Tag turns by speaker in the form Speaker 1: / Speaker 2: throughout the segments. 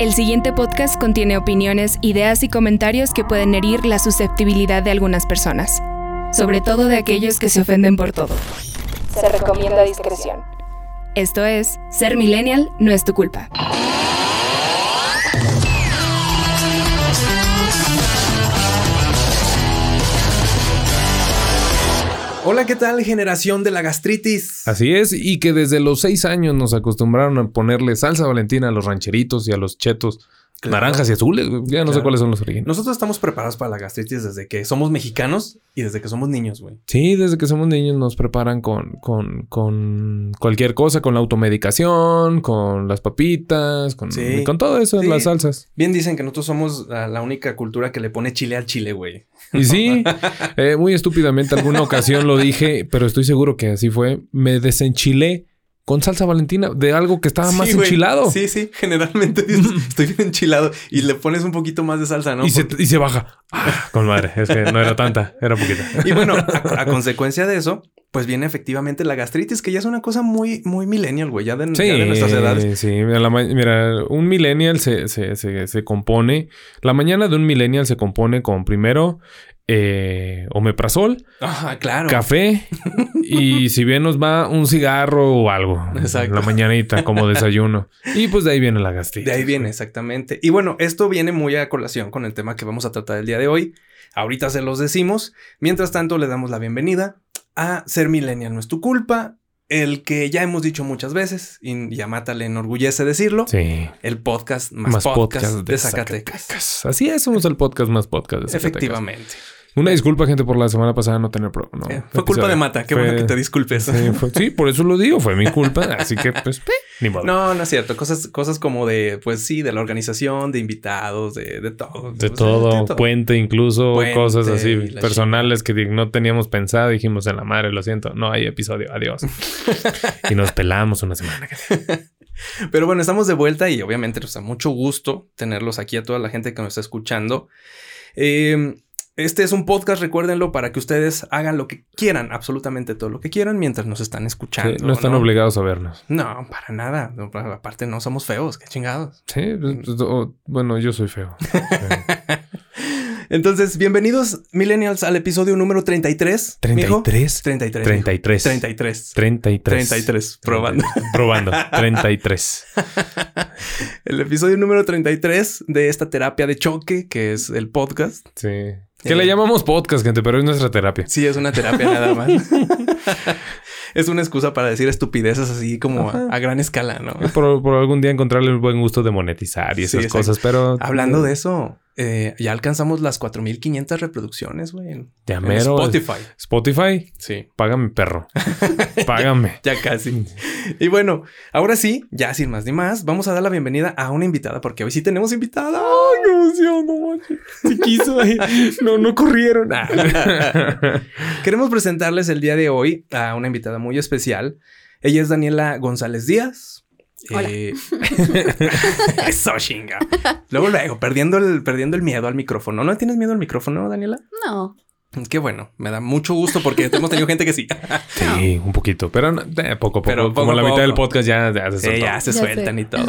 Speaker 1: El siguiente podcast contiene opiniones, ideas y comentarios que pueden herir la susceptibilidad de algunas personas, sobre todo de aquellos que se ofenden por todo. Se recomienda discreción. Esto es, ser millennial no es tu culpa.
Speaker 2: Hola, ¿qué tal generación de la gastritis?
Speaker 3: Así es, y que desde los seis años nos acostumbraron a ponerle salsa valentina a los rancheritos y a los chetos.
Speaker 2: Claro.
Speaker 3: Naranjas y azules, güey. ya no sé
Speaker 2: Claro.
Speaker 3: cuáles son los originales.
Speaker 2: Nosotros estamos preparados para la gastritis desde que somos mexicanos y desde que somos niños, güey.
Speaker 3: Sí, desde que somos niños nos preparan con, con, con cualquier cosa, con la automedicación, con las papitas, con,
Speaker 2: Sí.
Speaker 3: con todo eso,
Speaker 2: Sí.
Speaker 3: las salsas.
Speaker 2: Bien dicen que nosotros somos ah, la única cultura que le pone chile al chile, güey.
Speaker 3: Y sí, eh, muy estúpidamente alguna ocasión lo dije, pero estoy seguro que así fue. Me desenchilé con salsa valentina de algo que estaba Ah, más
Speaker 2: Sí, güey.
Speaker 3: enchilado.
Speaker 2: Sí, sí, generalmente dices, estoy bien enchilado y le pones un poquito más de salsa, ¿no?
Speaker 3: y, se,
Speaker 2: Porque-
Speaker 3: y se baja. Ah, con madre, es que no era tanta, era poquita.
Speaker 2: y bueno, a, a consecuencia de eso, pues viene efectivamente la gastritis, que ya es una cosa muy, muy millennial, güey, ya de, ya de nuestras edades.
Speaker 3: Sí, mira, la ma- mira, un millennial se, se- se- se compone. La mañana de un millennial se compone con primero eh, omeprazol,
Speaker 2: Ah, claro.
Speaker 3: café y si bien nos va un cigarro o algo.
Speaker 2: Exacto.
Speaker 3: En la mañanita como desayuno. Y pues de ahí viene la gastritis.
Speaker 2: De ahí viene, exactamente. Y bueno, esto viene muy a colación con el tema que vamos a tratar el día de hoy. Ahorita se los decimos. Mientras tanto, le damos la bienvenida a Ser Millennial No es tu culpa, el que ya hemos dicho muchas veces, y Yamata le enorgullece decirlo,
Speaker 3: Sí.
Speaker 2: el podcast más,
Speaker 3: Más,
Speaker 2: podcast,
Speaker 3: podcast,
Speaker 2: de, Zacatecas.
Speaker 3: Así es, somos el podcast más podcast de Zacatecas.
Speaker 2: Efectivamente.
Speaker 3: Una disculpa, gente, por la semana pasada no tener... pro- no,
Speaker 2: Eh, fue culpa
Speaker 3: episodio.
Speaker 2: de Mata, qué
Speaker 3: Fue-
Speaker 2: bueno que te disculpes.
Speaker 3: Sí, fue- sí, por eso lo digo, fue mi culpa. Así que, pues, eh, ni modo.
Speaker 2: No, no es cierto. Cosas, cosas como de, pues sí, de la organización, de invitados, de, de todo.
Speaker 3: De
Speaker 2: O sea,
Speaker 3: todo,
Speaker 2: Pues, de todo.
Speaker 3: puente, incluso
Speaker 2: Puente
Speaker 3: cosas así
Speaker 2: y la
Speaker 3: personales que di- no teníamos pensado. Dijimos en la madre, lo siento, no hay episodio, adiós. y nos pelamos una semana.
Speaker 2: Pero bueno, estamos de vuelta y obviamente nos da mucho gusto tenerlos aquí a toda la gente que nos está escuchando. Eh, este es un podcast, recuérdenlo, para que ustedes hagan lo que quieran, absolutamente todo lo que quieran mientras nos están escuchando.
Speaker 3: Sí, no están obligados a vernos.
Speaker 2: No, para nada. No, pa- aparte, no somos feos, qué chingados.
Speaker 3: Sí, pues,
Speaker 2: Mm.
Speaker 3: pues, o- bueno, yo soy feo.
Speaker 2: Entonces, bienvenidos, Millennials, al episodio número 33. mijo.
Speaker 3: 33.
Speaker 2: 33. mijo.
Speaker 3: 33.
Speaker 2: 33.
Speaker 3: 33.
Speaker 2: 33. Probando.
Speaker 3: Probando. 33.
Speaker 2: El episodio número 33 de esta terapia de choque, que es el podcast.
Speaker 3: Sí.
Speaker 2: Sí.
Speaker 3: Que le llamamos podcast, gente, pero es nuestra terapia.
Speaker 2: Sí, es una terapia nada más. es una excusa para decir estupideces así como a, a gran escala, ¿no?
Speaker 3: Por, por algún día encontrarle el buen gusto de monetizar y
Speaker 2: Sí,
Speaker 3: esas
Speaker 2: exacto.
Speaker 3: cosas, pero...
Speaker 2: Hablando de eso, eh, ya alcanzamos las 4500 reproducciones, güey. En,
Speaker 3: Ya
Speaker 2: en
Speaker 3: mero,
Speaker 2: Spotify.
Speaker 3: Spotify,
Speaker 2: Sí.
Speaker 3: Págame, perro. Págame.
Speaker 2: Ya casi. Y bueno, ahora sí, ya sin más ni más, vamos a dar la bienvenida a una invitada, porque hoy sí tenemos invitada.
Speaker 3: ¡Ay, qué emoción! No manches. Sí quiso. ay. No, no corrieron. Ah.
Speaker 2: Queremos presentarles el día de hoy a una invitada muy especial. Ella es Daniela González Díaz.
Speaker 4: Hola.
Speaker 2: Eh, Eso chinga. Luego, luego, perdiendo el, perdiendo el miedo al micrófono. ¿No tienes miedo al micrófono, Daniela?
Speaker 4: No.
Speaker 2: Qué bueno, me da mucho gusto porque hemos tenido gente que sí.
Speaker 3: Sí, un poquito. Pero no- eh, poco, a poco.
Speaker 2: Pero poco
Speaker 3: Como
Speaker 2: a
Speaker 3: la mitad del
Speaker 2: poco.
Speaker 3: podcast ya, ya se
Speaker 2: Sí,
Speaker 3: soltó.
Speaker 2: ya se
Speaker 4: Ya
Speaker 2: sueltan
Speaker 4: sé.
Speaker 2: y todo.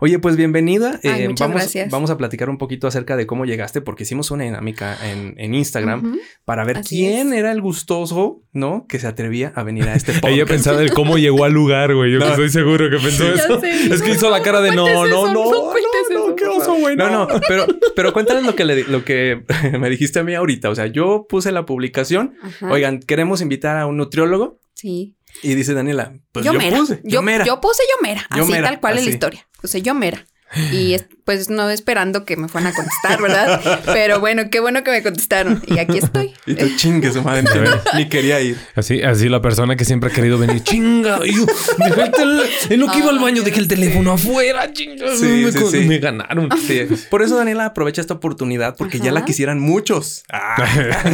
Speaker 2: Oye, pues bienvenida.
Speaker 4: Ay,
Speaker 2: Eh,
Speaker 4: muchas
Speaker 2: vamos,
Speaker 4: gracias.
Speaker 2: vamos a platicar un poquito acerca de cómo llegaste, porque hicimos una dinámica en, en Instagram
Speaker 4: Ujú.
Speaker 2: para ver
Speaker 4: Así
Speaker 2: quién
Speaker 4: es.
Speaker 2: era el gustoso, ¿no? Que se atrevía a venir a este podcast.
Speaker 3: Ella pensaba de cómo llegó al lugar, güey. Yo que estoy seguro que pensó
Speaker 4: Ya
Speaker 3: eso.
Speaker 4: sé,
Speaker 3: es que
Speaker 4: no,
Speaker 3: hizo la cara de no,
Speaker 4: cuentes
Speaker 3: no,
Speaker 4: eso,
Speaker 3: no,
Speaker 4: no
Speaker 3: no,
Speaker 4: cuentes
Speaker 3: no,
Speaker 4: eso,
Speaker 3: qué
Speaker 4: por
Speaker 3: oso,
Speaker 4: favor.
Speaker 3: güey.
Speaker 2: No, no, pero, pero cuéntales lo que, le, lo que me dijiste a mí ahorita. O sea, yo puse la publicación.
Speaker 4: Ajá.
Speaker 2: Oigan, queremos invitar a un nutriólogo.
Speaker 4: Sí.
Speaker 2: Y dice Daniela, pues yo,
Speaker 4: yo, mera.
Speaker 2: puse.
Speaker 4: Yo, yo puse yo mera.
Speaker 2: Yo
Speaker 4: así
Speaker 2: mera,
Speaker 4: tal cual es
Speaker 2: así.
Speaker 4: la historia. Puse yo mera. Y es- pues no esperando que me fueran a contestar, ¿verdad? Pero bueno, qué bueno que me contestaron. Y aquí estoy.
Speaker 2: Y tú chingue su madre. Ni quería ir.
Speaker 3: Así, así la persona que siempre ha querido venir. Chinga, yo, dejé el tel- en lo que iba al baño, dejé el teléfono afuera, chinga.
Speaker 2: Sí,
Speaker 3: me,
Speaker 2: sí,
Speaker 3: co-
Speaker 2: sí.
Speaker 3: me ganaron.
Speaker 2: Sí. Por eso Daniela aprovecha esta oportunidad porque ya
Speaker 4: Ajá.
Speaker 2: la quisieran muchos. Ah.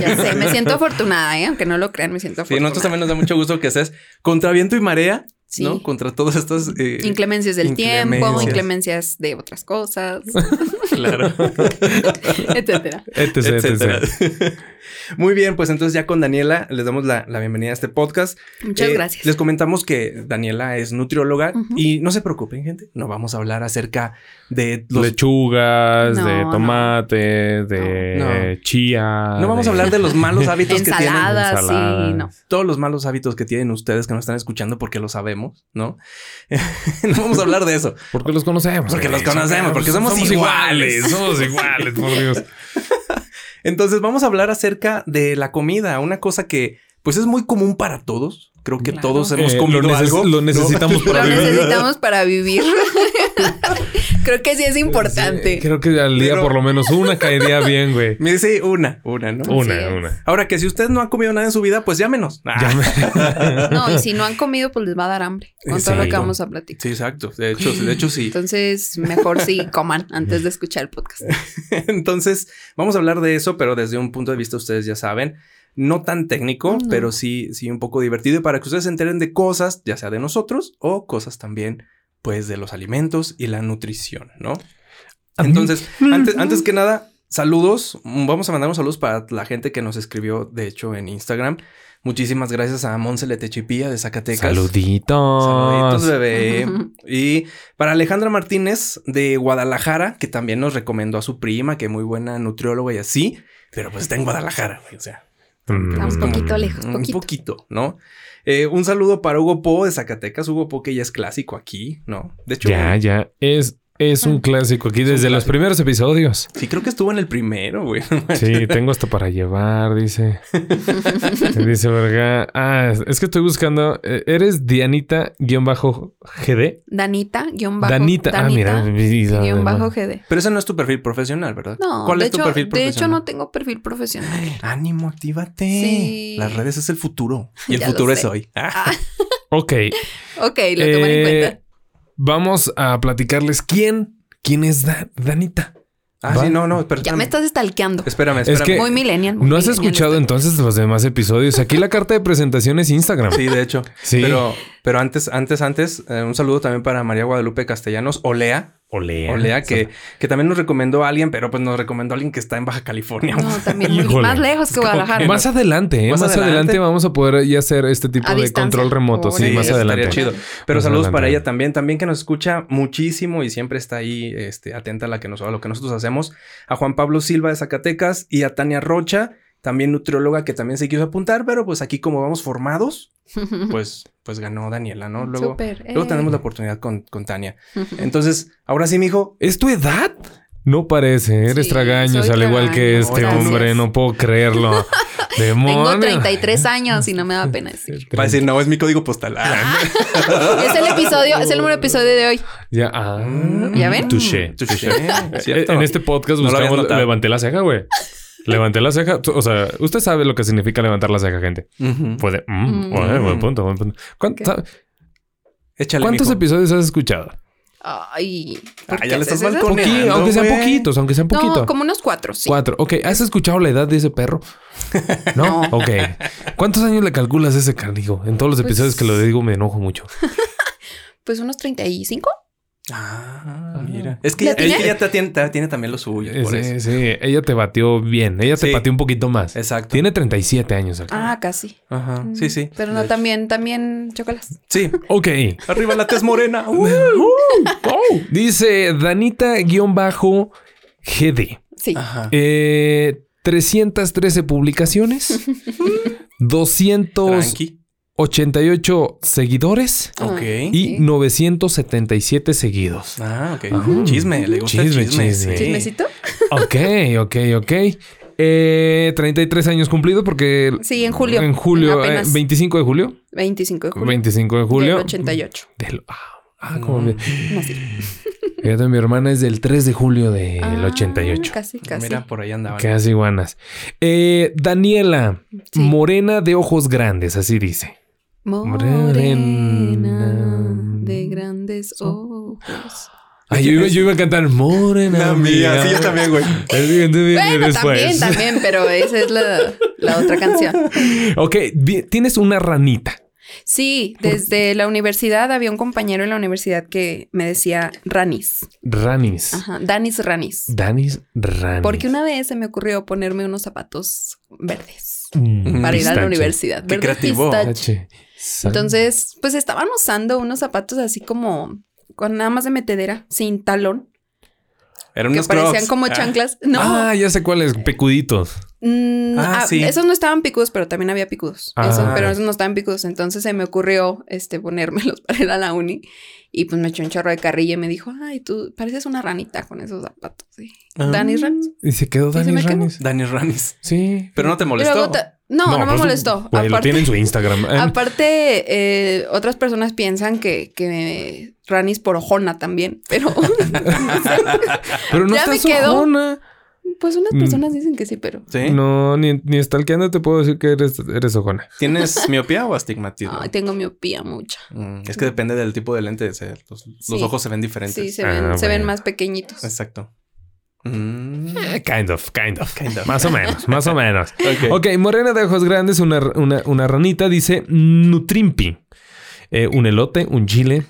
Speaker 4: Ya sé, me siento afortunada, ¿eh? Aunque no lo crean, me
Speaker 2: Sí,
Speaker 4: siento afortunada.
Speaker 2: nosotros también nos da mucho gusto que estés contra viento y marea,
Speaker 4: Sí.
Speaker 2: ¿no? Contra todas estas... eh,
Speaker 4: Inclemencias del tiempo,
Speaker 2: Inclemencias.
Speaker 4: inclemencias de otras cosas.
Speaker 2: Claro.
Speaker 4: etcétera.
Speaker 3: Etc,
Speaker 2: etcétera.
Speaker 3: etc.
Speaker 2: Muy bien, pues entonces ya con Daniela les damos la, la bienvenida a este podcast.
Speaker 4: Muchas
Speaker 2: Eh,
Speaker 4: gracias.
Speaker 2: Les comentamos que Daniela es nutrióloga
Speaker 4: Ujú.
Speaker 2: y no se preocupen, gente, no vamos a hablar acerca de los...
Speaker 3: Lechugas,
Speaker 4: No,
Speaker 3: de
Speaker 4: no.
Speaker 3: tomate, de
Speaker 2: No.
Speaker 3: eh, chía.
Speaker 2: no vamos a hablar de los malos hábitos que tienen.
Speaker 4: Ensalada. Ensaladas, sí,
Speaker 3: ensaladas.
Speaker 4: no.
Speaker 2: Todos los malos hábitos que tienen ustedes que nos están escuchando porque lo sabemos, ¿no? no vamos a hablar de eso.
Speaker 3: Porque los conocemos.
Speaker 2: Porque
Speaker 3: güey.
Speaker 2: los conocemos, porque somos iguales.
Speaker 3: Somos iguales, por Dios.
Speaker 2: Entonces vamos a hablar acerca de la comida, una cosa que pues es muy común para todos. Creo que
Speaker 4: Claro.
Speaker 2: todos hemos
Speaker 3: Eh, lo
Speaker 2: comido
Speaker 3: neces-
Speaker 2: algo.
Speaker 3: lo
Speaker 2: ¿no?
Speaker 3: necesitamos para
Speaker 4: Lo
Speaker 3: vivir.
Speaker 4: necesitamos para vivir. Creo que sí es
Speaker 3: Sí,
Speaker 4: importante.
Speaker 3: creo que al día
Speaker 2: Pero-
Speaker 3: por lo menos una caería bien, güey.
Speaker 2: Me dice una, una, ¿no?
Speaker 4: Así
Speaker 3: Una,
Speaker 4: es.
Speaker 3: una.
Speaker 2: Ahora que si usted no ha comido nada en su vida, pues llámenos. Ah.
Speaker 3: Ya me-
Speaker 4: No, y si no han comido, pues les va a dar hambre con todo lo que
Speaker 2: Exacto.
Speaker 4: vamos a platicar.
Speaker 2: Sí, exacto. De hecho, de hecho sí.
Speaker 4: Entonces, mejor sí coman antes de escuchar el podcast.
Speaker 2: Entonces, vamos a hablar de eso, pero desde un punto de vista, ustedes ya saben, no tan técnico,
Speaker 4: No.
Speaker 2: pero sí, sí un poco divertido y para que ustedes se enteren de cosas, ya sea de nosotros o cosas también, pues, de los alimentos y la nutrición, ¿no? Entonces, antes, antes que nada, saludos. Mm, Vamos a mandar un saludo para la gente que nos escribió, de hecho, en Instagram. Muchísimas gracias a Monse Letechipía de Zacatecas.
Speaker 3: Saluditos.
Speaker 2: Saluditos, bebé.
Speaker 4: Ujú.
Speaker 2: Y para Alejandra Martínez de Guadalajara, que también nos recomendó a su prima, que muy buena nutrióloga y así, pero pues está en Guadalajara, güey, o sea,
Speaker 3: Mm.
Speaker 4: Estamos
Speaker 2: Mm.
Speaker 4: poquito lejos,
Speaker 2: un
Speaker 4: poquito.
Speaker 2: poquito, ¿no? Eh, un saludo para Hugo Po de Zacatecas, Hugo Po que ya es clásico aquí, ¿no? De hecho,
Speaker 3: Ya, ya. Es, es
Speaker 4: Ah.
Speaker 3: un clásico aquí
Speaker 2: Es un
Speaker 3: desde los
Speaker 2: clásico.
Speaker 3: primeros episodios.
Speaker 2: sí creo que estuvo en el primero, güey.
Speaker 3: Sí, tengo esto para llevar, dice. dice verga. Ah, es- es que estoy buscando. eh, ¿Eres Dianita-GD?
Speaker 4: Danita, guión bajo.
Speaker 3: Danita. Ah, mira.
Speaker 4: Danita, guión bajo GD.
Speaker 2: Pero ese no es tu perfil profesional, ¿verdad?
Speaker 4: No,
Speaker 2: ¿Cuál
Speaker 4: de,
Speaker 2: es tu
Speaker 4: hecho,
Speaker 2: perfil
Speaker 4: de
Speaker 2: profesional?
Speaker 4: hecho no tengo perfil profesional.
Speaker 2: Ánimo, actívate.
Speaker 4: Sí.
Speaker 2: Las redes es el futuro. Y el
Speaker 4: Ya lo
Speaker 2: futuro es
Speaker 4: sé.
Speaker 2: hoy.
Speaker 4: Ah,
Speaker 3: Ok.
Speaker 4: ok, lo toman en
Speaker 3: eh,
Speaker 4: cuenta.
Speaker 3: Vamos a platicarles quién. ¿Quién es Da- Danita?
Speaker 2: Ah,
Speaker 3: Va.
Speaker 2: sí, no, no, espérame.
Speaker 4: Ya me estás estalqueando.
Speaker 2: Espérame,
Speaker 3: Es que-
Speaker 2: espérame.
Speaker 4: Muy millennial. muy
Speaker 3: ¿No has
Speaker 4: millennial
Speaker 3: escuchado
Speaker 4: estoy.
Speaker 3: entonces los demás episodios? Aquí la carta de presentación es Instagram.
Speaker 2: Sí, de hecho.
Speaker 3: Sí.
Speaker 2: Pero, pero antes, antes, antes, eh, un saludo también para María Guadalupe Castellanos, Olea.
Speaker 3: Olea.
Speaker 2: Olea, que, que también nos recomendó a alguien, pero pues nos recomendó a alguien que está en Baja California.
Speaker 4: No, también muy-
Speaker 3: Híjole.
Speaker 4: más lejos que Guadalajara.
Speaker 3: Más adelante, ¿eh?
Speaker 2: Más
Speaker 3: más, adelante.
Speaker 2: adelante
Speaker 3: vamos a poder ya hacer este tipo
Speaker 4: A
Speaker 3: de
Speaker 4: distancia.
Speaker 3: control remoto. sí,
Speaker 4: Órale.
Speaker 3: más
Speaker 2: eso
Speaker 3: adelante.
Speaker 2: Estaría chido. Pero
Speaker 3: Más
Speaker 2: saludos para
Speaker 3: adelante.
Speaker 2: ella también, también que nos escucha muchísimo y siempre está ahí este, atenta a, la que nos, a lo que nosotros hacemos. A Juan Pablo Silva de Zacatecas y a Tania Rocha, también nutrióloga que también se quiso apuntar, pero pues aquí como vamos formados, pues, pues ganó Daniela, ¿no? Luego,
Speaker 4: Súper,
Speaker 2: luego
Speaker 4: eh.
Speaker 2: tenemos la oportunidad con, con Tania. Entonces, ahora sí, mijo,
Speaker 3: ¿Es tu edad? No parece, ¿eh? eres
Speaker 4: Sí,
Speaker 3: tragaños,
Speaker 4: soy
Speaker 3: al igual que
Speaker 4: tragaños,
Speaker 3: este
Speaker 2: gracias.
Speaker 3: hombre, no puedo creerlo.
Speaker 4: Tengo
Speaker 3: Demonio.
Speaker 4: 33 años y no me da pena decir.
Speaker 2: Va a decir, no, es mi código postal. Ah,
Speaker 4: Es el episodio, es el número episodio de hoy.
Speaker 3: Ya, ah,
Speaker 4: ¿Ya ven?
Speaker 3: touché.
Speaker 2: touché, ¿cierto?
Speaker 3: En este podcast
Speaker 2: No lo había
Speaker 3: buscamos-
Speaker 2: notado.
Speaker 3: levanté la ceja, güey. Levanté la ceja. O sea, usted sabe lo que significa levantar la ceja, gente.
Speaker 2: Ujú.
Speaker 3: Fue de, mm,
Speaker 4: Mm.
Speaker 3: bueno, buen punto, buen punto. ¿Cuán-
Speaker 4: Ok.
Speaker 3: sabe-
Speaker 2: Échale,
Speaker 3: ¿Cuántos
Speaker 2: mijo.
Speaker 3: episodios has escuchado?
Speaker 4: Ay,
Speaker 2: Ah, ya le estás
Speaker 4: haces eso?
Speaker 2: balconeando.
Speaker 3: Poquito, aunque sean
Speaker 2: güey.
Speaker 3: poquitos, aunque sean poquitos.
Speaker 4: No, como unos cuatro, sí.
Speaker 3: Cuatro. Ok, ¿has escuchado la edad de ese perro? No.
Speaker 4: No.
Speaker 3: Ok. ¿Cuántos años le calculas a ese canijo? En todos los
Speaker 4: Pues-
Speaker 3: episodios que lo digo me enojo mucho.
Speaker 4: Pues unos 35.
Speaker 2: Ah, mira. Es que ya,
Speaker 4: ¿La
Speaker 2: es
Speaker 4: tiene?
Speaker 2: que ya te tiene, te tiene también los suyos. por
Speaker 3: Sí,
Speaker 2: eso.
Speaker 3: sí, ella te batió bien. Ella te
Speaker 2: Sí.
Speaker 3: batió un poquito más.
Speaker 2: Exacto.
Speaker 3: Tiene 37 años. el
Speaker 4: Ah, casi.
Speaker 2: Ajá. Sí, sí.
Speaker 4: Pero no, también, también chocolas.
Speaker 2: Sí.
Speaker 3: canijo. Ok.
Speaker 2: Arriba la tez morena. Uh.
Speaker 3: Oh. Dice Danita-GD.
Speaker 4: Sí.
Speaker 2: Ajá.
Speaker 3: Eh, 313 publicaciones. 288
Speaker 2: Tranqui.
Speaker 3: seguidores.
Speaker 4: Ah.
Speaker 2: Ok.
Speaker 3: Y 977 seguidos.
Speaker 2: Ah, ok.
Speaker 3: Ajá.
Speaker 2: Chisme. Le gusta
Speaker 3: Chisme,
Speaker 2: el chisme.
Speaker 3: chisme.
Speaker 2: sí.
Speaker 4: ¿Chismecito?
Speaker 3: Ok, ok, ok. Eh, 33 años cumplido porque...
Speaker 4: Sí, en julio.
Speaker 3: En julio, eh,
Speaker 4: Apenas
Speaker 3: 25 de julio.
Speaker 4: 25 de julio.
Speaker 3: 25 de julio.
Speaker 4: Del 88.
Speaker 3: Del- ah, ah, como
Speaker 2: Mm.
Speaker 3: bien. Fíjate, mi hermana es del 3 de julio del
Speaker 4: Ah,
Speaker 3: 88.
Speaker 4: Casi, casi.
Speaker 2: Mira, por ahí andaban.
Speaker 3: Casi guanas. Eh, Daniela,
Speaker 4: Sí.
Speaker 3: morena de ojos grandes, así dice.
Speaker 4: Morena de grandes ojos.
Speaker 3: Ay, yo, iba, yo iba a cantar morena mía.
Speaker 2: güey.
Speaker 3: Es bien, es bien,
Speaker 4: Bueno,
Speaker 3: después.
Speaker 4: también, también, pero esa es la, la otra canción.
Speaker 3: Ok, bien, tienes una ranita.
Speaker 4: Sí, desde la universidad había un compañero en la universidad que me decía Ranis.
Speaker 3: Ranis.
Speaker 4: Ajá, Danis Ranis.
Speaker 3: Danis Ranis.
Speaker 4: Porque una vez se me ocurrió ponerme unos zapatos verdes
Speaker 3: Mm,
Speaker 4: para ir a la
Speaker 3: pistache.
Speaker 4: universidad.
Speaker 2: Qué
Speaker 4: Verdes
Speaker 2: creativo.
Speaker 4: pistache.
Speaker 3: Pistache. San-
Speaker 4: Entonces, pues estaban usando unos zapatos así como con nada más de metedera, sin talón,
Speaker 2: Eran
Speaker 4: que
Speaker 2: unos
Speaker 4: parecían
Speaker 2: Crocs.
Speaker 4: como
Speaker 2: Ah,
Speaker 4: chanclas. No,
Speaker 3: Ah, ya sé cuáles. Pecuditos.
Speaker 4: Mm,
Speaker 2: Ah,
Speaker 4: ah,
Speaker 2: sí.
Speaker 4: Esos no estaban picudos, pero también había picudos.
Speaker 3: Ah.
Speaker 4: Esos- pero esos no estaban picudos. Entonces se me ocurrió este, ponérmelos para ir a la uni. Y pues me echó un chorro de carrilla y me dijo, ay, tú pareces una ranita con esos zapatos. Sí.
Speaker 2: Ah.
Speaker 4: Dani Rams.
Speaker 3: Y se quedó
Speaker 4: Sí, ¿Mm? se me
Speaker 3: Danis
Speaker 4: quedó.
Speaker 3: Ranis.
Speaker 2: Dani Ranis.
Speaker 3: Sí.
Speaker 2: Pero no te
Speaker 4: Y
Speaker 2: molestó.
Speaker 4: luego ta- No, no, me
Speaker 3: pues,
Speaker 4: molestó.
Speaker 3: güey, lo
Speaker 4: Aparte-
Speaker 3: tiene en su Instagram. Ah,
Speaker 4: Aparte, eh, otras personas piensan que, que Rani es por ojona también, pero
Speaker 3: Pero no
Speaker 4: ya me
Speaker 3: estás
Speaker 4: quedó.
Speaker 3: ojona.
Speaker 4: pues unas
Speaker 3: Mm.
Speaker 4: personas dicen que sí, pero
Speaker 2: ¿Sí?
Speaker 3: No, ni, ni stalkeando te puedo decir que eres, eres ojona.
Speaker 2: ¿Tienes miopía o astigmatismo?
Speaker 4: ay, tengo miopía mucha.
Speaker 2: Mm, es que depende del tipo de lente. se- los, los
Speaker 4: Sí.
Speaker 2: ojos se ven diferentes.
Speaker 4: Sí, se
Speaker 3: Ah,
Speaker 4: ven, se ven
Speaker 3: bueno. Pues,
Speaker 4: más pequeñitos.
Speaker 2: Exacto. Mm,
Speaker 3: Eh, Kind of, kind of.
Speaker 2: kind of.
Speaker 3: Más o menos, más o menos.
Speaker 2: Ok.
Speaker 3: Ok, Morena de Ojos Grandes, una, una, una ranita, dice Nutrimpi. Eh, un elote, un chile,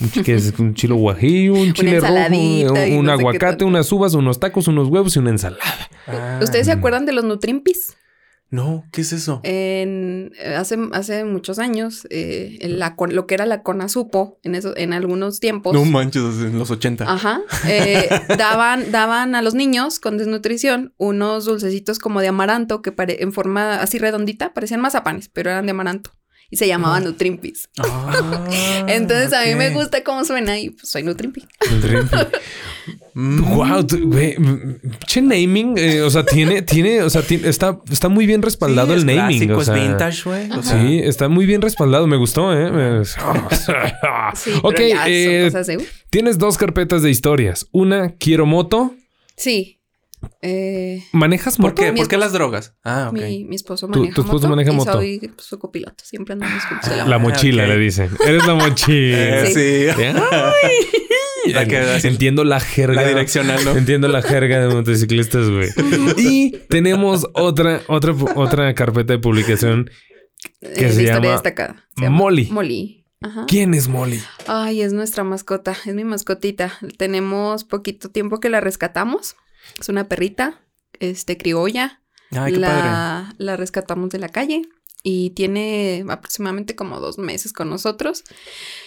Speaker 3: un, chi- que es un chilo guajillo, un chile rojo, un,
Speaker 4: ensaladita y
Speaker 3: un
Speaker 4: no sé qué
Speaker 3: aguacate,
Speaker 4: tanto.
Speaker 3: unas uvas, unos tacos, unos huevos y una ensalada.
Speaker 2: Ah,
Speaker 4: ¿Ustedes
Speaker 3: mm.
Speaker 4: se acuerdan de los Nutrimpis?
Speaker 2: No, ¿qué es eso?
Speaker 4: En, eh, hace, hace muchos años, eh, en la, con- lo que era la CONASUPO, en, eso, en algunos tiempos,
Speaker 2: No manches, en los 80.
Speaker 4: ajá, eh, daban, daban a los niños con desnutrición unos dulcecitos como de amaranto que pare- en forma así redondita parecían mazapanes, pero eran de amaranto y se llamaban Nutrimpis.
Speaker 2: Ah,
Speaker 4: Entonces a mí
Speaker 2: ok.
Speaker 4: me gusta cómo suena y pues soy Nutrimpi.
Speaker 3: Nutrimpi.
Speaker 2: Mm.
Speaker 3: wow, tú- güey, mm, che naming, eh, o sea, tiene, tiene, o sea, tiene- está, está muy bien respaldado
Speaker 2: Sí,
Speaker 3: el
Speaker 2: es
Speaker 3: naming.
Speaker 2: clásico,
Speaker 3: o sea,
Speaker 2: es vintage, güey. O sea,
Speaker 3: Sí, está muy bien respaldado, me gustó, ¿eh? Me-
Speaker 4: Sí,
Speaker 3: ok,
Speaker 4: pero ya son
Speaker 3: eh,
Speaker 4: cosas de-
Speaker 3: tienes dos carpetas de historias. Una, quiero moto.
Speaker 4: Sí. Eh,
Speaker 3: ¿Manejas
Speaker 2: ¿Por
Speaker 3: moto?
Speaker 2: qué?
Speaker 4: Mi
Speaker 2: ¿Por qué las drogas? Ah, ok.
Speaker 4: mi, mi esposo
Speaker 3: Tu-
Speaker 4: maneja
Speaker 3: tu esposo maneja
Speaker 4: y
Speaker 3: moto. Ah,
Speaker 4: soy pues, su copiloto. Siempre andamos juntos en la
Speaker 3: La mochila,
Speaker 2: Ah, ok.
Speaker 3: le dicen. Eres la mochila.
Speaker 2: Eh, sí.
Speaker 3: Ay.
Speaker 2: La que así-
Speaker 3: Entiendo la jerga.
Speaker 2: La direccional, ¿no?
Speaker 3: Entiendo la jerga de motociclistas, güey. Y tenemos otra, otra, otra carpeta de publicación.
Speaker 4: eh,
Speaker 3: que
Speaker 4: de
Speaker 3: se
Speaker 4: historia
Speaker 3: llama
Speaker 4: destacada. Se llama
Speaker 3: Molly.
Speaker 4: Molly. Ajá.
Speaker 3: ¿Quién es Molly?
Speaker 4: Ay, es nuestra mascota, es mi mascotita. Tenemos poquito tiempo que la rescatamos. Es una perrita, este, criolla.
Speaker 2: Ay, qué padre.
Speaker 4: la, la rescatamos de la calle y tiene aproximadamente como dos meses con nosotros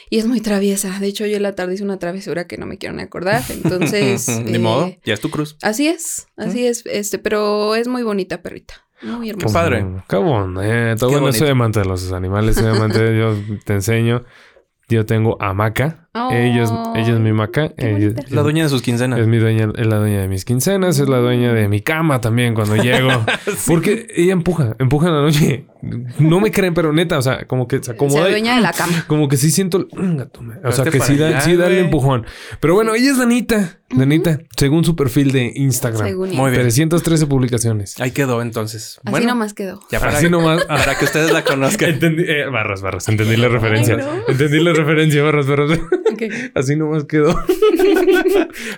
Speaker 4: y es muy traviesa. De hecho, hoy en la tarde hice una travesura que no me quiero ni acordar. Entonces,
Speaker 2: Ni
Speaker 4: eh,
Speaker 2: modo, ya es tu cruz.
Speaker 4: Así es,
Speaker 2: Mm.
Speaker 4: así es, este, pero es muy bonita perrita, muy
Speaker 3: Qué
Speaker 4: hermosa.
Speaker 2: padre.
Speaker 3: Pues, Qué eh, bonito.
Speaker 2: Qué
Speaker 3: Bueno,
Speaker 2: bonito.
Speaker 3: soy amante de los animales, soy amante. yo te enseño. Yo tengo a Maca. Ella es, ella es mi Maca.
Speaker 4: qué
Speaker 3: Ella-
Speaker 4: bonita.
Speaker 2: La dueña de sus quincenas.
Speaker 3: Es mi dueña, es la dueña de mis quincenas, es la dueña de mi cama también cuando llego. Porque ella empuja, empuja en la noche. No me creen, pero neta, o sea, como que se
Speaker 4: Se
Speaker 3: acomoda. y-
Speaker 4: dueña de la cama.
Speaker 3: como que sí siento. el, "Mm, gato, me-". O sea,
Speaker 2: Hazte
Speaker 3: que sí
Speaker 2: para
Speaker 3: da,
Speaker 2: allá,
Speaker 3: sí da el
Speaker 2: güey.
Speaker 3: empujón. Pero bueno, ella es Danita. Danita, según su perfil de Instagram.
Speaker 4: Según
Speaker 2: Muy
Speaker 4: ella.
Speaker 2: bien.
Speaker 3: 313 publicaciones.
Speaker 2: Ahí quedó entonces.
Speaker 4: Así
Speaker 2: bueno,
Speaker 4: nomás quedó.
Speaker 2: ya para,
Speaker 3: Así nomás. ah,
Speaker 2: para que ustedes la conozcan.
Speaker 3: entendí- eh, barras, barras. Entendí la referencia.
Speaker 4: no.
Speaker 3: Entendí la referencia, barras, barras.
Speaker 4: Ok.
Speaker 3: Así nomás quedó.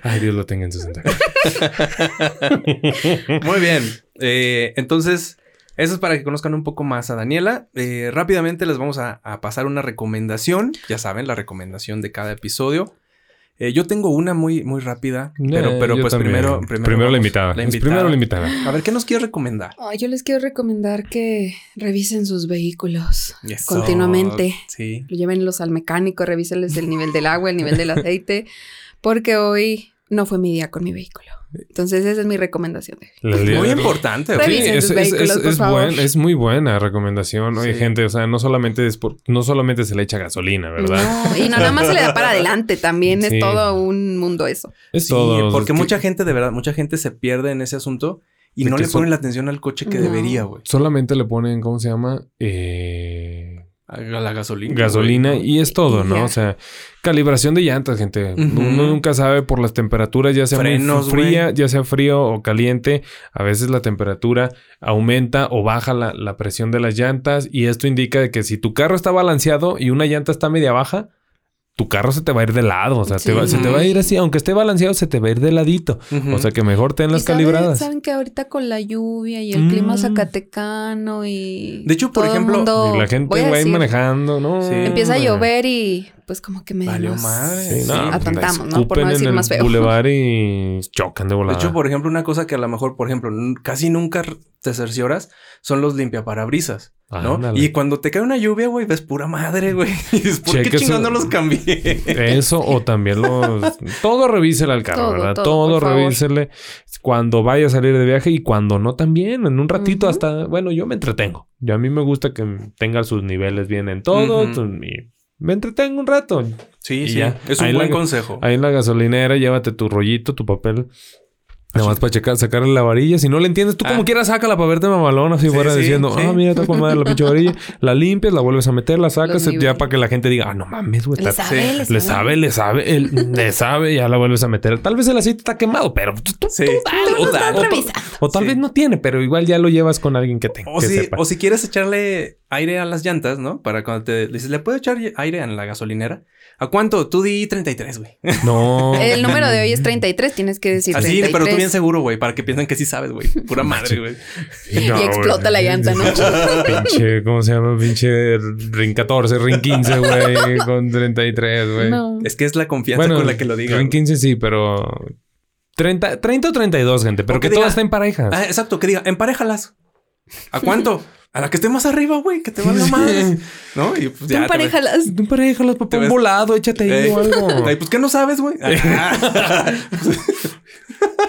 Speaker 3: Ay, Dios lo tenga en su santa. gloria.
Speaker 2: Muy bien. Eh, entonces, eso es para que conozcan un poco más a Daniela. Eh, rápidamente les vamos a, a pasar una recomendación. Ya saben, la recomendación de cada episodio. Eh, yo tengo una muy, muy rápida, pero,
Speaker 3: Eh,
Speaker 2: pero
Speaker 3: yo
Speaker 2: pues
Speaker 3: también.
Speaker 2: primero,
Speaker 3: primero,
Speaker 2: primero,
Speaker 3: la
Speaker 2: vamos-
Speaker 3: invitada.
Speaker 2: la
Speaker 3: Es
Speaker 2: invitada.
Speaker 3: Primero la invitada.
Speaker 2: A ver, ¿qué nos quiere recomendar?
Speaker 4: Ay, Ah, yo les quiero recomendar que revisen sus vehículos
Speaker 2: Eso.
Speaker 4: continuamente.
Speaker 2: Sí.
Speaker 4: llévenlos al mecánico, revísenles el nivel del agua, el nivel del aceite, porque hoy no fue mi día con mi vehículo. Entonces, esa es mi recomendación. de hoy.
Speaker 3: La líder.
Speaker 2: Muy importante.
Speaker 3: Sí,
Speaker 2: güey.
Speaker 4: Revisen
Speaker 3: es,
Speaker 4: sus
Speaker 3: es-
Speaker 4: vehículos,
Speaker 3: es-
Speaker 4: por
Speaker 3: es
Speaker 4: favor.
Speaker 3: buen- es muy buena recomendación. Oye,
Speaker 2: Sí.
Speaker 3: gente, o sea, no solamente, es por- no solamente se le echa gasolina, ¿verdad?
Speaker 4: No, y no nada más se le da para adelante, también
Speaker 3: Sí.
Speaker 4: es todo un mundo eso.
Speaker 3: Es
Speaker 2: Sí,
Speaker 3: todo.
Speaker 2: porque
Speaker 3: Es que
Speaker 2: mucha gente, de verdad, mucha gente se pierde en ese asunto y
Speaker 3: De
Speaker 2: no
Speaker 3: que
Speaker 2: le
Speaker 3: son-
Speaker 2: ponen la atención al coche que
Speaker 4: No.
Speaker 2: debería, güey.
Speaker 3: Solamente le ponen, ¿cómo se llama? Eh,
Speaker 2: A la gasolina.
Speaker 3: gasolina
Speaker 2: güey.
Speaker 3: y es todo, ¿no?
Speaker 4: Ya.
Speaker 3: O sea, calibración de llantas, gente.
Speaker 2: Ujú.
Speaker 3: Uno nunca sabe por las temperaturas, ya sea muy
Speaker 2: Frenos,
Speaker 3: fría, ya sea frío o caliente. A veces la temperatura aumenta o baja la, la presión de las llantas y esto indica de que si tu carro está balanceado y una llanta está media baja, tu carro se te va a ir de lado, o sea, te va-
Speaker 4: Sí.
Speaker 3: se te va a ir así, aunque esté balanceado, se te va a ir de ladito.
Speaker 2: Ujú.
Speaker 3: O sea, que mejor ten
Speaker 4: ¿Y
Speaker 3: las
Speaker 4: saben-
Speaker 3: calibradas.
Speaker 4: Saben que ahorita con la lluvia y el clima
Speaker 3: Mm.
Speaker 4: zacatecano y.
Speaker 2: De hecho, por
Speaker 4: todo el
Speaker 2: ejemplo,
Speaker 4: mundo-
Speaker 3: Y la
Speaker 4: voy
Speaker 3: gente
Speaker 4: a
Speaker 3: va a ir
Speaker 4: decir,
Speaker 3: manejando, ¿no?
Speaker 2: Sí.
Speaker 4: Empieza a
Speaker 3: hombre.
Speaker 4: llover y pues como que me
Speaker 2: Valió madre.
Speaker 3: Sí, no,
Speaker 2: Sí,
Speaker 3: pues,
Speaker 4: atentamos,
Speaker 3: la
Speaker 4: ¿no? Por no
Speaker 3: escupen
Speaker 4: decir
Speaker 3: en
Speaker 4: más
Speaker 3: el
Speaker 4: feo.
Speaker 3: Boulevard y chocan de
Speaker 2: De
Speaker 3: volada.
Speaker 2: hecho, por ejemplo, una cosa que a lo mejor, por ejemplo, n- casi nunca r- te cercioras son los limpiaparabrisas, ¿no?
Speaker 3: Ah, Ándale. Mm.
Speaker 2: Y cuando te cae una lluvia, güey, ves pura madre, güey. Y dices, ¿por
Speaker 3: Checa
Speaker 2: qué
Speaker 3: eso.
Speaker 2: chingados no los cambié?
Speaker 3: Eso o también los... todo revísele al carro,
Speaker 4: Todo,
Speaker 3: ¿verdad?
Speaker 4: todo,
Speaker 3: Todo,
Speaker 4: por favor.
Speaker 3: revísele cuando vaya a salir de viaje y cuando no también. En un ratito
Speaker 4: Ujú.
Speaker 3: hasta... Bueno, yo me entretengo. Yo a mí me gusta que tenga sus niveles bien en todo.
Speaker 2: Ujú.
Speaker 3: y me entretengo un rato.
Speaker 2: Sí,
Speaker 3: Y
Speaker 2: sí.
Speaker 3: ya.
Speaker 2: Es un
Speaker 3: Ahí
Speaker 2: buen
Speaker 3: la-
Speaker 2: consejo.
Speaker 3: Ahí en la gasolinera llévate tu rollito, tu papel. Nada más para checar, sacarle la varilla. Si no le entiendes, tú como
Speaker 2: Ah.
Speaker 3: quieras, sácala para verte mamalón. Así
Speaker 2: Sí,
Speaker 3: fuera
Speaker 2: sí,
Speaker 3: diciendo,
Speaker 2: sí.
Speaker 3: ah, mira, está con madre la pinche varilla. La limpias, la vuelves a meter, la sacas.
Speaker 4: Los
Speaker 3: ya
Speaker 4: niveles.
Speaker 3: para que la gente diga, ah, no mames, güey.
Speaker 4: Le
Speaker 3: está-
Speaker 4: sabe, le sabe.
Speaker 3: Le sabe, le sabe, él le sabe, ya la vuelves a meter. Tal vez el aceite está quemado, pero tú, tú-
Speaker 2: Sí.
Speaker 3: tú dale,
Speaker 2: Tú
Speaker 3: o,
Speaker 2: estás
Speaker 3: o-
Speaker 4: revisando.
Speaker 3: o tal
Speaker 2: Sí.
Speaker 3: vez no tiene, pero igual ya lo llevas con alguien que te
Speaker 2: O
Speaker 3: que
Speaker 2: si,
Speaker 3: sepa.
Speaker 2: o si quieres echarle aire a las llantas, ¿no? Para cuando te le dices, ¿le puedo echar aire en la gasolinera? ¿A cuánto? Tú di 33, güey.
Speaker 3: No.
Speaker 4: El número de hoy es 33, tienes que decir
Speaker 2: Así,
Speaker 4: 33.
Speaker 2: pero tú bien seguro, güey, para que piensen que sí sabes, güey. Pura madre, güey.
Speaker 3: No,
Speaker 4: Y explota
Speaker 3: güey.
Speaker 4: la llanta, ¿no?
Speaker 3: Pinche, ¿cómo se llama? Pinche ring 14, ring 15, güey, con 33, güey.
Speaker 4: No.
Speaker 2: Es que es la confianza con la que lo digan.
Speaker 3: Ring 15 sí, pero 30, 30 o 32, gente, pero
Speaker 2: O
Speaker 3: que,
Speaker 2: que
Speaker 3: todo
Speaker 2: diga-
Speaker 3: está en parejas.
Speaker 2: Ah, exacto, que diga, emparéjalas. ¿A cuánto? A la que esté más arriba, güey, que te valga
Speaker 3: Sí.
Speaker 2: madre. ¿No? Y pues ya. te
Speaker 4: Tú
Speaker 2: ves-
Speaker 4: emparejalas.
Speaker 3: En pareja, los papás
Speaker 2: ves-
Speaker 3: volado, échate ahí
Speaker 2: Ey.
Speaker 3: o algo.
Speaker 2: Ay, pues ¿qué no sabes, güey? Ah.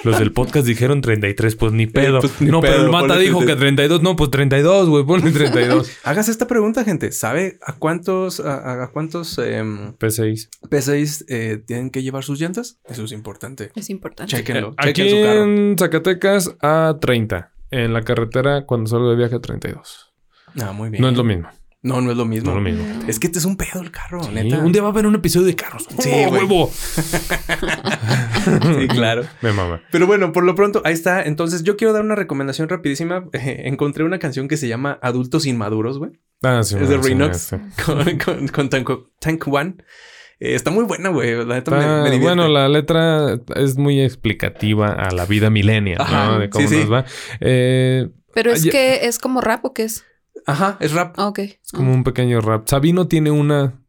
Speaker 3: Los del podcast dijeron 33, pues ni pedo.
Speaker 2: pues, ni
Speaker 3: no, pero
Speaker 2: pedo,
Speaker 3: el mata
Speaker 2: ponle
Speaker 3: dijo que 32, no, pues 32, güey, ponle 32.
Speaker 2: Hagas esta pregunta, gente. ¿Sabe a cuántos, a, a cuántos em,
Speaker 3: P6.
Speaker 2: P6 eh, tienen que llevar sus llantas? Eso es importante.
Speaker 4: Es importante.
Speaker 2: Chequenlo,
Speaker 3: Aquí
Speaker 2: chequen su carro.
Speaker 3: en Zacatecas a 30. En la carretera, cuando salgo de viaje, a 32.
Speaker 2: Ah, muy bien.
Speaker 3: No es lo mismo.
Speaker 2: No, no es lo mismo.
Speaker 3: No es lo mismo.
Speaker 2: Es que este es un pedo el carro,
Speaker 3: Sí,
Speaker 2: neta.
Speaker 3: un día va a haber un episodio de carros.
Speaker 2: Sí,
Speaker 3: ¡Oh,
Speaker 2: güey.
Speaker 3: huevo!
Speaker 2: Sí, claro.
Speaker 3: Me mama.
Speaker 2: Pero bueno, por lo pronto, ahí está. Entonces, yo quiero dar una recomendación rapidísima. Eh, encontré una canción que se llama Adultos Inmaduros, güey.
Speaker 3: Ah, sí,
Speaker 2: Es de
Speaker 3: me- sí,
Speaker 2: Renox.
Speaker 3: sí.
Speaker 2: Con, con, con Tank, Tank One. Eh, está muy buena, güey. La neta me-
Speaker 3: Está-
Speaker 2: me divierte.
Speaker 3: bueno, la letra es muy explicativa a la vida milenial, ¿no?
Speaker 2: Ajá,
Speaker 3: De cómo
Speaker 2: sí, sí.
Speaker 3: nos va. Eh,
Speaker 4: Pero es
Speaker 3: Ay,
Speaker 4: que es como rap o qué es.
Speaker 2: Ajá, es rap.
Speaker 4: Ah, ok.
Speaker 3: es como un pequeño rap. Sabino tiene una...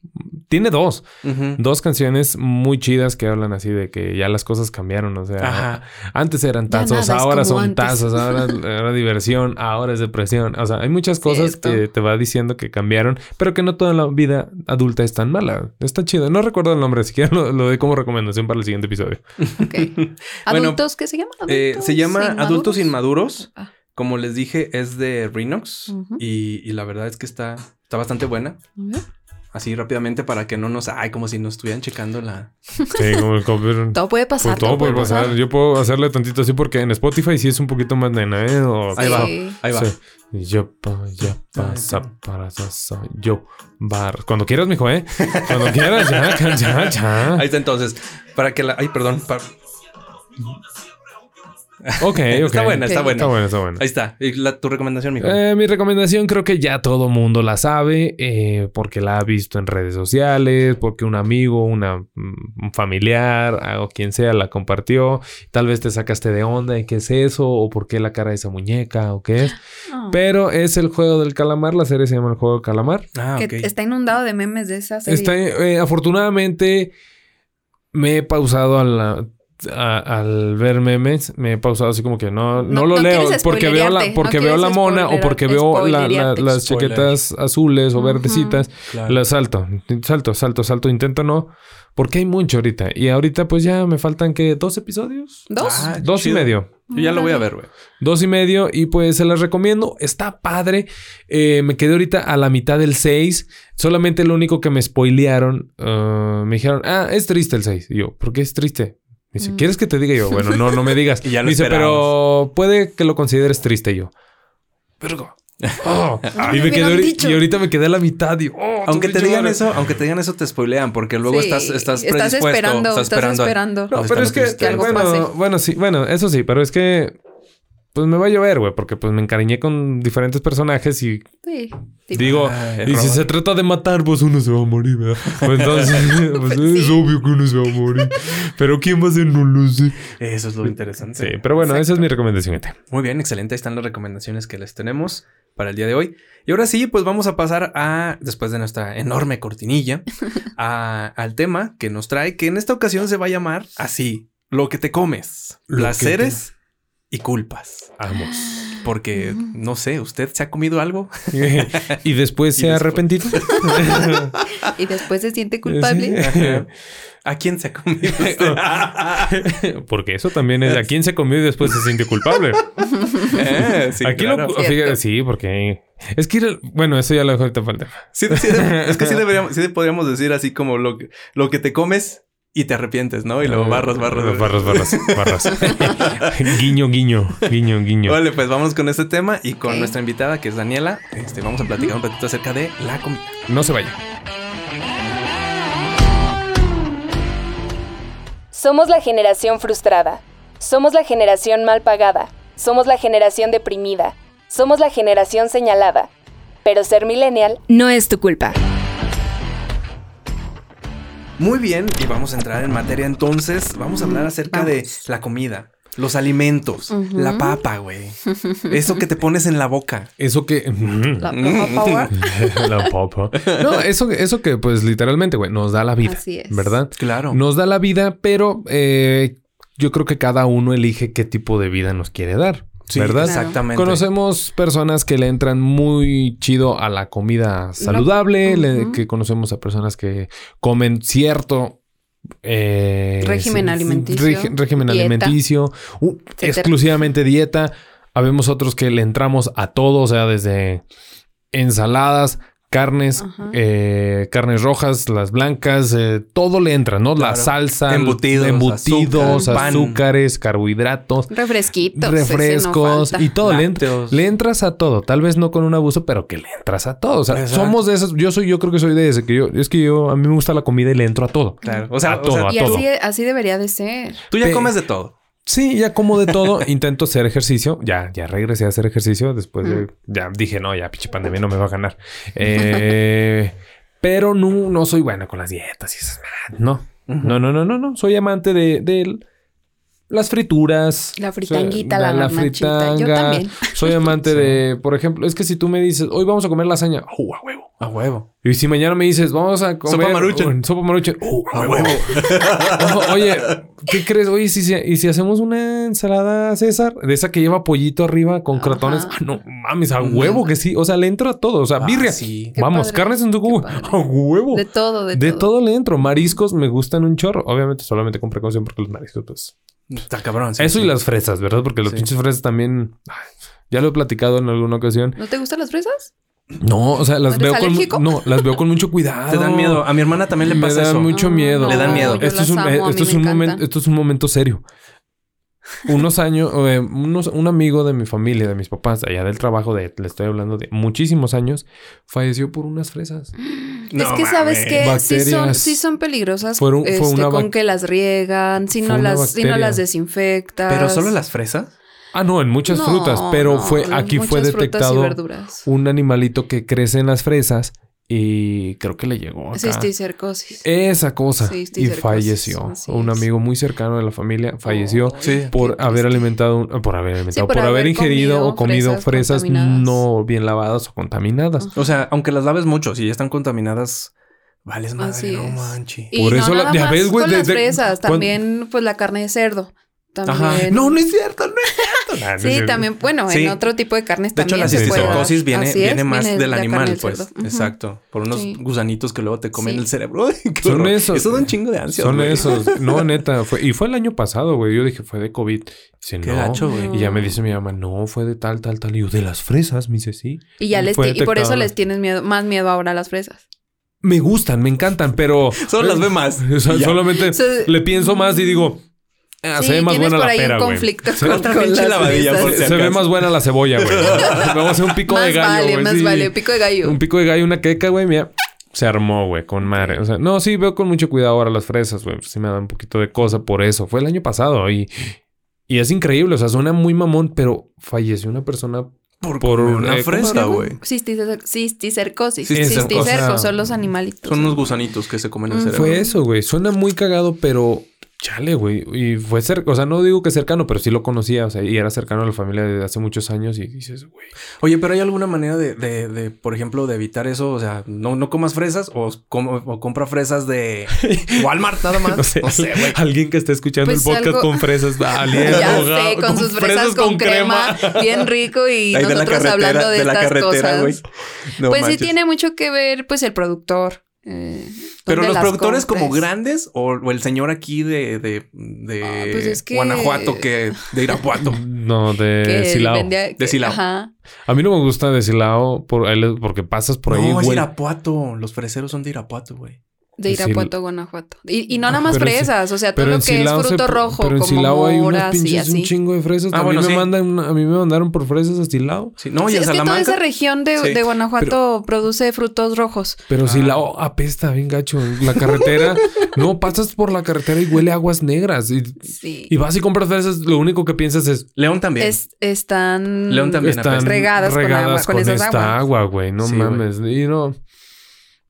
Speaker 3: Tiene dos.
Speaker 2: Ujú.
Speaker 3: Dos canciones muy chidas que hablan así de que ya las cosas cambiaron. O sea,
Speaker 2: Ajá.
Speaker 3: antes eran
Speaker 4: Ya
Speaker 3: tazos,
Speaker 4: nada es
Speaker 3: ahora
Speaker 4: como
Speaker 3: son
Speaker 4: antes.
Speaker 3: tazos, ahora era diversión, ahora es depresión. O sea, hay muchas cosas
Speaker 4: Cierto.
Speaker 3: que te va diciendo que cambiaron, pero que no toda la vida adulta es tan mala. Está chido. No recuerdo el nombre, siquiera lo, lo doy como recomendación para el siguiente episodio.
Speaker 4: Ah, ok. ¿Adultos qué se llama?
Speaker 2: Eh, se llama Adultos Inmaduros.
Speaker 4: Inmaduros. Ah.
Speaker 2: Como les dije, es de Renox.
Speaker 4: Ujú.
Speaker 2: y, y la verdad es que está, está bastante buena.
Speaker 4: A ver.
Speaker 2: Así rápidamente para que no nos... Ay, como si nos estuvieran checando la...
Speaker 3: Sí, como el cover.
Speaker 4: Todo puede pasar.
Speaker 3: Pues todo puede pasar. Yo puedo hacerle tantito así porque en Spotify sí es un poquito más nena, ¿eh? O-
Speaker 2: Ahí va.
Speaker 4: Sí.
Speaker 2: Ahí va.
Speaker 3: Sí. Yo pa, yo pa, sa, para, sa, sa, yo bar. Cuando quieras, mijo, ¿eh? Cuando quieras, ya, ya, ya, ya.
Speaker 2: Ahí está entonces. Para que la... Ay, perdón. pa-
Speaker 3: Ok, Eh, ok.
Speaker 2: Está buena, está
Speaker 4: Ok.
Speaker 2: buena.
Speaker 3: Está buena, está buena.
Speaker 2: Ahí está. Y la- tu recomendación, mijo.
Speaker 3: Eh, mi recomendación creo que ya todo mundo la sabe eh, porque la ha visto en redes sociales, porque un amigo, una, mm, un familiar ah, o quien sea la compartió. Tal vez te sacaste de onda y qué es eso o por qué la cara de esa muñeca o qué es.
Speaker 4: Ah.
Speaker 3: Pero es el juego del calamar, la serie se llama el juego del calamar.
Speaker 2: ah,
Speaker 4: Que
Speaker 2: ok.
Speaker 4: está inundado de memes de esa serie.
Speaker 3: Está, eh, afortunadamente me he pausado a la- a- al ver memes, me he pausado así como que no, no,
Speaker 4: No-
Speaker 3: lo
Speaker 4: no
Speaker 3: leo
Speaker 4: quieres
Speaker 3: porque veo la,
Speaker 4: spoilerearte,
Speaker 3: porque
Speaker 4: no
Speaker 3: veo la
Speaker 4: quieres
Speaker 3: mona o
Speaker 4: spoilerar-
Speaker 3: porque veo la- la-
Speaker 4: spoilerearte.
Speaker 3: las
Speaker 2: Spoiler.
Speaker 3: chaquetas azules o
Speaker 4: Ujú.
Speaker 3: verdecitas,
Speaker 2: Claro.
Speaker 3: las salto, salto, salto, salto, intento no, porque hay mucho ahorita y ahorita pues ya me faltan que dos episodios,
Speaker 4: ¿Dos?
Speaker 2: Ah,
Speaker 3: dos y
Speaker 2: chido.
Speaker 3: medio.
Speaker 2: Yo ya lo voy a ver, güey.
Speaker 3: Dos y medio y pues se las recomiendo. Está padre. Eh, me quedé ahorita a la mitad del 6. Solamente lo único que me spoilearon, eh, me dijeron, ah, es triste el 6. Y yo, ¿por qué es triste? Me dice,
Speaker 4: Mm.
Speaker 3: ¿quieres que te diga Y yo? Bueno, no, no me digas.
Speaker 2: Y ya lo
Speaker 3: me dice, pero puede que lo consideres triste Y yo. Pero, oh.
Speaker 4: No
Speaker 3: y,
Speaker 4: me
Speaker 3: me quedé
Speaker 4: hubieran
Speaker 3: ahori-
Speaker 4: dicho.
Speaker 3: y ahorita me quedé a la mitad. Y, yo, oh,
Speaker 2: Aunque
Speaker 3: tu
Speaker 2: te
Speaker 3: pinche
Speaker 2: digan
Speaker 3: madre.
Speaker 2: eso, aunque te digan eso, te spoilean, porque luego
Speaker 4: Sí,
Speaker 2: estás, estás
Speaker 4: estás
Speaker 2: predispuesto,
Speaker 4: esperando, estás
Speaker 2: a-
Speaker 4: esperando.
Speaker 3: No,
Speaker 2: Ahí está
Speaker 3: pero es
Speaker 2: lo
Speaker 3: que,
Speaker 2: triste.
Speaker 4: Que algo
Speaker 3: bueno,
Speaker 4: pase.
Speaker 3: bueno, sí, bueno, eso sí, pero es que pues me va a llover, güey, porque pues me encariñé con diferentes personajes y
Speaker 4: Sí. tipo,
Speaker 3: digo,
Speaker 2: Ay,
Speaker 3: y si
Speaker 2: Robert.
Speaker 3: se trata de matar, pues uno se va a morir, ¿verdad? Pues, entonces, pues,
Speaker 4: Pues,
Speaker 3: es
Speaker 4: sí.
Speaker 3: obvio que uno se va a morir. Pero ¿quién va a ser? No lo sé.
Speaker 2: Eso es lo interesante.
Speaker 3: Sí, pero bueno, esa es mi recomendación. gente.
Speaker 2: Muy bien, excelente. Ahí están las recomendaciones que les tenemos para el día de hoy. Y ahora sí, pues vamos a pasar a, después de nuestra enorme cortinilla, a- al tema que nos trae, que en esta ocasión se va a llamar así, lo que te comes,
Speaker 3: Lo que
Speaker 2: placeres y culpas.
Speaker 3: Vamos.
Speaker 2: Porque,
Speaker 4: Mm.
Speaker 2: no sé, ¿usted se ha comido algo?
Speaker 3: y después
Speaker 2: Y
Speaker 3: se ha
Speaker 2: después-
Speaker 3: arrepentido.
Speaker 4: Y después se siente culpable.
Speaker 2: Ajá. ¿A quién se ha comido? usted?
Speaker 3: Oh. Porque eso también es a quién se comió y después se sintió culpable.
Speaker 2: Eh, sí,
Speaker 3: Aquí
Speaker 2: claro.
Speaker 3: lo fíjate,
Speaker 4: Cierto.
Speaker 3: sí, porque es que ir al- bueno, eso ya lo dejo ahorita para el tema.
Speaker 2: Sí, sí, de- es que sí, deberíamos, sí podríamos decir así como lo que, lo que te comes y te arrepientes, ¿no? Y luego barras, barras.
Speaker 3: Ah, barras, barras, barras. guiño, guiño, guiño, guiño.
Speaker 2: Vale, pues vamos con este tema y con
Speaker 4: Ok.
Speaker 2: nuestra invitada que es Daniela. Este, vamos a platicar un ratito acerca de la comida.
Speaker 3: No se vaya.
Speaker 1: Somos la generación frustrada. Somos la generación mal pagada. Somos la generación deprimida. Somos la generación señalada. Pero ser millennial no es tu culpa.
Speaker 2: Muy bien, y vamos a entrar en materia entonces. Vamos a hablar acerca de
Speaker 4: Vamos.
Speaker 2: la comida, los alimentos,
Speaker 4: Ujú.
Speaker 2: la papa, güey. Eso que te pones en la boca.
Speaker 3: Eso que mm,
Speaker 4: La papa power.
Speaker 3: la papa. No, eso eso que pues literalmente, güey, nos da la vida,
Speaker 4: Así es.
Speaker 3: ¿verdad?
Speaker 2: Claro.
Speaker 3: Nos da la vida, pero eh, yo creo que cada uno elige qué tipo de vida nos quiere dar,
Speaker 2: Sí,
Speaker 3: ¿verdad?
Speaker 4: Claro.
Speaker 2: Exactamente.
Speaker 3: Conocemos personas que le entran muy chido a la comida saludable, le-
Speaker 4: Ujú.
Speaker 3: que conocemos a personas que comen cierto eh,
Speaker 4: Régimen
Speaker 3: sí,
Speaker 4: alimenticio,
Speaker 3: reg- régimen
Speaker 4: dieta,
Speaker 3: alimenticio, u-
Speaker 4: etcétera.
Speaker 3: exclusivamente dieta. Habemos otros que le entramos a todo, o sea, desde ensaladas, carnes,
Speaker 4: Ajá.
Speaker 3: eh, carnes rojas, las blancas, eh, todo le entra, ¿no? La
Speaker 2: Claro.
Speaker 3: salsa,
Speaker 2: Embutidos,
Speaker 3: embutidos,
Speaker 2: azúcar, pan.
Speaker 3: azúcares, carbohidratos
Speaker 4: Refresquitos. ese no
Speaker 3: refrescos
Speaker 4: falta.
Speaker 3: y todo. Le, ent-
Speaker 2: Lácteos.
Speaker 3: le entras a todo. Tal vez no con un abuso, pero que le entras a todo. O sea,
Speaker 2: Exacto.
Speaker 3: somos de esos. Yo soy, yo creo que soy de ese. Que yo, es que yo, a mí me gusta la comida y le entro a todo.
Speaker 2: Claro. O sea,
Speaker 3: A
Speaker 2: o
Speaker 3: todo,
Speaker 2: sea,
Speaker 3: a
Speaker 4: Y
Speaker 3: todo.
Speaker 4: así, así debería de ser.
Speaker 2: tú ya
Speaker 3: Pe-
Speaker 2: comes de todo.
Speaker 3: Sí, ya como de todo. intento hacer ejercicio. Ya, ya regresé a hacer ejercicio. Después de-
Speaker 4: Mm.
Speaker 3: ya dije, no, ya pinche pandemia no me va a ganar. Eh, pero no, no soy bueno con las dietas y esas. mamadas, No,
Speaker 2: Ujú.
Speaker 3: no, no, no, no, no. Soy amante de, de las frituras.
Speaker 4: La
Speaker 3: O sea,
Speaker 4: fritanguita, la garnachita. Yo también.
Speaker 3: Soy amante
Speaker 2: Sí.
Speaker 3: de, por ejemplo, es que si tú me dices, hoy vamos a comer lasaña, ¡uh, a huevo!
Speaker 2: A huevo.
Speaker 3: Y si mañana me dices, vamos a comer
Speaker 2: maruchan.
Speaker 3: un sopa maruchan, ¡uh, a
Speaker 2: A
Speaker 3: huevo!
Speaker 2: huevo.
Speaker 3: Ojo, Oye, ¿qué crees? Oye, ¿y si, se- ¿y si hacemos una ensalada César? De esa que lleva pollito arriba con
Speaker 4: Ajá.
Speaker 3: crotones. Ah, no mames, a huevo que sí. O sea, le entro a todo. O sea,
Speaker 2: Ah,
Speaker 3: birria.
Speaker 2: sí.
Speaker 4: Qué
Speaker 3: Vamos,
Speaker 4: padre,
Speaker 3: carnes en tu
Speaker 4: qué
Speaker 3: cubo.
Speaker 4: padre.
Speaker 3: A huevo.
Speaker 4: De todo, de,
Speaker 3: De todo le entro. Mariscos me gustan un chorro. Obviamente, solamente con precaución porque los mariscos, pues,
Speaker 2: Está cabrón. sí,
Speaker 3: Eso y
Speaker 2: sí.
Speaker 3: las fresas, ¿verdad? Porque los
Speaker 2: Sí.
Speaker 3: pinches fresas también. ay, Ya lo he platicado en alguna ocasión.
Speaker 4: ¿No te gustan las fresas?
Speaker 3: No, o sea, las
Speaker 4: ¿No eres
Speaker 3: veo con
Speaker 4: alérgico?
Speaker 3: no, las veo con mucho cuidado.
Speaker 2: Te dan miedo. A mi hermana también le
Speaker 3: Me
Speaker 2: pasa
Speaker 3: dan
Speaker 2: eso.
Speaker 3: mucho
Speaker 4: Ah,
Speaker 3: miedo.
Speaker 2: Le dan miedo.
Speaker 4: yo
Speaker 3: Esto es
Speaker 4: las
Speaker 3: un, eh,
Speaker 4: amo, a
Speaker 3: esto
Speaker 4: mí
Speaker 3: es
Speaker 4: me
Speaker 3: un momento,
Speaker 4: encantan.
Speaker 3: esto es un momento serio. Unos años, eh, unos- un amigo de mi familia, de mis papás, allá del trabajo, de, le estoy hablando de muchísimos años, falleció por unas fresas.
Speaker 2: No
Speaker 4: es que sabes
Speaker 2: mames.
Speaker 4: que sí son,
Speaker 3: Bacterias.
Speaker 4: sí son peligrosas
Speaker 3: Fueron- fue
Speaker 4: este,
Speaker 3: una bac-
Speaker 4: con que las riegan, si
Speaker 3: fue
Speaker 4: no
Speaker 3: una
Speaker 4: las, si no
Speaker 3: bacteria.
Speaker 4: las desinfectas.
Speaker 2: Pero solo las fresas.
Speaker 3: Ah, no, en muchas
Speaker 4: No,
Speaker 3: frutas, pero
Speaker 4: no,
Speaker 3: fue
Speaker 4: en
Speaker 3: aquí fue
Speaker 4: muchas frutas y
Speaker 3: detectado
Speaker 4: verduras.
Speaker 3: un animalito que crece en las fresas y creo que le llegó acá. Eh,
Speaker 4: Cisticercosis.
Speaker 3: Esa cosa.
Speaker 4: Sí, estoy
Speaker 3: y
Speaker 4: cerca,
Speaker 3: falleció.
Speaker 4: así
Speaker 3: un
Speaker 4: es.
Speaker 3: amigo muy cercano de la familia falleció
Speaker 4: Ay,
Speaker 2: Sí.
Speaker 4: qué
Speaker 3: por haber
Speaker 4: triste.
Speaker 3: alimentado, un- por haber alimentado,
Speaker 4: Este, por
Speaker 3: por, haber
Speaker 4: haber
Speaker 3: ingerido
Speaker 4: comido
Speaker 3: o comido
Speaker 4: fresas
Speaker 3: fresas,
Speaker 4: contaminadas.
Speaker 3: no bien lavadas o contaminadas.
Speaker 2: O sea, aunque las laves mucho, si ya están contaminadas, vales madre,
Speaker 4: Así
Speaker 2: no
Speaker 4: es.
Speaker 2: manches.
Speaker 4: Y
Speaker 3: Por eso
Speaker 4: no,
Speaker 3: la-
Speaker 4: nada
Speaker 3: ya
Speaker 4: más
Speaker 3: ves, güey,
Speaker 4: con las
Speaker 3: desde-
Speaker 4: fresas,
Speaker 3: cuan-
Speaker 4: también pues la carne de cerdo. También.
Speaker 2: Ajá. No, no es cierto, no es
Speaker 3: Nah, no
Speaker 4: Ah, Sí,
Speaker 3: sé.
Speaker 4: también, bueno,
Speaker 2: Sí.
Speaker 4: en otro tipo de carnes
Speaker 2: De hecho,
Speaker 4: también
Speaker 2: la
Speaker 4: se puede dar.
Speaker 2: cisticercosis viene,
Speaker 4: Así es,
Speaker 2: viene más
Speaker 4: viene de
Speaker 2: del
Speaker 4: la carne
Speaker 2: animal,
Speaker 4: del
Speaker 2: pues.
Speaker 4: cerdo. Ujú.
Speaker 2: Exacto. Por unos
Speaker 4: Sí.
Speaker 2: gusanitos que luego te comen
Speaker 4: Sí.
Speaker 2: el cerebro. Ay, qué
Speaker 3: Son
Speaker 2: horror.
Speaker 3: esos.
Speaker 2: Eso da un chingo de ansia.
Speaker 3: Son esos. No, neta. Fue, y fue el año pasado, güey. Yo dije, fue de COVID. Dice,
Speaker 2: Qué
Speaker 3: no.
Speaker 2: gacho, güey.
Speaker 4: No.
Speaker 3: Y ya me dice mi mamá, no, fue de tal, tal, tal. Y yo, de las fresas, me dice, sí.
Speaker 4: Y ya les
Speaker 3: Fue
Speaker 4: ti- y por eso
Speaker 3: detectado.
Speaker 4: les tienes miedo, más miedo ahora a las fresas.
Speaker 3: Me gustan, me encantan, pero.
Speaker 2: Solo las ve más.
Speaker 3: O sea,
Speaker 2: Y ya.
Speaker 3: solamente
Speaker 4: So-
Speaker 3: le pienso más y digo, ah,
Speaker 4: Sí,
Speaker 3: se ve más
Speaker 4: tienes
Speaker 3: buena la
Speaker 4: por ahí
Speaker 3: pera,
Speaker 4: un
Speaker 3: güey.
Speaker 4: conflicto
Speaker 3: Se-
Speaker 4: con,
Speaker 2: Otra
Speaker 4: con
Speaker 2: pinche
Speaker 4: las
Speaker 2: lavadilla, por
Speaker 4: fresas.
Speaker 2: si
Speaker 3: Se ve
Speaker 2: acaso.
Speaker 3: más buena la cebolla, güey. Vamos a hacer un pico de
Speaker 4: Más
Speaker 3: gallo,
Speaker 4: vale,
Speaker 3: güey,
Speaker 4: más
Speaker 3: sí.
Speaker 4: vale, pico de gallo.
Speaker 3: Un pico de gallo, una queca, güey, mira. Se armó, güey, con madre. O sea, no, sí, veo con mucho cuidado ahora las fresas, güey. Sí me da un poquito de cosa por eso. Fue el año pasado y... Y es increíble, o sea, suena muy mamón, pero falleció una persona
Speaker 2: Por,
Speaker 3: Por eh,
Speaker 2: comer una
Speaker 3: una
Speaker 2: fresa,
Speaker 3: comadre,
Speaker 2: güey.
Speaker 4: Cisticer- Cisticercosis.
Speaker 3: Cisticercosis.
Speaker 4: Cisticercos son los animalitos.
Speaker 2: Son unos gusanitos que se comen el
Speaker 4: Mm.
Speaker 2: cerebro.
Speaker 3: Fue eso, güey. Suena muy cagado, pero chale, güey. Y fue cerca, o sea, no digo que cercano, pero sí lo conocía, o sea, y era cercano a la familia desde hace muchos años y dices, güey.
Speaker 2: Oye, pero ¿hay alguna manera de, de, de, por ejemplo, de evitar eso? O sea, no, no comas fresas o, com- o compra fresas de Walmart nada más.
Speaker 3: No sé, güey. alguien que esté escuchando
Speaker 4: Pues
Speaker 3: el podcast
Speaker 4: algo-
Speaker 3: con fresas, alguien
Speaker 4: Ya
Speaker 3: abogado,
Speaker 4: sé, con sus fresas con crema, bien rico y
Speaker 2: Ahí de la
Speaker 4: nosotros
Speaker 2: carretera-
Speaker 4: hablando de,
Speaker 2: de la
Speaker 4: estas
Speaker 2: carretera,
Speaker 4: cosas.
Speaker 2: güey. No
Speaker 4: pues sí
Speaker 2: manches.
Speaker 4: tiene mucho que ver, pues, el productor. eh,
Speaker 2: Pero
Speaker 4: dónde
Speaker 2: los
Speaker 4: las
Speaker 2: productores como
Speaker 4: compres.
Speaker 2: grandes o, o el señor aquí de, de, de
Speaker 4: Ah, pues es que-
Speaker 2: Guanajuato que de Irapuato.
Speaker 3: No, de
Speaker 4: que
Speaker 3: Silao.
Speaker 4: vendía- que-
Speaker 2: Silao.
Speaker 4: Ajá.
Speaker 3: A mí no me gusta de Silao por, ahí le- porque pasas por ahí,
Speaker 2: no, es
Speaker 3: güey.
Speaker 2: Irapuato. Los freseros son de Irapuato, güey.
Speaker 4: De
Speaker 3: Sí, sí.
Speaker 4: Irapuato, Guanajuato. Y, y no nada más
Speaker 3: Ah, Pero en Sil-
Speaker 4: fresas, o sea, todo
Speaker 3: Pero
Speaker 4: lo
Speaker 3: en
Speaker 4: que
Speaker 3: Silao
Speaker 4: es
Speaker 3: se-
Speaker 4: fruto rojo,
Speaker 3: pero en Silao
Speaker 4: como
Speaker 3: hay unos
Speaker 4: moras y
Speaker 3: pinches un
Speaker 4: así.
Speaker 3: chingo de fresas.
Speaker 2: Ah,
Speaker 3: a, mí
Speaker 2: bueno,
Speaker 3: me
Speaker 2: sí.
Speaker 3: mandan, a mí me mandaron por fresas a Silao.
Speaker 2: Sí, no, y
Speaker 4: Pues Sí,
Speaker 2: en
Speaker 4: es que toda esa
Speaker 2: Salamanca.
Speaker 4: región de,
Speaker 2: Sí,
Speaker 4: de Guanajuato produce frutos rojos.
Speaker 3: Pero
Speaker 2: Ah.
Speaker 3: Silao apesta bien gacho. La carretera, no, pasas por la carretera y huele a aguas negras. Y
Speaker 4: Sí.
Speaker 3: Y vas y compras fresas, lo único que piensas es...
Speaker 2: León también.
Speaker 4: Es- están
Speaker 2: León también.
Speaker 3: Están
Speaker 2: apesta.
Speaker 4: Regadas con agua- con esas
Speaker 3: esta
Speaker 4: aguas.
Speaker 3: agua, güey. No
Speaker 2: Sí,
Speaker 3: mames. Y no...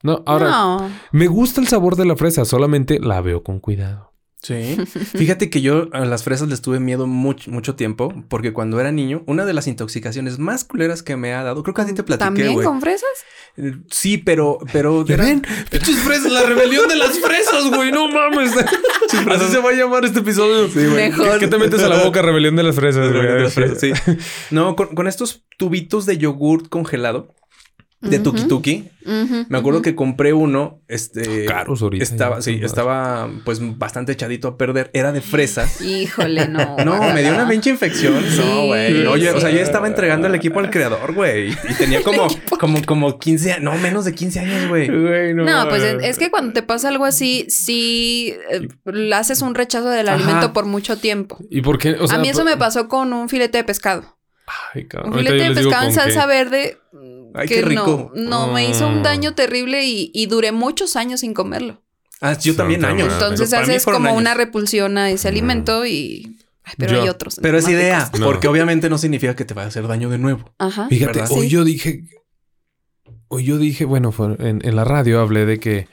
Speaker 3: No, ahora...
Speaker 4: No.
Speaker 3: Me gusta el sabor de la fresa, solamente la veo con cuidado.
Speaker 2: Sí. Fíjate que yo a las fresas les tuve miedo mucho, mucho tiempo porque cuando era niño, una de las intoxicaciones más culeras que me ha dado, creo que a ti te platiqué,
Speaker 4: ¿También
Speaker 2: güey.
Speaker 4: con fresas?
Speaker 2: Eh, Sí, pero, pero.
Speaker 3: ¿Ya
Speaker 2: era-
Speaker 3: ven? ¡Pinches fresas! ¡La rebelión de las fresas, güey! ¡No mames! Así se va a llamar este episodio.
Speaker 4: Mejor.
Speaker 3: ¿Qué te metes a la boca? Rebelión de las fresas, güey.
Speaker 2: Sí. No, con, con estos tubitos de yogurt congelado de
Speaker 4: Ujú.
Speaker 2: Tuki Tuki.
Speaker 4: Ujú,
Speaker 2: Me acuerdo
Speaker 4: ujú.
Speaker 2: que compré uno. Este.
Speaker 3: Caros ahorita.
Speaker 2: Estaba,
Speaker 3: ya,
Speaker 2: sí,
Speaker 3: madre.
Speaker 2: estaba pues bastante echadito a perder. Era de fresa.
Speaker 4: Híjole, no.
Speaker 2: No, me dio una
Speaker 4: guacala.
Speaker 2: pinche infección. No,
Speaker 4: Sí,
Speaker 2: güey. No, yo- O sea,
Speaker 3: sí.
Speaker 2: yo estaba entregando el equipo al creador, güey. Y tenía como, como, como 15 años. No, menos de 15 años, güey.
Speaker 3: Güey, no
Speaker 4: No, pues es,
Speaker 3: mames.
Speaker 4: es que cuando te pasa algo así, sí eh, le haces un rechazo del
Speaker 2: Ajá.
Speaker 4: alimento por mucho tiempo.
Speaker 3: ¿Y por qué? O sea,
Speaker 4: a mí eso
Speaker 3: por-
Speaker 4: me pasó con un filete de pescado.
Speaker 3: Ay, cabrón.
Speaker 4: Un
Speaker 3: Ahorita
Speaker 4: filete
Speaker 3: yo
Speaker 4: de
Speaker 3: les digo
Speaker 4: pescado en
Speaker 3: con
Speaker 4: salsa
Speaker 3: qué.
Speaker 4: verde. mm,
Speaker 2: Ay, qué rico.
Speaker 4: No, no, me hizo un
Speaker 3: Mm.
Speaker 4: daño terrible y, y duré muchos años sin comerlo.
Speaker 2: Ah, yo también
Speaker 3: Santa
Speaker 2: años.
Speaker 3: madre.
Speaker 4: Entonces
Speaker 2: Para mí
Speaker 4: haces
Speaker 2: fueron
Speaker 4: como
Speaker 2: años.
Speaker 4: una repulsión a ese
Speaker 3: Mm.
Speaker 4: alimento y... ay, pero
Speaker 3: Yo-
Speaker 4: hay otros.
Speaker 2: Pero es
Speaker 4: más
Speaker 2: idea,
Speaker 4: ricos.
Speaker 3: No.
Speaker 2: porque obviamente no significa que te vaya a hacer daño de nuevo.
Speaker 4: Ajá.
Speaker 3: Fíjate,
Speaker 2: ¿Verdad?
Speaker 3: hoy
Speaker 4: Sí.
Speaker 3: yo dije, hoy yo dije, bueno, fue en, en la radio hablé de que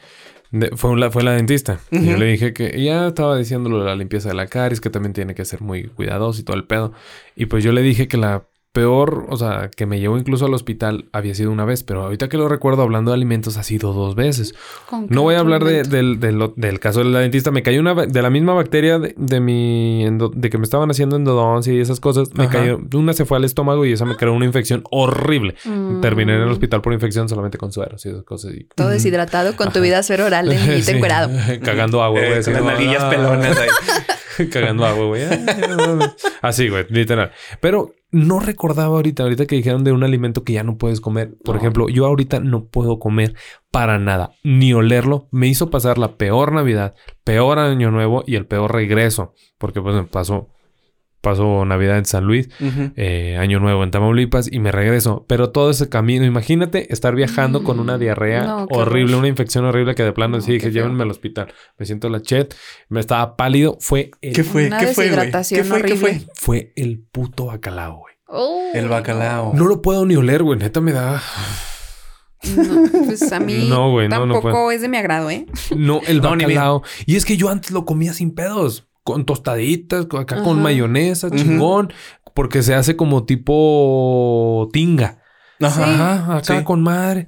Speaker 3: de- fue, un la- fue la dentista. Y yo
Speaker 2: Ujú.
Speaker 3: le dije que ya estaba diciéndolo de la limpieza de la caries, que también tiene que ser muy cuidadoso y todo el pedo. Y pues yo le dije que la peor, o sea, que me llevó incluso al hospital había sido una vez, pero ahorita que lo recuerdo hablando de alimentos ha sido dos veces.
Speaker 4: ¿Con qué
Speaker 3: No voy a
Speaker 4: otro
Speaker 3: hablar de-
Speaker 4: alimento?
Speaker 3: del, del lo- del caso de la dentista. Me cayó una ba- de la misma bacteria de, de mi endo- de que me estaban haciendo endodoncia y esas cosas. Me
Speaker 2: Ajá.
Speaker 3: cayó una se fue al estómago y esa me creó una infección horrible.
Speaker 4: Mm.
Speaker 3: Terminé en el hospital por infección solamente con sueros y esas cosas. Y...
Speaker 4: Todo deshidratado con tu vida cero oral eh, en
Speaker 3: Sí.
Speaker 4: curado.
Speaker 3: Cagando agua,
Speaker 2: Eh,
Speaker 3: güey. así,
Speaker 2: con las
Speaker 3: no,
Speaker 2: nalguillas
Speaker 3: ah,
Speaker 2: pelonas ahí.
Speaker 3: Cagando agua, güey. Ay, no mames. Así, güey, literal. Pero no recordaba ahorita, ahorita que dijeron de un alimento que ya no puedes comer. Por ejemplo, yo ahorita no puedo comer para nada, ni olerlo. Me hizo pasar la peor Navidad, peor Año Nuevo y el peor regreso. Porque pues me pasó, pasó Navidad en San Luis
Speaker 2: Ujú.
Speaker 3: eh, Año Nuevo en Tamaulipas y me regreso. Pero todo ese camino, imagínate estar viajando con una diarrea
Speaker 4: Mm, No, qué
Speaker 3: horrible,
Speaker 4: horror.
Speaker 3: una infección horrible que de plano
Speaker 4: No,
Speaker 3: sí dije,
Speaker 4: qué feo.
Speaker 3: llévenme al hospital. Me siento la chet, me estaba pálido. Fue el,
Speaker 2: ¿Qué fue?
Speaker 4: Eh, Una
Speaker 2: ¿Qué fue, güey? ¿Qué
Speaker 4: deshidratación
Speaker 2: fue? ¿Qué fue?
Speaker 4: horrible.
Speaker 3: fue el puto bacalao, güey.
Speaker 4: Oh.
Speaker 2: El bacalao.
Speaker 3: No lo puedo ni oler, güey. Neta me da.
Speaker 4: No, pues a mí
Speaker 3: No, güey, no, no
Speaker 4: tampoco
Speaker 3: puedo.
Speaker 4: es de mi agrado, ¿eh?
Speaker 3: No, el
Speaker 2: No, ni bien.
Speaker 3: bacalao. y es que yo antes lo comía sin pedos, con tostaditas, con- acá con
Speaker 4: Ajá.
Speaker 3: mayonesa,
Speaker 2: Ujú.
Speaker 3: chingón, porque se hace como tipo tinga.
Speaker 2: Ajá.
Speaker 3: Ajá, acá
Speaker 2: Sí.
Speaker 3: con madre.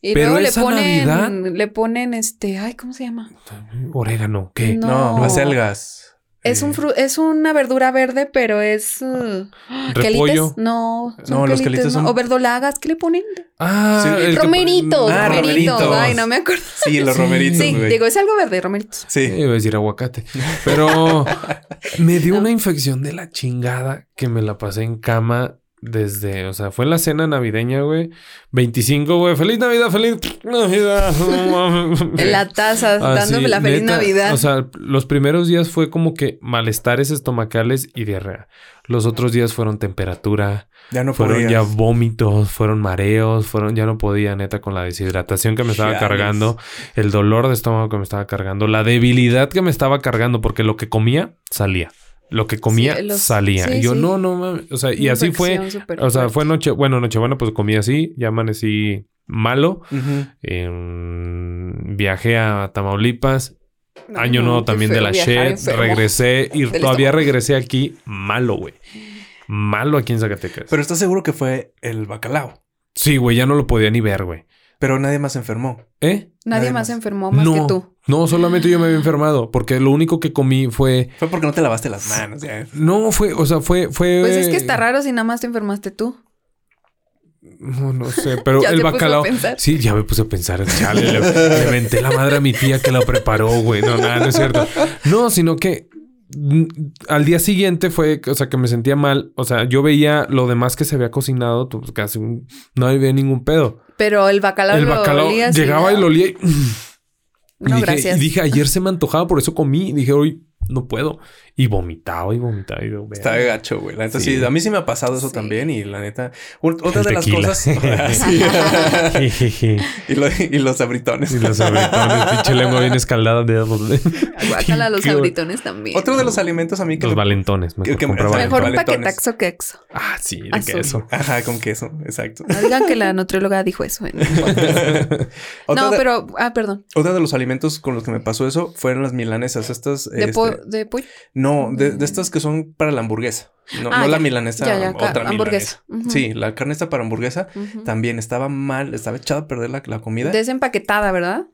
Speaker 4: Y
Speaker 3: Pero
Speaker 4: luego le
Speaker 3: esa
Speaker 4: ponen,
Speaker 3: Navidad-
Speaker 4: le ponen este, ay, ¿cómo se llama?
Speaker 3: Orégano, ¿qué?
Speaker 2: No, Eh,
Speaker 4: No.
Speaker 2: acelgas.
Speaker 4: Es
Speaker 3: Eh.
Speaker 4: un fru- es una verdura verde, pero es uh,
Speaker 3: Repollo.
Speaker 4: quelites. No,
Speaker 2: No, los quelites
Speaker 4: ¿no?
Speaker 2: son-
Speaker 4: O verdolagas, ¿qué le ponen?
Speaker 3: Ah,
Speaker 2: Sí.
Speaker 3: el que-
Speaker 4: romeritos,
Speaker 2: Ah,
Speaker 4: romeritos.
Speaker 2: romeritos.
Speaker 4: Ay, no me acuerdo.
Speaker 2: Sí, los
Speaker 3: Sí.
Speaker 2: romeritos,
Speaker 4: Sí,
Speaker 2: güey.
Speaker 4: digo, es algo verde, romeritos.
Speaker 2: Sí.
Speaker 3: Eh, Iba a decir aguacate. Pero me dio una infección de la chingada que me la pasé en cama desde, o sea, fue en la cena navideña, güey. 25, güey. Feliz Navidad, feliz Navidad. No mames.
Speaker 4: La taza,
Speaker 3: Así,
Speaker 4: dándome la feliz
Speaker 3: Ah, neta,
Speaker 4: Navidad.
Speaker 3: O sea, los primeros días fue como que malestares estomacales y diarrea. Los otros días fueron temperatura,
Speaker 2: Ya no
Speaker 3: Fueron
Speaker 2: podías.
Speaker 3: ya vómitos, fueron mareos, fueron ya no podía, neta, con la deshidratación que me estaba
Speaker 2: Chales.
Speaker 3: cargando, el dolor de estómago que me estaba cargando, la debilidad que me estaba cargando, porque lo que comía salía. lo que comía
Speaker 4: Sí, los-
Speaker 3: salía.
Speaker 4: sí,
Speaker 3: y yo,
Speaker 4: sí.
Speaker 3: no, no mames. O sea, y
Speaker 4: Una
Speaker 3: así fue.
Speaker 4: infección súper
Speaker 3: O sea,
Speaker 4: fuerte.
Speaker 3: fue noche, bueno, nochebuena pues comí así, ya amanecí malo.
Speaker 2: Ujú.
Speaker 3: eh, viajé a Tamaulipas,
Speaker 4: No,
Speaker 3: año
Speaker 4: no,
Speaker 3: nuevo
Speaker 4: qué
Speaker 3: también de
Speaker 4: feo
Speaker 3: la
Speaker 4: viajar
Speaker 3: shit,
Speaker 4: enfermo.
Speaker 3: regresé y
Speaker 4: Del
Speaker 3: todavía
Speaker 4: estómago.
Speaker 3: regresé aquí malo, güey. Malo aquí en Zacatecas.
Speaker 2: Pero estás seguro que fue el bacalao.
Speaker 3: sí, güey, ya no lo podía ni ver, güey.
Speaker 2: Pero nadie más se enfermó.
Speaker 3: ¿Eh?
Speaker 4: Nadie
Speaker 2: Nadie
Speaker 4: más
Speaker 2: más.
Speaker 4: se enfermó más
Speaker 3: no,
Speaker 4: que tú.
Speaker 3: no, solamente yo me había enfermado porque lo único que comí fue,
Speaker 2: Fue porque no te lavaste las manos. ya.
Speaker 3: no fue, o sea, fue, fue.
Speaker 4: Pues es que está raro si nada más te enfermaste tú.
Speaker 3: No, no sé, pero
Speaker 4: Ya
Speaker 3: el
Speaker 4: te puso a
Speaker 3: bacalao.
Speaker 4: pensar.
Speaker 3: Sí, ya me puse a pensar, chale, le, le menté la madre a mi tía que la preparó, güey. No, nada, no es cierto. No, sino que mm, al día siguiente fue, o sea, que me sentía mal. O sea, yo veía lo demás que se había cocinado, pues, casi un- no había ningún pedo.
Speaker 4: Pero el bacalao
Speaker 3: el
Speaker 4: lo
Speaker 3: bacalao
Speaker 4: olías
Speaker 3: llegaba y lo olía y, y
Speaker 4: No,
Speaker 3: dije,
Speaker 4: gracias.
Speaker 3: y dije, ayer se me antojaba, por eso comí. Y dije, hoy no puedo. Y vomitaba y vomitaba. Y yo,
Speaker 2: Está
Speaker 3: "Verga".
Speaker 2: gacho, güey. La neta,
Speaker 3: Sí.
Speaker 2: sí. a mí sí me ha pasado eso
Speaker 4: Sí.
Speaker 2: también. Y la neta, u- otra
Speaker 3: El
Speaker 2: de las
Speaker 3: tequila.
Speaker 2: cosas. Sí.
Speaker 3: y
Speaker 2: y, lo- y los abritones.
Speaker 3: los abritones, pinche lengua bien escaldada de
Speaker 4: Guácala los
Speaker 3: Qué bueno.
Speaker 4: abritones también.
Speaker 2: Otro de los alimentos a mí que.
Speaker 3: Los
Speaker 2: me-
Speaker 3: valentones. Mejor
Speaker 2: que-
Speaker 3: compra
Speaker 2: mejor
Speaker 4: Mejor un
Speaker 3: valentones.
Speaker 2: valentones.
Speaker 4: paquetaxo que exo.
Speaker 3: Ah, sí, de
Speaker 4: Azul.
Speaker 3: queso.
Speaker 2: Ajá, con queso. Exacto.
Speaker 4: No digan que la nutrióloga dijo eso. ¿eh?
Speaker 2: Otra
Speaker 4: No,
Speaker 2: de-
Speaker 4: pero... Ah, perdón.
Speaker 2: Otro de los alimentos con los que me pasó eso fueron las milanesas. Estas.
Speaker 4: De,
Speaker 2: este,
Speaker 4: po- de pollo.
Speaker 2: No, de, de estas que son para la hamburguesa. No,
Speaker 4: Ah,
Speaker 2: no la
Speaker 4: ya.
Speaker 2: milanesa,
Speaker 4: Ya, ya, ca-
Speaker 2: otra
Speaker 4: hamburguesa.
Speaker 2: hamburguesa.
Speaker 4: Ujú.
Speaker 2: Sí, la carne está para hamburguesa.
Speaker 4: Ujú.
Speaker 2: También estaba mal, estaba echada a perder la, la comida.
Speaker 4: Desempaquetada, ¿verdad?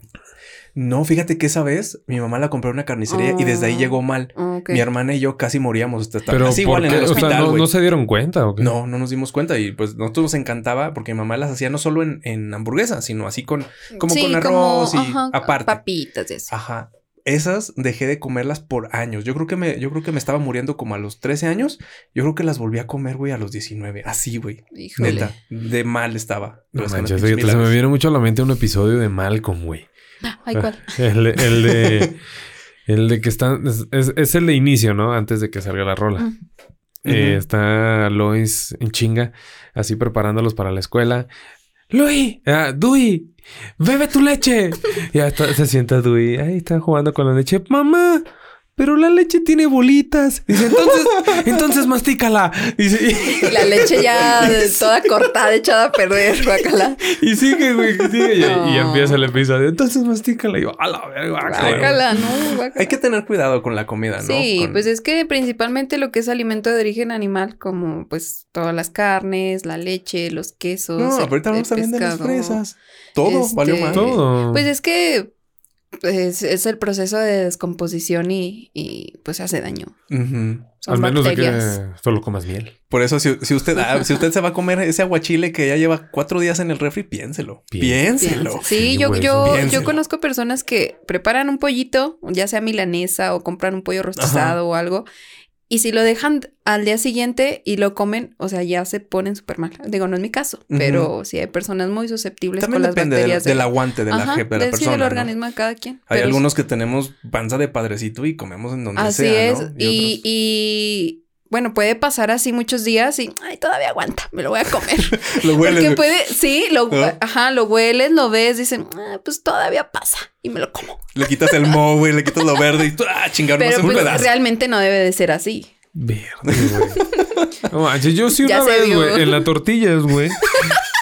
Speaker 2: No, fíjate que esa vez mi mamá la compró en una carnicería y desde ahí
Speaker 4: Ah.
Speaker 2: llegó mal.
Speaker 4: Ok.
Speaker 2: Mi hermana y yo casi moríamos. Está- está-
Speaker 3: Pero
Speaker 2: casi igual
Speaker 3: ¿por
Speaker 2: en
Speaker 3: qué?
Speaker 2: el
Speaker 3: o sea,
Speaker 2: hospital,
Speaker 3: ¿no,
Speaker 2: güey.
Speaker 3: no se dieron cuenta o qué?
Speaker 2: No, no nos dimos cuenta y pues nosotros nos encantaba porque mi mamá las hacía no solo en, en hamburguesas, sino así con... como
Speaker 4: Sí,
Speaker 2: con
Speaker 4: como,
Speaker 2: arroz y
Speaker 4: ajá,
Speaker 2: aparte. Ah,
Speaker 4: Papitas y eso.
Speaker 2: Ajá. Esas dejé de comerlas por años. Yo creo que me, yo creo que me estaba muriendo como a los 13 años. Yo creo que las volví a comer, güey, a los 19. Así, güey.
Speaker 4: Híjole.
Speaker 2: Neta. De mal estaba.
Speaker 3: No
Speaker 2: Las
Speaker 3: manches,
Speaker 2: pinches
Speaker 3: oye, se me
Speaker 2: milanesas.
Speaker 3: viene mucho a la mente un episodio de Malcolm, güey.
Speaker 4: Ay, ¿cuál?
Speaker 3: El, el de. El de que están. Es, es- es el de inicio, ¿no? Antes de que salga la rola.
Speaker 4: Mm.
Speaker 3: Eh,
Speaker 2: Ujú.
Speaker 3: está Lois en chinga, así preparándolos para la escuela. Luis, ah, Dewey, bebe tu leche. ya está- se sienta Dewey, ahí está jugando con la leche. Mamá, pero la leche tiene bolitas. Dice, entonces, entonces mastícala. Dice, y-
Speaker 4: Y la leche ya de- toda cortada, echada a perder, guacala.
Speaker 3: Y sigue, güey, que sigue. Y, y
Speaker 4: No.
Speaker 3: empieza el episodio. Entonces mastícala. Y yo, a la verga. cabrón".
Speaker 4: Guácala, no, guácala.
Speaker 2: Hay que tener cuidado con la comida, ¿no?
Speaker 4: Sí,
Speaker 2: Con-
Speaker 4: pues es que principalmente lo que es alimento de origen animal, como pues todas las carnes, la leche, los quesos.
Speaker 2: No,
Speaker 4: el-
Speaker 2: pero ahorita
Speaker 4: el
Speaker 2: vamos también de las
Speaker 4: eh, pescado.
Speaker 2: fresas. Todo
Speaker 4: Este,
Speaker 2: valió mal.
Speaker 3: Todo.
Speaker 4: Pues es que pues, es el proceso de descomposición y, y, pues hace daño.
Speaker 2: Ujú.
Speaker 4: Son
Speaker 3: Al menos de que
Speaker 4: bacterias.
Speaker 3: solo comas miel.
Speaker 2: Por eso, si, si usted, ah, si usted se va a comer ese aguachile que ya lleva cuatro días en el refri, piénselo.
Speaker 3: Piénselo.
Speaker 2: Piénselo.
Speaker 4: Sí,
Speaker 3: Sí,
Speaker 4: yo,
Speaker 3: güey,
Speaker 4: yo, yo
Speaker 2: piénselo.
Speaker 4: conozco personas que preparan un pollito, ya sea milanesa o compran un pollo rostizado o algo, y si lo dejan al día siguiente y lo comen, o sea, ya se ponen súper mal. Digo, no es mi caso,
Speaker 2: Ujú.
Speaker 4: pero sí hay personas muy susceptibles
Speaker 2: También
Speaker 4: con las
Speaker 2: depende del,
Speaker 4: bacterias.
Speaker 2: del aguante de la,
Speaker 4: Ajá,
Speaker 2: je- de la
Speaker 4: del- sí,
Speaker 2: persona.
Speaker 4: del
Speaker 2: ¿no?
Speaker 4: organismo de cada quien.
Speaker 2: Hay
Speaker 4: pero
Speaker 2: algunos que tenemos panza de padrecito y comemos en donde
Speaker 4: Así
Speaker 2: sea.
Speaker 4: es.
Speaker 2: ¿no?
Speaker 4: Y,
Speaker 2: otros-
Speaker 4: y, bueno, puede pasar así muchos días y ay, todavía aguanta, me lo voy a comer.
Speaker 2: lo hueles,
Speaker 4: Porque
Speaker 2: güey.
Speaker 4: puede, sí, lo,
Speaker 2: ¿No?
Speaker 4: ajá, lo hueles, lo ves, dicen, "Ah, pues todavía pasa y me lo como.
Speaker 2: Le quitas el moho, güey, le quitas lo verde y tú, ah, chingar, no
Speaker 4: Pero
Speaker 2: hace un
Speaker 4: pues
Speaker 2: pedazo.
Speaker 4: realmente no debe de ser así.
Speaker 3: Verde, güey. No manches, yo sí
Speaker 4: Ya
Speaker 3: una
Speaker 4: se
Speaker 3: vez,
Speaker 4: vio.
Speaker 3: güey, en la tortillas, güey.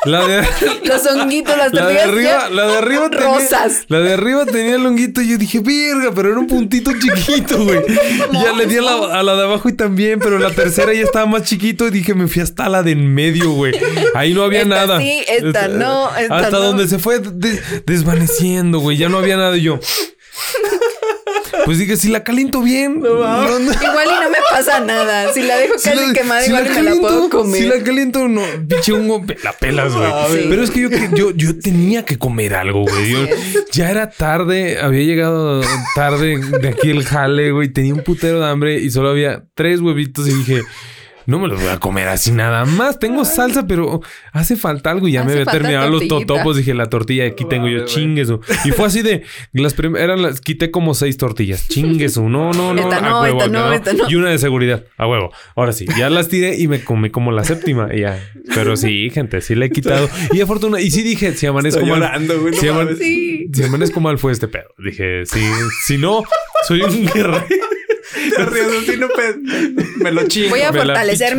Speaker 3: La de,
Speaker 4: Los honguitos, las
Speaker 3: la de
Speaker 4: tortillas
Speaker 3: arriba,
Speaker 4: ya-
Speaker 3: la de arriba tenía.
Speaker 4: Rosas.
Speaker 3: La de arriba tenía el honguito y yo dije, verga, pero era un puntito chiquito, güey. Y ya le di a la, a la de abajo y también, pero la tercera ya estaba más chiquito y dije, me fui hasta la de en medio, güey. Ahí no había
Speaker 4: Esta
Speaker 3: nada.
Speaker 4: sí, esta no, esta
Speaker 3: hasta
Speaker 4: no.
Speaker 3: donde se fue de- desvaneciendo, güey. Ya no había nada y yo. Pues dije, si la caliento bien, no, no,
Speaker 4: Igual y no me pasa nada. Si la dejo
Speaker 3: si
Speaker 4: casi
Speaker 3: la-
Speaker 4: quemada,
Speaker 3: si
Speaker 4: igual y me la
Speaker 3: caliento,
Speaker 4: puedo comer.
Speaker 3: Si la caliento, no, pinche hongo, pe- la pelas, güey.
Speaker 2: Ah,
Speaker 4: sí.
Speaker 3: Pero es que yo, que- yo, yo tenía que comer algo, güey. Yo- ya era tarde, había llegado tarde de aquí el jale, güey. Tenía un putero de hambre y solo había tres huevitos y dije... No me los voy a comer así nada más. Tengo salsa, pero hace falta algo. Y ya me
Speaker 4: Hace
Speaker 3: había
Speaker 4: falta
Speaker 3: terminado los
Speaker 4: tortillita.
Speaker 3: totopos. Dije, la tortilla aquí tengo yo,
Speaker 2: Vale, güey.
Speaker 3: chingues. güey. Y fue así de... Las prim- eran las... Quité como seis tortillas. Chingues. güey. No, no, no.
Speaker 4: Esta
Speaker 3: a
Speaker 4: no,
Speaker 3: huevo,
Speaker 4: esta no,
Speaker 3: ¿no?
Speaker 4: esta no.
Speaker 3: Y una de seguridad, a huevo. Ahora sí, ya las tiré y me comí como la séptima. y ya. Pero sí, gente, sí la he quitado. Y afortuna, y sí dije, si amanezco
Speaker 2: Estoy
Speaker 3: mal.
Speaker 2: llorando, güey. no
Speaker 3: Si, aman-
Speaker 2: mames.
Speaker 4: Sí.
Speaker 3: si amanezco mal fue este pedo. Dije, sí, si no, soy un guerrero.
Speaker 2: Te ríes así, no pe- Me lo chingo.
Speaker 4: Voy a
Speaker 3: Me la
Speaker 4: fortalecer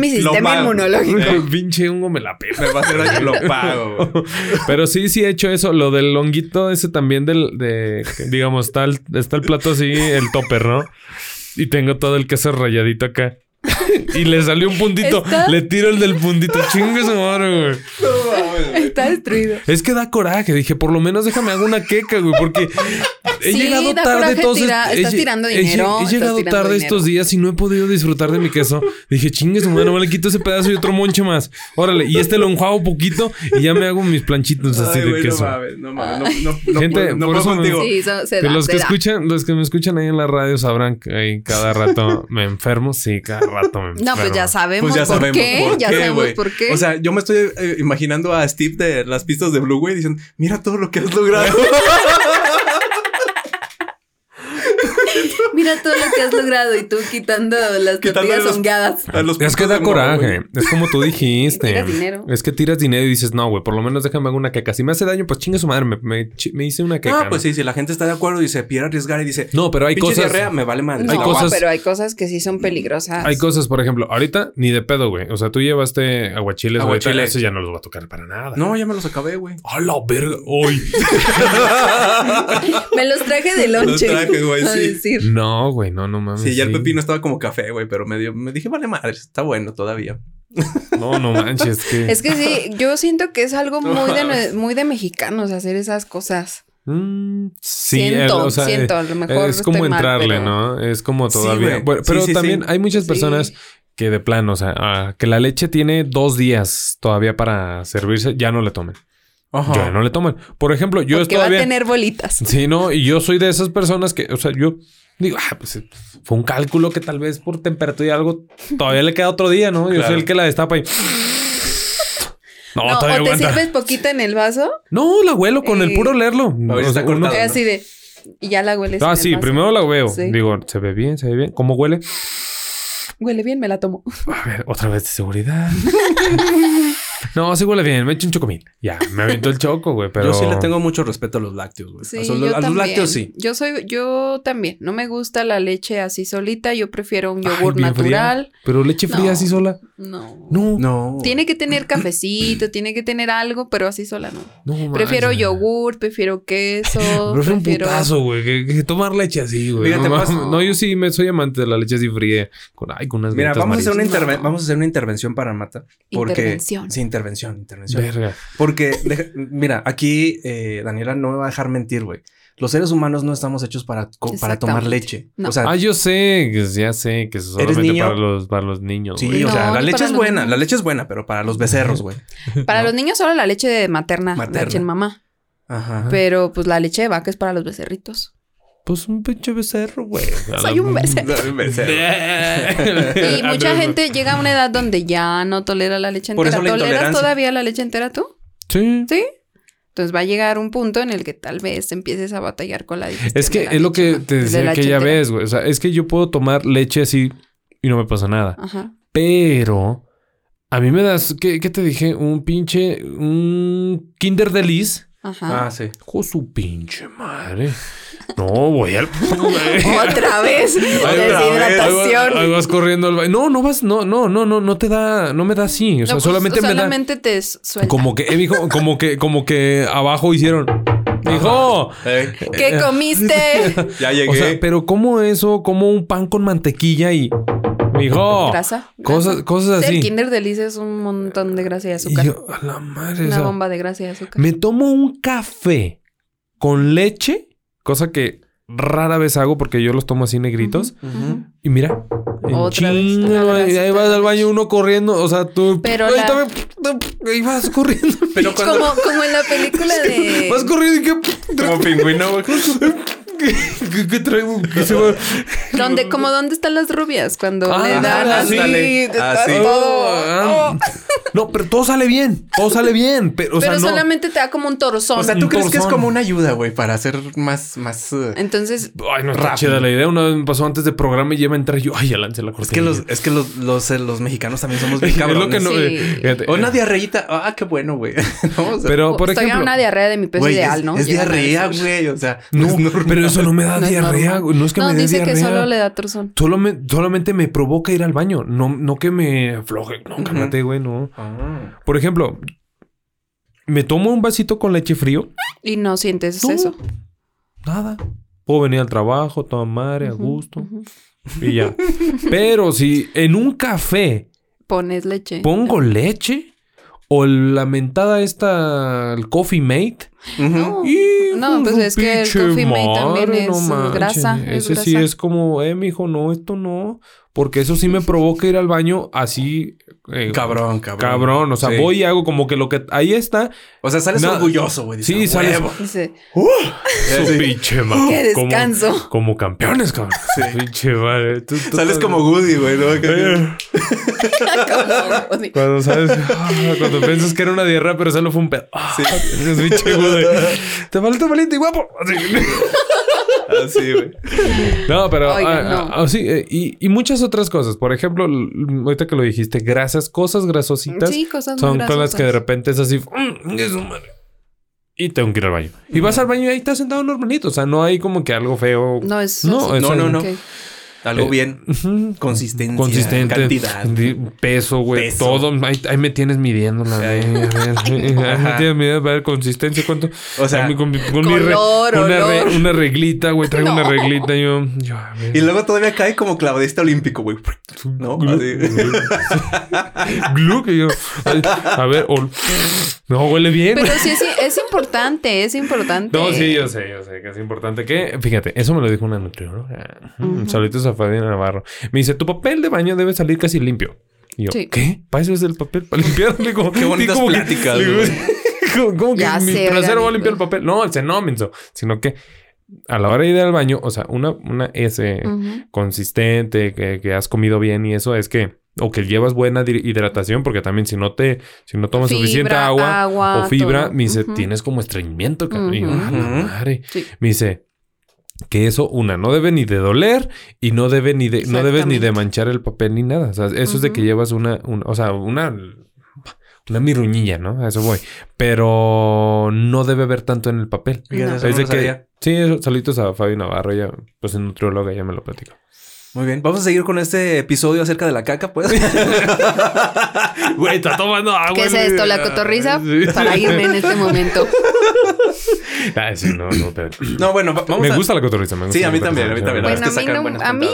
Speaker 3: pincho.
Speaker 4: mi
Speaker 2: Lo
Speaker 4: sistema
Speaker 2: pago.
Speaker 4: inmunológico.
Speaker 3: El pinche hongo me la pela.
Speaker 2: Me va a hacer daño, lo pago. güey.
Speaker 3: Pero sí, sí he hecho eso. Lo del honguito ese también del... De, que, digamos, está el, está el plato así, el topper, ¿no? Y tengo todo el queso rayadito acá. Y le salió un puntito.
Speaker 4: Está-
Speaker 3: Le tiro el del puntito. Chingue su madre, güey.
Speaker 2: No mames, güey.
Speaker 4: Está destruido.
Speaker 3: Es que da coraje. Dije, por lo menos déjame hago una queca, güey, porque he
Speaker 4: Sí,
Speaker 3: llegado
Speaker 4: da
Speaker 3: tarde.
Speaker 4: coraje
Speaker 3: Entonces,
Speaker 4: tira-
Speaker 3: he
Speaker 4: estás
Speaker 3: lle-
Speaker 4: tirando
Speaker 3: he lle-
Speaker 4: dinero,
Speaker 3: He,
Speaker 4: estás
Speaker 3: llegado
Speaker 4: tirando
Speaker 3: tarde
Speaker 4: dinero.
Speaker 3: estos días y no he podido disfrutar de mi queso. Dije, chingues, madre, no le quito ese pedazo y otro monche más. Órale, y este lo enjuago poquito y ya me hago mis planchitos así
Speaker 2: Ay,
Speaker 3: de
Speaker 2: güey,
Speaker 3: queso.
Speaker 2: No mames, no mames. No, no, no,
Speaker 3: Gente,
Speaker 2: puedo- no
Speaker 3: por
Speaker 2: puedo
Speaker 3: eso me-
Speaker 2: contigo.
Speaker 4: Sí, so- se
Speaker 3: Que
Speaker 4: da,
Speaker 3: los
Speaker 4: se
Speaker 3: que
Speaker 4: da.
Speaker 3: escuchan, los que me escuchan ahí en la radio sabrán que ahí cada rato me enfermo. Sí, cada rato me enfermo.
Speaker 4: No, pues ya sabemos
Speaker 2: Pues ya
Speaker 4: por
Speaker 2: sabemos.
Speaker 4: qué.
Speaker 2: por
Speaker 4: ya
Speaker 2: qué,
Speaker 4: sabemos
Speaker 2: güey.
Speaker 4: por qué.
Speaker 2: O sea, yo me estoy eh, imaginando a Steve de las pistas de Blue, güey, diciendo: Mira todo lo que has logrado.
Speaker 4: Mira todo lo que has logrado y tú quitando las
Speaker 2: Quitándole
Speaker 4: tortillas
Speaker 2: los-
Speaker 4: hongadas.
Speaker 2: A los
Speaker 3: Es que
Speaker 2: putos
Speaker 3: da
Speaker 2: del morro,
Speaker 3: coraje.
Speaker 2: güey.
Speaker 3: Es como tú dijiste.
Speaker 4: Y tiras dinero.
Speaker 3: Es que tiras dinero y dices, no, güey, por lo menos déjame hago una queca. Si me hace daño, pues chinga su madre. Me, me chi- me hice una queca.
Speaker 2: No, pues sí, si la gente está de acuerdo y se pierde arriesgar y dice:
Speaker 3: No, pero hay
Speaker 2: "Pinche
Speaker 3: cosas-
Speaker 2: diarrea, me vale madre.
Speaker 4: No,
Speaker 3: hay cosas-
Speaker 4: pero hay cosas que sí son peligrosas.
Speaker 3: Hay cosas, por ejemplo, ahorita ni de pedo, güey. O sea, tú llevaste aguachiles, ahorita,
Speaker 2: Aguachiles.
Speaker 3: Eso ya no los va a tocar para nada.
Speaker 2: No, ya me los acabé, güey.
Speaker 3: A la verga. Hoy.
Speaker 4: Me los traje de lonche.
Speaker 2: traje, güey,
Speaker 4: a
Speaker 2: sí.
Speaker 4: decir.
Speaker 3: no, güey. No, no mames.
Speaker 2: Sí, ya el pepino estaba como café, güey, pero me, dio, me dije, vale madre, está bueno todavía.
Speaker 3: No, no manches. Que...
Speaker 4: Es que sí, yo siento que es algo muy de, nue- muy de mexicanos hacer esas cosas.
Speaker 3: Mm, sí,
Speaker 4: siento,
Speaker 3: el- o sea,
Speaker 4: siento, a lo mejor
Speaker 3: es
Speaker 4: estoy
Speaker 3: como
Speaker 4: mal,
Speaker 3: entrarle,
Speaker 4: pero-
Speaker 3: ¿no? Es como
Speaker 2: Sí,
Speaker 3: todavía.
Speaker 2: güey.
Speaker 3: Bueno,
Speaker 2: Sí,
Speaker 3: pero
Speaker 2: sí, sí.
Speaker 3: también hay muchas
Speaker 4: Sí.
Speaker 3: personas que de plano, o sea, ah, que la leche tiene dos días todavía para servirse, ya no le tomen. Ya no le toman. Por ejemplo, yo
Speaker 4: porque
Speaker 3: todavía.
Speaker 4: va a tener bolitas.
Speaker 3: Sí, no, y yo soy de esas personas que, o sea, yo digo, ah, pues eh, fue un cálculo que tal vez por temperatura y algo todavía le queda otro día, ¿no? Yo
Speaker 2: Claro.
Speaker 3: soy el que la destapa y. No,
Speaker 4: No, o
Speaker 3: todavía
Speaker 4: te
Speaker 3: aguanta.
Speaker 4: sirves poquita en el vaso,
Speaker 3: No, la huelo con el
Speaker 4: Eh,
Speaker 3: puro leerlo.
Speaker 2: A ver,
Speaker 3: O sea,
Speaker 2: está
Speaker 3: uno-
Speaker 2: cortado.
Speaker 4: así de. Y ya la hueles. en
Speaker 3: Ah,
Speaker 4: el
Speaker 3: sí,
Speaker 4: vaso.
Speaker 3: primero la veo.
Speaker 4: Sí.
Speaker 3: Digo, se ve bien, se ve bien. ¿Cómo huele?
Speaker 4: Huele bien, me la tomo.
Speaker 3: A ver, otra vez de seguridad. no, sí huele bien. Me echo un chocomil. Ya, me aventó el choco, güey, pero.
Speaker 2: Yo sí le tengo mucho respeto a los lácteos, güey.
Speaker 4: Sí,
Speaker 2: a los,
Speaker 4: yo
Speaker 2: a los
Speaker 4: también.
Speaker 2: lácteos sí.
Speaker 4: Yo soy, yo también. No me gusta la leche así solita. Yo prefiero un
Speaker 3: Ay,
Speaker 4: yogur
Speaker 3: bien fría.
Speaker 4: natural.
Speaker 3: Pero leche fría
Speaker 4: No.
Speaker 3: así sola.
Speaker 4: No.
Speaker 3: No, no,
Speaker 2: No.
Speaker 4: Tiene que tener cafecito, tiene que tener algo, pero así sola no.
Speaker 3: no
Speaker 4: Prefiero
Speaker 3: manches.
Speaker 4: yogur, prefiero queso.
Speaker 3: Pero es un
Speaker 4: prefiero...
Speaker 3: putazo, güey. Que, que tomar leche así, güey.
Speaker 2: Fíjate,
Speaker 3: no,
Speaker 2: pues-
Speaker 3: mames. No, yo sí me soy amante de la leche así fría. Con, ay, con unas
Speaker 2: Mira,
Speaker 3: galletas
Speaker 2: vamos a, hacer una
Speaker 3: Marías.
Speaker 2: interve-
Speaker 4: No.
Speaker 2: vamos a hacer una intervención para Mata. Porque,
Speaker 4: Intervención.
Speaker 2: Sí, intervención, intervención.
Speaker 3: Verga.
Speaker 2: Porque, deja- mira, aquí eh, Daniela no me va a dejar mentir, güey. Los seres humanos no estamos hechos para, co- para tomar
Speaker 4: Exactamente.
Speaker 2: leche.
Speaker 4: No.
Speaker 2: O sea,
Speaker 3: Ah, yo sé, que- ya sé que es solamente
Speaker 2: niño?
Speaker 3: para los, para los niños.
Speaker 2: sí,
Speaker 3: güey.
Speaker 2: o sea,
Speaker 4: No,
Speaker 2: la
Speaker 4: ni
Speaker 2: leche
Speaker 4: para
Speaker 2: es
Speaker 4: los
Speaker 2: buena,
Speaker 4: niños.
Speaker 2: la leche es buena, pero para los becerros, güey.
Speaker 4: Para
Speaker 2: No.
Speaker 4: los niños solo la leche de materna,
Speaker 2: Materna.
Speaker 4: la leche en mamá.
Speaker 2: Ajá.
Speaker 4: Pero pues la leche de vaca es para los becerritos.
Speaker 3: Pues un pinche becerro, güey. A
Speaker 4: Soy
Speaker 3: la-
Speaker 4: un becerro.
Speaker 2: Becerro.
Speaker 4: Y
Speaker 3: Ah,
Speaker 4: mucha gente llega a una edad donde ya no tolera la leche
Speaker 2: Por
Speaker 4: entera.
Speaker 2: eso la
Speaker 4: ¿Toleras
Speaker 2: intolerancia.
Speaker 4: todavía la leche entera tú?
Speaker 3: Sí.
Speaker 4: Sí. Entonces va a llegar un punto en el que tal vez empieces a batallar con la digestión.
Speaker 3: Es
Speaker 4: de
Speaker 3: que
Speaker 4: la
Speaker 3: es lo
Speaker 4: leche,
Speaker 3: que
Speaker 4: ¿no?
Speaker 3: te
Speaker 4: De
Speaker 3: decía
Speaker 4: la
Speaker 3: que ya
Speaker 4: chetera.
Speaker 3: ves, güey. O sea, es que yo puedo tomar leche así y no me pasa nada.
Speaker 4: Ajá.
Speaker 3: Pero a mí me das, ¿qué, qué te dije? Un pinche, un Kinder Delice.
Speaker 4: Ajá.
Speaker 2: Ah, sí.
Speaker 3: Con su pinche madre. No, voy al. Ahí
Speaker 4: Otra vez.
Speaker 3: va-
Speaker 4: Deshidratación.
Speaker 3: ahí va- ahí vas corriendo al baño. No, no vas, no, no, no, no, no te da, no me da así. O sea,
Speaker 4: No, pues,
Speaker 3: solamente me da.
Speaker 4: solamente te suelta.
Speaker 3: Como que, eh, mijo, como que, como que abajo hicieron. Dijo.
Speaker 2: Eh,
Speaker 4: ¿Qué comiste?
Speaker 2: ya llegué.
Speaker 3: O sea, pero ¿cómo eso? Como un pan con mantequilla y. Mijo.
Speaker 4: Grasa. grasa.
Speaker 3: Cosas,
Speaker 4: Sí,
Speaker 3: cosas
Speaker 4: El
Speaker 3: así.
Speaker 4: Kinder Delice es un montón de grasa y
Speaker 3: Y
Speaker 4: azúcar.
Speaker 3: yo, a la madre. o
Speaker 4: Una
Speaker 3: sea,
Speaker 4: bomba de grasa y azúcar.
Speaker 3: Me tomo un café con leche, cosa que rara vez hago porque yo los tomo así negritos.
Speaker 2: Ujú.
Speaker 3: Y mira, en
Speaker 4: Otra vez,
Speaker 3: chinga,
Speaker 4: otra
Speaker 3: güey,
Speaker 4: vez,
Speaker 3: ahí
Speaker 4: otra
Speaker 3: vas al
Speaker 4: vez.
Speaker 3: baño uno corriendo, o sea, tú
Speaker 4: Pero
Speaker 3: Ay,
Speaker 4: la-
Speaker 3: también, ahí vas corriendo.
Speaker 2: Pero cuando...
Speaker 4: Como, como en la película de...
Speaker 3: Vas corriendo y que
Speaker 2: Como pingüino, güey.
Speaker 3: ¿Qué, qué traigo? ¿Qué se va?
Speaker 4: Donde, como dónde están las rubias cuando
Speaker 3: Ah,
Speaker 4: le dan
Speaker 3: ah,
Speaker 4: así.
Speaker 2: ándale,
Speaker 4: está
Speaker 2: así.
Speaker 4: todo. Oh.
Speaker 3: Ah, No, pero todo sale bien. Todo sale bien. Pero, o sea,
Speaker 4: Pero
Speaker 3: no.
Speaker 4: solamente te da como un torzón.
Speaker 2: O sea,
Speaker 3: Un
Speaker 2: ¿tú crees que es
Speaker 3: torzón.
Speaker 2: como una ayuda, güey, para hacer más, más... eh,
Speaker 4: Entonces,
Speaker 3: Ay, no está
Speaker 2: Rápido.
Speaker 3: chida la idea. Una vez me pasó antes de programa y ya me entré yo. Ay, ya lancé la
Speaker 2: Es
Speaker 3: cortina.
Speaker 2: que los, es que los, los, eh, los mexicanos también somos bien
Speaker 3: Es lo que
Speaker 2: cabrones.
Speaker 3: no.
Speaker 4: Sí.
Speaker 3: eh, fíjate,
Speaker 2: O
Speaker 3: eh,
Speaker 2: una diarreíta. Ah, qué bueno, güey. No, o sea,
Speaker 3: Pero, por
Speaker 4: estoy a
Speaker 3: ejemplo.
Speaker 4: una diarrea de mi peso
Speaker 2: güey,
Speaker 4: ideal,
Speaker 2: es,
Speaker 4: ¿no?
Speaker 2: Es
Speaker 4: Llegan a
Speaker 2: diarrea,
Speaker 4: decir,
Speaker 2: güey. O sea,
Speaker 3: No,
Speaker 2: es normal.
Speaker 3: pero Pero eso no me da
Speaker 4: No es
Speaker 3: diarrea,
Speaker 4: normal.
Speaker 3: güey. No es que
Speaker 4: no,
Speaker 3: me dé
Speaker 4: dice
Speaker 3: diarrea.
Speaker 4: que solo le da trozón.
Speaker 3: Solo me- solamente me provoca ir al baño. No, no que me afloje. No, cálmate, güey, no.
Speaker 2: Ah.
Speaker 3: Por ejemplo, me tomo un vasito con leche frío.
Speaker 4: Y no sientes
Speaker 3: ¿Tú?
Speaker 4: eso.
Speaker 3: Nada. Puedo venir al trabajo, toda madre, a
Speaker 4: Ujú,
Speaker 3: gusto.
Speaker 4: ujú.
Speaker 3: Y ya. Pero si en un café
Speaker 4: Pones leche.
Speaker 3: pongo leche o la mentada esta, el coffee mate.
Speaker 2: Ujú.
Speaker 4: No,
Speaker 3: ¡hijo
Speaker 4: no, pues
Speaker 3: de
Speaker 4: es que el
Speaker 3: pinche
Speaker 4: coffee mate también
Speaker 3: madre,
Speaker 4: es
Speaker 3: no
Speaker 4: eh,
Speaker 3: manches!
Speaker 4: grasa. es
Speaker 3: Ese sí
Speaker 4: grasa.
Speaker 3: es como, eh, mijo, no, esto no. Porque eso sí me provoca ir al baño así. eh,
Speaker 2: Cabrón, cabrón.
Speaker 3: Cabrón, o sea,
Speaker 2: Sí.
Speaker 3: voy y hago como que lo que ahí está.
Speaker 2: O sea, sales
Speaker 3: Nada.
Speaker 2: orgulloso, güey.
Speaker 3: Sí,
Speaker 2: dices, "A
Speaker 3: sales-
Speaker 2: huevo".
Speaker 4: Dice,
Speaker 3: Su
Speaker 2: Sí.
Speaker 3: pinche madre.
Speaker 4: ¡Qué
Speaker 3: Como-
Speaker 4: descanso!
Speaker 3: Como, campeones, cabrón. Pinche madre. Tú- tú-
Speaker 2: Sales
Speaker 3: tú-
Speaker 2: como Woody, güey, ¿no?
Speaker 3: Eh,
Speaker 4: "Ah, Como-
Speaker 3: Cuando sabes, ah, cuando piensas que era una diarrea, pero solo fue un pedo. Ah, eres pinche güey. Te falta valiente y guapo. Así.
Speaker 2: Así, Ah, güey.
Speaker 3: No, pero
Speaker 4: Oigan,
Speaker 3: ah,
Speaker 4: no.
Speaker 3: ah, ah, sí, eh, y, y muchas otras cosas. Por ejemplo, l- ahorita que lo dijiste, grasas, cosas grasositas
Speaker 4: Sí, cosas muy
Speaker 3: son con las
Speaker 4: grasosas.
Speaker 3: que de repente es así. "Mm, chingue su madre". Y tengo que ir al baño. Y vas al baño y ahí estás sentado normalito. O sea, no hay como que algo feo.
Speaker 4: No es.
Speaker 3: No,
Speaker 4: así.
Speaker 3: es
Speaker 2: No, no,
Speaker 3: algo-
Speaker 2: no.
Speaker 4: Ok.
Speaker 2: Algo bien.
Speaker 3: Ujú.
Speaker 2: Consistencia.
Speaker 3: Eh. consistente.
Speaker 2: Cantidad.
Speaker 3: di- Peso, güey.
Speaker 2: Peso.
Speaker 3: Todo. Ahí, ahí me tienes midiendo la
Speaker 2: Ay.
Speaker 3: verga, a ver, Ahí me
Speaker 2: Ajá.
Speaker 3: tienes midiendo para ver consistencia. ¿Cuánto?
Speaker 2: O sea,
Speaker 3: Ahí me- con, mi- con mi
Speaker 4: color,
Speaker 3: re- una, re-
Speaker 4: olor.
Speaker 3: una reglita, güey. Traigo una
Speaker 4: No.
Speaker 3: reglita. Yo, yo, a ver.
Speaker 2: Y luego todavía cae como clavadista olímpico, güey. ¿No? Así.
Speaker 3: Glu, que yo. ay, A ver, ol- no huele bien.
Speaker 4: Pero sí, sí, es importante, es importante.
Speaker 3: No, sí, yo sé, yo sé que es importante que. Fíjate, eso me lo dijo una nutrióloga. Mm, Saluditos a Fabiana Navarro. Me dice: tu papel de baño debe salir casi limpio. Y yo,
Speaker 4: Sí.
Speaker 3: ¿qué? ¿Para eso es el papel? ¿Para limpiar? Le digo,
Speaker 2: Qué bonitas
Speaker 3: sí, como que-
Speaker 2: pláticas,
Speaker 3: le digo,
Speaker 2: güey.
Speaker 3: como- como que
Speaker 4: Ya
Speaker 3: mi
Speaker 4: sé,
Speaker 3: trasero va a
Speaker 4: oigan,
Speaker 3: limpiar el
Speaker 4: pues.
Speaker 3: papel? No, dice, no, menso. Sino que a la hora de ir al baño, o sea, una, una S
Speaker 4: Ujú.
Speaker 3: consistente, que, que has comido bien y eso es que o que llevas buena di- hidratación porque también si no te si no tomas
Speaker 4: Fibra,
Speaker 3: suficiente agua,
Speaker 4: agua,
Speaker 3: o fibra
Speaker 4: todo.
Speaker 3: me dice
Speaker 4: Ujú.
Speaker 3: tienes como estreñimiento cabrón". Y yo,
Speaker 4: Ujú.
Speaker 3: "Ah, la
Speaker 2: Ujú.
Speaker 3: madre".
Speaker 4: Sí.
Speaker 3: me dice que eso una no debe ni de doler y no debe ni de no debes ni de
Speaker 4: Exactamente.
Speaker 3: manchar el papel ni nada o sea eso es de que
Speaker 4: Ujú.
Speaker 3: llevas una, un- o sea una una miruñilla no a eso voy pero no debe haber tanto en el papel
Speaker 2: Fíjate,
Speaker 4: No.
Speaker 2: eso
Speaker 3: es
Speaker 2: no
Speaker 3: de
Speaker 2: lo
Speaker 3: que
Speaker 2: sabía.
Speaker 3: sí eso, saluditos a Fabi Navarro ella pues es nutrióloga ella me lo platicó
Speaker 2: Muy bien. Vamos a seguir con este episodio acerca de la caca, pues.
Speaker 3: Güey, está tomando agua.
Speaker 4: ¿Qué es esto? ¿La cotorriza? Para irme en este momento.
Speaker 3: Ah, sí, no, no, pero-
Speaker 2: No, bueno, va- vamos
Speaker 3: me
Speaker 2: a-
Speaker 3: gusta la cotorriza, me gusta.
Speaker 2: Sí, a
Speaker 3: la
Speaker 2: mí
Speaker 3: cotorriza,
Speaker 2: también, a mí
Speaker 3: sí,
Speaker 2: también. Bueno,
Speaker 3: la verdad.
Speaker 4: Bueno,
Speaker 2: es
Speaker 4: a
Speaker 2: que
Speaker 4: mí,
Speaker 2: sacan
Speaker 4: no,
Speaker 2: buenas
Speaker 4: a mí,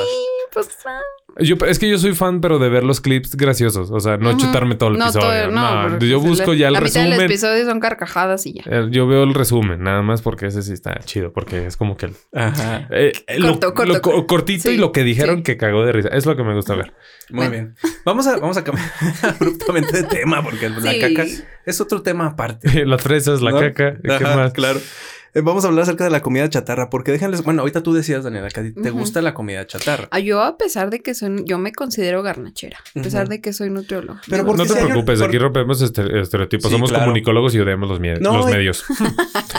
Speaker 2: puntadas.
Speaker 4: pues. ah.
Speaker 3: Yo, es que yo soy fan, pero de ver los clips graciosos. O sea, no
Speaker 4: Ujú.
Speaker 3: chutarme todo el
Speaker 4: No,
Speaker 3: episodio.
Speaker 4: todo- no,
Speaker 3: no,
Speaker 4: porque
Speaker 3: yo
Speaker 4: se
Speaker 3: busco
Speaker 4: le-
Speaker 3: ya el
Speaker 4: La mitad de los
Speaker 3: resumen.
Speaker 4: episodios son carcajadas y ya.
Speaker 3: Eh, Yo veo el resumen, nada más porque ese sí está chido, porque es como que el-
Speaker 2: Ajá.
Speaker 3: eh, eh, lo-
Speaker 4: Corto, corto,
Speaker 3: lo co-
Speaker 4: corto.
Speaker 3: cortito
Speaker 4: Sí,
Speaker 3: y lo que dijeron
Speaker 4: sí.
Speaker 3: que cagó de risa. Es lo que me gusta ver.
Speaker 2: Muy
Speaker 4: Bueno.
Speaker 2: bien. Vamos a, vamos a cambiar abruptamente de tema porque la
Speaker 4: Sí.
Speaker 2: caca es otro tema aparte.
Speaker 3: Las fresas, la
Speaker 2: ¿no?
Speaker 3: caca, ¿qué
Speaker 2: Ajá,
Speaker 3: más?
Speaker 2: Claro. Eh, vamos a hablar acerca de la comida chatarra porque déjenles. Bueno, ahorita tú decías, Daniela, que a ti te
Speaker 4: Ujú.
Speaker 2: gusta la comida chatarra.
Speaker 4: Ah, Yo, a pesar de que soy, yo me considero garnachera, a pesar
Speaker 2: Ujú.
Speaker 4: de que soy nutrióloga.
Speaker 2: Pero
Speaker 4: Yo-
Speaker 2: porque
Speaker 3: No te
Speaker 2: si hay un-
Speaker 3: preocupes,
Speaker 2: por-
Speaker 3: aquí rompemos estere- estereotipos.
Speaker 2: Sí,
Speaker 3: Somos
Speaker 2: claro.
Speaker 3: comunicólogos y odiamos los, mie-
Speaker 2: No,
Speaker 3: los
Speaker 2: y-
Speaker 3: medios.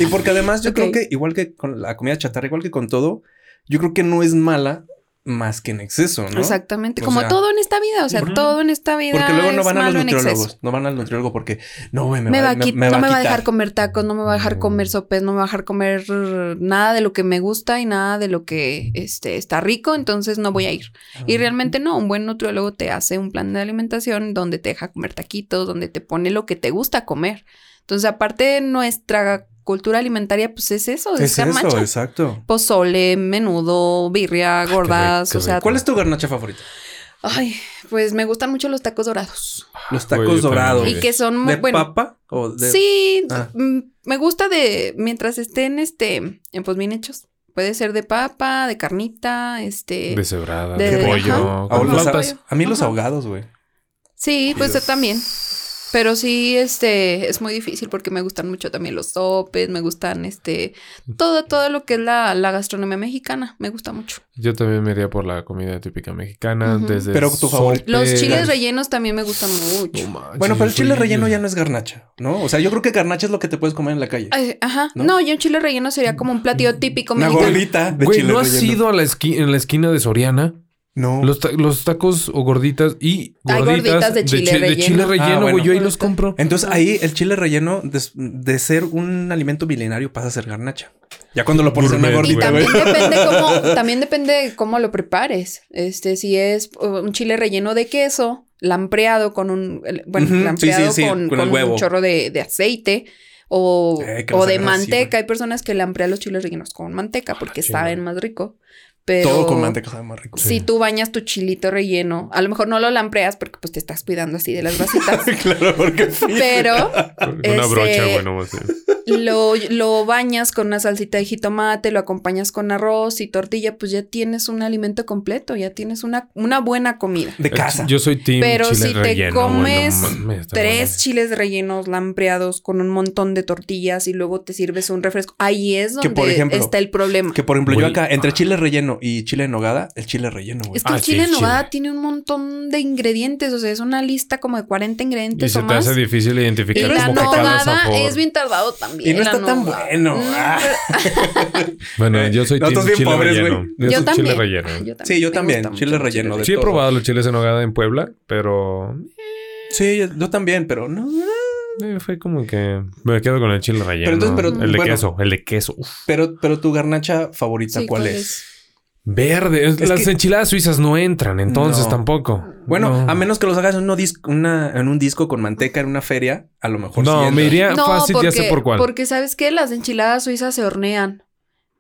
Speaker 2: Y porque además yo
Speaker 4: Ok.
Speaker 2: creo que igual que con la comida chatarra, igual que con todo, yo creo que no es mala más que en exceso, ¿no?
Speaker 4: Exactamente,
Speaker 2: O
Speaker 4: como
Speaker 2: sea,
Speaker 4: todo en esta vida, o sea,
Speaker 2: Ujú.
Speaker 4: todo en esta vida
Speaker 2: Porque luego no
Speaker 4: es
Speaker 2: van a
Speaker 4: malo
Speaker 2: los
Speaker 4: en exceso.
Speaker 2: nutriólogos, no van al nutriólogo porque no, güey, me,
Speaker 4: me va a
Speaker 2: me-
Speaker 4: quit-
Speaker 2: me
Speaker 4: no me va a
Speaker 2: quitar".
Speaker 4: dejar comer tacos, no me va a dejar comer
Speaker 3: Mm.
Speaker 4: sopes, no me va a dejar comer eh, nada de lo que me gusta y nada de lo que este, está rico, entonces no voy a ir. Y realmente no, un buen nutriólogo te hace un plan de alimentación donde te deja comer taquitos, donde te pone lo que te gusta comer. Entonces, aparte de nuestra cultura alimentaria, pues es eso, es,
Speaker 2: es
Speaker 4: ser
Speaker 2: eso,
Speaker 4: macho.
Speaker 2: exacto.
Speaker 4: Pozole, menudo, birria, gordas,
Speaker 3: qué
Speaker 4: o sea,
Speaker 3: rico.
Speaker 2: ¿Cuál es tu garnacha favorita?
Speaker 4: ay, pues me gustan mucho los tacos dorados
Speaker 2: Los
Speaker 3: Güey,
Speaker 2: tacos
Speaker 3: yo también.
Speaker 2: dorados.
Speaker 4: y que son muy
Speaker 2: ¿De
Speaker 4: bueno,
Speaker 2: papa o de
Speaker 4: Sí,
Speaker 2: Ah.
Speaker 4: mm, me gusta de mientras estén este eh, pues bien hechos. Puede ser de papa, de carnita, este
Speaker 3: Deshebrada,
Speaker 4: de-
Speaker 3: de,
Speaker 4: de-
Speaker 3: pollo,
Speaker 4: ajá.
Speaker 2: Ah,
Speaker 3: con
Speaker 2: los-
Speaker 4: Ajá.
Speaker 3: flautas.
Speaker 2: a mí los
Speaker 4: Ajá.
Speaker 2: ahogados, güey.
Speaker 4: Sí, pues
Speaker 2: Dios.
Speaker 4: también. Pero sí, este, es muy difícil porque me gustan mucho también los sopes, me gustan este, todo, todo lo que es la, la gastronomía mexicana, me gusta mucho.
Speaker 3: Yo también me iría por la comida típica mexicana.
Speaker 4: Ujú.
Speaker 3: desde
Speaker 2: Pero tu favorito.
Speaker 4: Los
Speaker 3: sopes-
Speaker 4: chiles rellenos también me gustan mucho.
Speaker 3: No manches,
Speaker 2: Bueno, pero el
Speaker 3: yo
Speaker 2: chile
Speaker 3: soy-
Speaker 2: relleno ya no es garnacha, ¿no? O sea, yo creo que garnacha es lo que te puedes comer en la calle.
Speaker 4: Ay, Ajá.
Speaker 2: ¿No? Mm.
Speaker 4: ¿No? yo un chile relleno sería como un platillo típico
Speaker 2: Una
Speaker 4: mexicano.
Speaker 2: gorrita de
Speaker 3: Güey,
Speaker 2: chile
Speaker 3: ¿no has
Speaker 2: relleno.
Speaker 3: ido a la esqui- en la esquina de Soriana?
Speaker 2: No.
Speaker 3: Los, ta- los tacos o gorditas y
Speaker 4: Hay
Speaker 3: gorditas,
Speaker 4: gorditas de chile
Speaker 3: chi-
Speaker 4: relleno.
Speaker 3: chile relleno,
Speaker 2: Ah,
Speaker 3: güey.
Speaker 2: bueno.
Speaker 3: Yo ahí los compro.
Speaker 2: Entonces ahí el chile relleno de, de ser un alimento milenario pasa a ser garnacha. Ya cuando lo pones en una
Speaker 3: Gourmet.
Speaker 4: Y
Speaker 2: gordita, güey.
Speaker 4: también depende cómo, también depende de cómo lo prepares. Este, si es uh, un chile relleno de queso, lampreado con un, el- bueno,
Speaker 2: Ujú, sí,
Speaker 4: lampreado
Speaker 2: sí, sí,
Speaker 4: con,
Speaker 2: con el
Speaker 4: con
Speaker 2: huevo.
Speaker 4: un chorro de, de aceite o,
Speaker 2: Eh, que
Speaker 4: o
Speaker 2: los
Speaker 4: de
Speaker 2: agarra así,
Speaker 4: manteca.
Speaker 2: güey. Ah,
Speaker 4: Hay personas que lamprean los chiles rellenos con manteca porque
Speaker 3: chingada.
Speaker 4: saben más rico. Pero
Speaker 2: Todo con manteca sabe más rico.
Speaker 4: Si tú bañas tu chilito relleno, a lo mejor no lo lampreas porque pues te estás cuidando así de las vasitas.
Speaker 2: claro, porque sí.
Speaker 4: pero
Speaker 3: Con una
Speaker 4: Este-
Speaker 3: brocha, güey, nomás.
Speaker 4: lo, lo bañas con una salsita de jitomate, lo acompañas con arroz y tortilla, pues ya tienes un alimento completo, ya tienes una, una buena comida.
Speaker 2: De casa.
Speaker 3: Eh, Yo soy team
Speaker 4: Pero
Speaker 3: chile
Speaker 4: si te
Speaker 3: relleno, güey, no
Speaker 4: comes
Speaker 3: mames, te
Speaker 4: Tres
Speaker 3: mames.
Speaker 4: chiles rellenos lampreados con un montón de tortillas y luego te sirves un refresco. Ahí es
Speaker 2: Que,
Speaker 4: donde
Speaker 2: por ejemplo,
Speaker 4: está el problema.
Speaker 2: Que por ejemplo, yo
Speaker 3: Güey.
Speaker 2: acá, entre chile relleno y chile en nogada, el chile relleno, güey.
Speaker 4: Es que
Speaker 3: Ah,
Speaker 4: el
Speaker 3: sí,
Speaker 4: chile en
Speaker 3: chile.
Speaker 4: nogada tiene un montón de ingredientes, o sea, es una lista como de 40
Speaker 3: Y
Speaker 4: ingredientes
Speaker 3: se
Speaker 4: o
Speaker 3: te
Speaker 4: más.
Speaker 3: hace difícil
Speaker 4: Y
Speaker 3: identificar
Speaker 4: la
Speaker 3: como que cada
Speaker 4: nogada
Speaker 3: sabor.
Speaker 4: es bien tardado también.
Speaker 2: Y no
Speaker 4: la
Speaker 2: está tan
Speaker 4: nogada.
Speaker 2: bueno.
Speaker 4: Mm,
Speaker 2: Ah.
Speaker 3: Bueno, yo soy
Speaker 2: No,
Speaker 3: team
Speaker 2: estás bien
Speaker 3: chile
Speaker 2: pobres, güey.
Speaker 3: relleno.
Speaker 4: Yo,
Speaker 3: soy
Speaker 4: también.
Speaker 3: chile relleno.
Speaker 4: Ah, yo también.
Speaker 2: Sí, yo
Speaker 4: Me
Speaker 2: también,
Speaker 4: gusta mucho
Speaker 2: chile
Speaker 4: el
Speaker 2: relleno de-
Speaker 3: Sí he
Speaker 2: todo.
Speaker 3: probado los chiles en hogada en Puebla, pero
Speaker 2: Sí, yo- yo también, pero no.
Speaker 3: eh, fue como que me quedo con el chile relleno.
Speaker 2: entonces, pero-
Speaker 3: el de
Speaker 2: bueno.
Speaker 3: queso, el de queso. Uf.
Speaker 2: Pero, pero tu garnacha favorita,
Speaker 4: Sí,
Speaker 2: ¿cuál
Speaker 4: ¿cuál
Speaker 2: es?
Speaker 4: es?
Speaker 3: Verde. Es-
Speaker 2: Es
Speaker 3: las
Speaker 2: que-
Speaker 3: enchiladas suizas no entran, entonces
Speaker 2: No.
Speaker 3: tampoco.
Speaker 2: Bueno,
Speaker 3: No.
Speaker 2: a menos que los hagas en, uno dis- una- en un disco con manteca en una feria, a lo mejor sí
Speaker 3: No,
Speaker 2: entra.
Speaker 3: me iría fácil, ya sé por cuál.
Speaker 4: Porque sabes que las enchiladas suizas se hornean.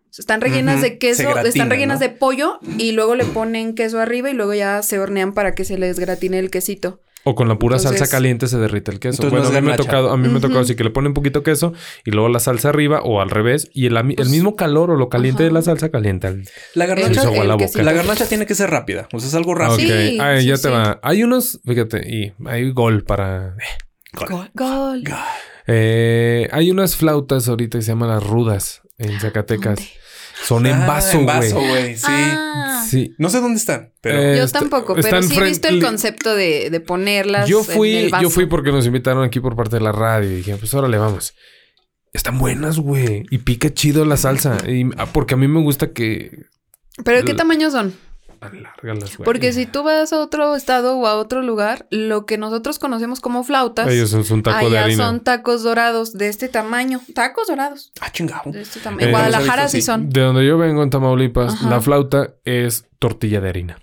Speaker 4: O sea, Están rellenas
Speaker 2: Ujú,
Speaker 4: de queso,
Speaker 2: se gratinan,
Speaker 4: están rellenas
Speaker 2: ¿no?
Speaker 4: de pollo y luego le ponen queso arriba y luego ya se hornean para que se les gratine el quesito.
Speaker 3: O con la pura salsa
Speaker 4: Entonces-
Speaker 3: caliente se derrite el queso.
Speaker 2: Entonces
Speaker 3: Bueno,
Speaker 2: no es
Speaker 3: a mí me ha
Speaker 2: garnacha.
Speaker 3: tocado, a mí me ha tocado
Speaker 4: Ujú.
Speaker 3: así que le ponen poquito queso y luego la salsa arriba o al revés y el, ami- el
Speaker 4: Pues-
Speaker 3: mismo calor o lo caliente de
Speaker 4: Ajá.
Speaker 3: la salsa calienta. el-
Speaker 2: La
Speaker 3: Se hizo
Speaker 2: garnacha,
Speaker 3: agua la boca.
Speaker 4: quesito.
Speaker 2: la garnacha tiene que ser rápida. O sea, es algo
Speaker 3: Ok.
Speaker 2: rápido.
Speaker 4: Sí,
Speaker 3: Ah,
Speaker 4: sí,
Speaker 3: ya
Speaker 4: sí.
Speaker 3: te va. Hay unos, fíjate, y hay gol para.
Speaker 4: Gol. Gol.
Speaker 3: Eh, hay unas flautas ahorita que se llaman las rudas en Zacatecas. Son en
Speaker 2: Ah,
Speaker 3: vaso,
Speaker 2: en
Speaker 3: güey.
Speaker 2: vaso, güey. Sí.
Speaker 4: Ah.
Speaker 3: Sí.
Speaker 2: No sé dónde están, pero.
Speaker 3: Eh,
Speaker 4: Yo
Speaker 3: está-
Speaker 4: tampoco, pero
Speaker 3: están
Speaker 4: sí he visto el
Speaker 3: frente-
Speaker 4: concepto de, de ponerlas.
Speaker 3: Yo
Speaker 4: en
Speaker 3: fui,
Speaker 4: el vaso.
Speaker 3: yo fui porque nos invitaron aquí por parte de la radio y dije, pues órale, vamos. Están buenas, güey. Y pica chido la salsa. Y, ah, porque a mí me gusta que
Speaker 4: Pero ¿qué tamaño son?
Speaker 3: alárgalas, güey.
Speaker 4: Porque si tú vas a otro estado o a otro lugar, lo que nosotros conocemos como flautas,
Speaker 3: Ellos son un taco de
Speaker 4: allá
Speaker 3: harina.
Speaker 4: son tacos dorados de este tamaño. Tacos dorados.
Speaker 2: Ah, chingado.
Speaker 4: De este tamaño.
Speaker 3: Eh,
Speaker 4: En
Speaker 2: nunca
Speaker 4: Guadalajara
Speaker 2: los he
Speaker 4: sí
Speaker 2: visto,
Speaker 4: son.
Speaker 3: De donde yo vengo en Tamaulipas,
Speaker 4: Ajá.
Speaker 3: la flauta es tortilla de harina.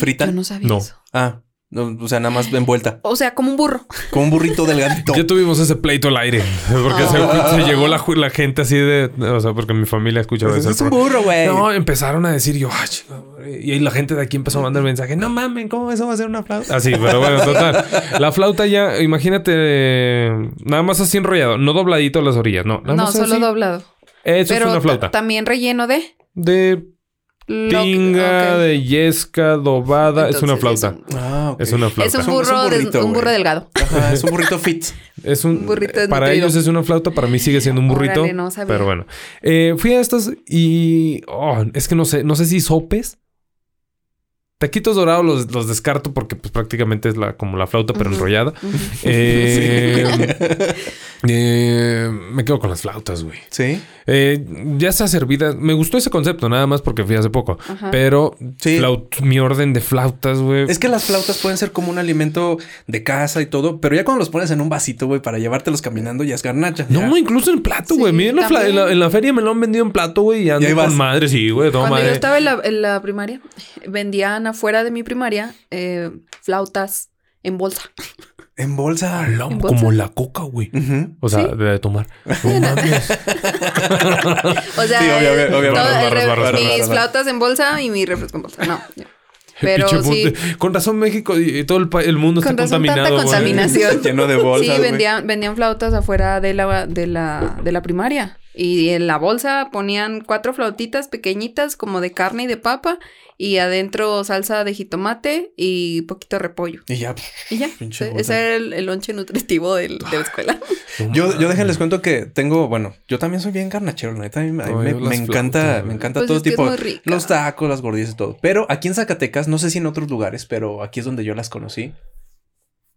Speaker 2: ¿Frita?
Speaker 4: Yo no sabía
Speaker 3: No.
Speaker 4: eso.
Speaker 2: Ah, no, o sea, nada más envuelta.
Speaker 4: O sea, como un burro.
Speaker 2: Con un burrito delgadito.
Speaker 3: Ya tuvimos ese pleito al aire. Porque
Speaker 2: Ah.
Speaker 3: se, se llegó la, ju- la gente así de. O sea, porque mi familia escucha
Speaker 2: Pues,
Speaker 3: veces el
Speaker 2: es un
Speaker 3: programa.
Speaker 2: burro, güey.
Speaker 3: No, empezaron a decir yo, "Ah, chinga madre". y ahí la gente de aquí empezó a mandar mensaje, no mamen, ¿cómo eso va a ser una flauta? Así, pero bueno, total. La flauta ya, imagínate, eh, nada más así enrollado, no dobladito a las orillas, no. Nada
Speaker 4: No,
Speaker 3: más
Speaker 4: solo
Speaker 3: así.
Speaker 4: doblado.
Speaker 3: Eso
Speaker 4: Pero
Speaker 3: es una
Speaker 4: ta-
Speaker 3: flauta.
Speaker 4: también relleno de.
Speaker 3: De
Speaker 4: lo-
Speaker 3: tinga,
Speaker 4: ok.
Speaker 3: de yesca, dobada, es una
Speaker 4: Entonces,
Speaker 3: flauta.
Speaker 2: Ah, ok.
Speaker 3: Es una
Speaker 4: Es
Speaker 3: flauta.
Speaker 4: un,
Speaker 2: Es un- es un
Speaker 4: burro, des- un
Speaker 2: burrito,
Speaker 4: burro,
Speaker 2: güey.
Speaker 4: delgado.
Speaker 2: Ajá, es un burrito fit.
Speaker 3: Es un
Speaker 4: Un burrito
Speaker 3: para
Speaker 4: desnutrido.
Speaker 3: ellos es una flauta, para mí sigue siendo un burrito.
Speaker 4: Órale, no sabía.
Speaker 3: pero bueno, Eh, fui a estas y oh, es que no sé, no sé si sopes. Taquitos dorados los, los descarto porque pues, prácticamente es la, como la flauta pero
Speaker 4: Ujú.
Speaker 3: enrollada.
Speaker 4: Ujú.
Speaker 3: Eh, eh, me quedo con las flautas, güey.
Speaker 2: Sí.
Speaker 3: Eh, ya está servida. Me gustó ese concepto nada más porque fui hace poco.
Speaker 4: Ajá.
Speaker 3: Pero
Speaker 2: Sí.
Speaker 3: flaut- mi orden de flautas, güey.
Speaker 2: Es que las flautas pueden ser como un alimento de casa y todo, pero ya cuando los pones en un vasito, güey, para llevártelos caminando, ya es garnacha. ya.
Speaker 3: No, incluso en plato, güey.
Speaker 4: Sí,
Speaker 3: Miren, la fla- en,
Speaker 4: también.
Speaker 3: la, en la feria me lo han vendido en plato, güey. Y ando
Speaker 2: ahí vas.
Speaker 3: con madre, sí, güey. Toma
Speaker 4: Cuando
Speaker 3: madre.
Speaker 4: yo estaba en la, en la primaria, vendían afuera de mi primaria eh, flautas en bolsa.
Speaker 2: En bolsa.
Speaker 3: La-
Speaker 4: ¿En
Speaker 3: como
Speaker 4: bolsa?
Speaker 3: la coca, güey.
Speaker 2: Ujú.
Speaker 3: O sea,
Speaker 4: Sí.
Speaker 3: de tomar. No mames.
Speaker 4: O sea,
Speaker 2: Sí, obvio, obvio,
Speaker 4: el-
Speaker 2: obvio.
Speaker 4: todo
Speaker 3: Barras,
Speaker 4: el re-
Speaker 3: barras, barras,
Speaker 4: mis
Speaker 2: barras.
Speaker 4: flautas en bolsa y mi refresco en bolsa. No. Pero
Speaker 3: Pinche
Speaker 4: sí.
Speaker 3: monte. Con razón México y y todo el, pa- el mundo
Speaker 4: Con
Speaker 3: está
Speaker 4: razón, tanta
Speaker 3: contaminado. güey.
Speaker 4: contaminación.
Speaker 2: Lleno de bolsas.
Speaker 4: sí,
Speaker 2: güey.
Speaker 4: vendían, vendían flautas afuera de la, de, la, de la primaria. Y en la bolsa ponían cuatro flautitas pequeñitas, como de carne y de papa, y adentro salsa de jitomate y poquito repollo.
Speaker 2: Y ya. pues,
Speaker 4: Y ya.
Speaker 2: Pinche
Speaker 4: Ese-
Speaker 2: bolsa.
Speaker 4: Ese era el, el lonche nutritivo del- de la escuela.
Speaker 3: No
Speaker 2: Yo,
Speaker 3: mames.
Speaker 2: yo déjenles cuento que tengo, bueno, yo también soy bien carnachero, la neta. A mí me, me-
Speaker 3: Ay, yo las
Speaker 2: me
Speaker 3: flautas,
Speaker 2: encanta,
Speaker 3: güey.
Speaker 2: me encanta
Speaker 4: Pues
Speaker 2: todo
Speaker 4: es que es
Speaker 2: tipo.
Speaker 4: muy rica.
Speaker 2: Los tacos, las gorditas y todo. Pero aquí en Zacatecas, no sé si en otros lugares, pero aquí es donde yo las conocí.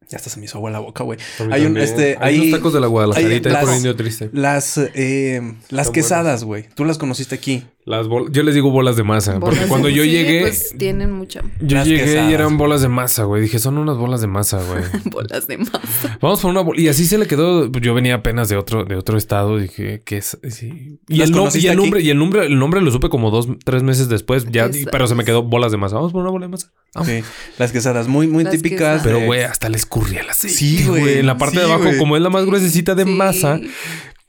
Speaker 2: Ya hasta se me hizo agua la boca, güey.
Speaker 3: A mí
Speaker 2: hay un,
Speaker 3: también.
Speaker 2: este,
Speaker 3: Hay
Speaker 2: hay-
Speaker 3: unos tacos de la Guadalajara.
Speaker 2: hay
Speaker 3: Ahí por
Speaker 2: las-
Speaker 3: indio triste.
Speaker 2: Las, eh, las
Speaker 3: Están
Speaker 2: quesadas, güey. Tú las conociste aquí.
Speaker 3: Las bol- yo les digo bolas de masa.
Speaker 4: Bolas
Speaker 3: porque
Speaker 4: de-
Speaker 3: cuando yo
Speaker 4: sí,
Speaker 3: llegué,
Speaker 4: Pues tienen muchas
Speaker 3: yo
Speaker 2: Las
Speaker 3: llegué
Speaker 2: quesadas,
Speaker 3: y eran
Speaker 2: güey.
Speaker 3: bolas de masa, güey. Dije, son unas bolas de masa, güey.
Speaker 4: bolas de más.
Speaker 3: Vamos por una bola. Y así se le quedó. pues, Yo venía apenas de otro, de otro estado. Dije, ¿qué es? Sí. Y,
Speaker 2: ¿Las
Speaker 3: el, nom- y
Speaker 2: conociste
Speaker 3: el
Speaker 2: aquí?
Speaker 3: nombre, y el nombre, el nombre lo supe como dos, tres meses después. Ya,
Speaker 4: Quesadas.
Speaker 3: pero se me quedó bolas de masa. Vamos por una bola de masa. Vamos.
Speaker 2: Sí, Las quesadas muy, muy
Speaker 4: Las
Speaker 2: típicas.
Speaker 4: quesadas.
Speaker 3: Ah. Pero,
Speaker 2: de-
Speaker 3: güey, hasta le escurría la
Speaker 2: Sí, güey.
Speaker 3: En la parte de
Speaker 2: Sí,
Speaker 3: abajo,
Speaker 2: güey.
Speaker 3: como es la más gruesecita de
Speaker 4: Sí.
Speaker 3: masa,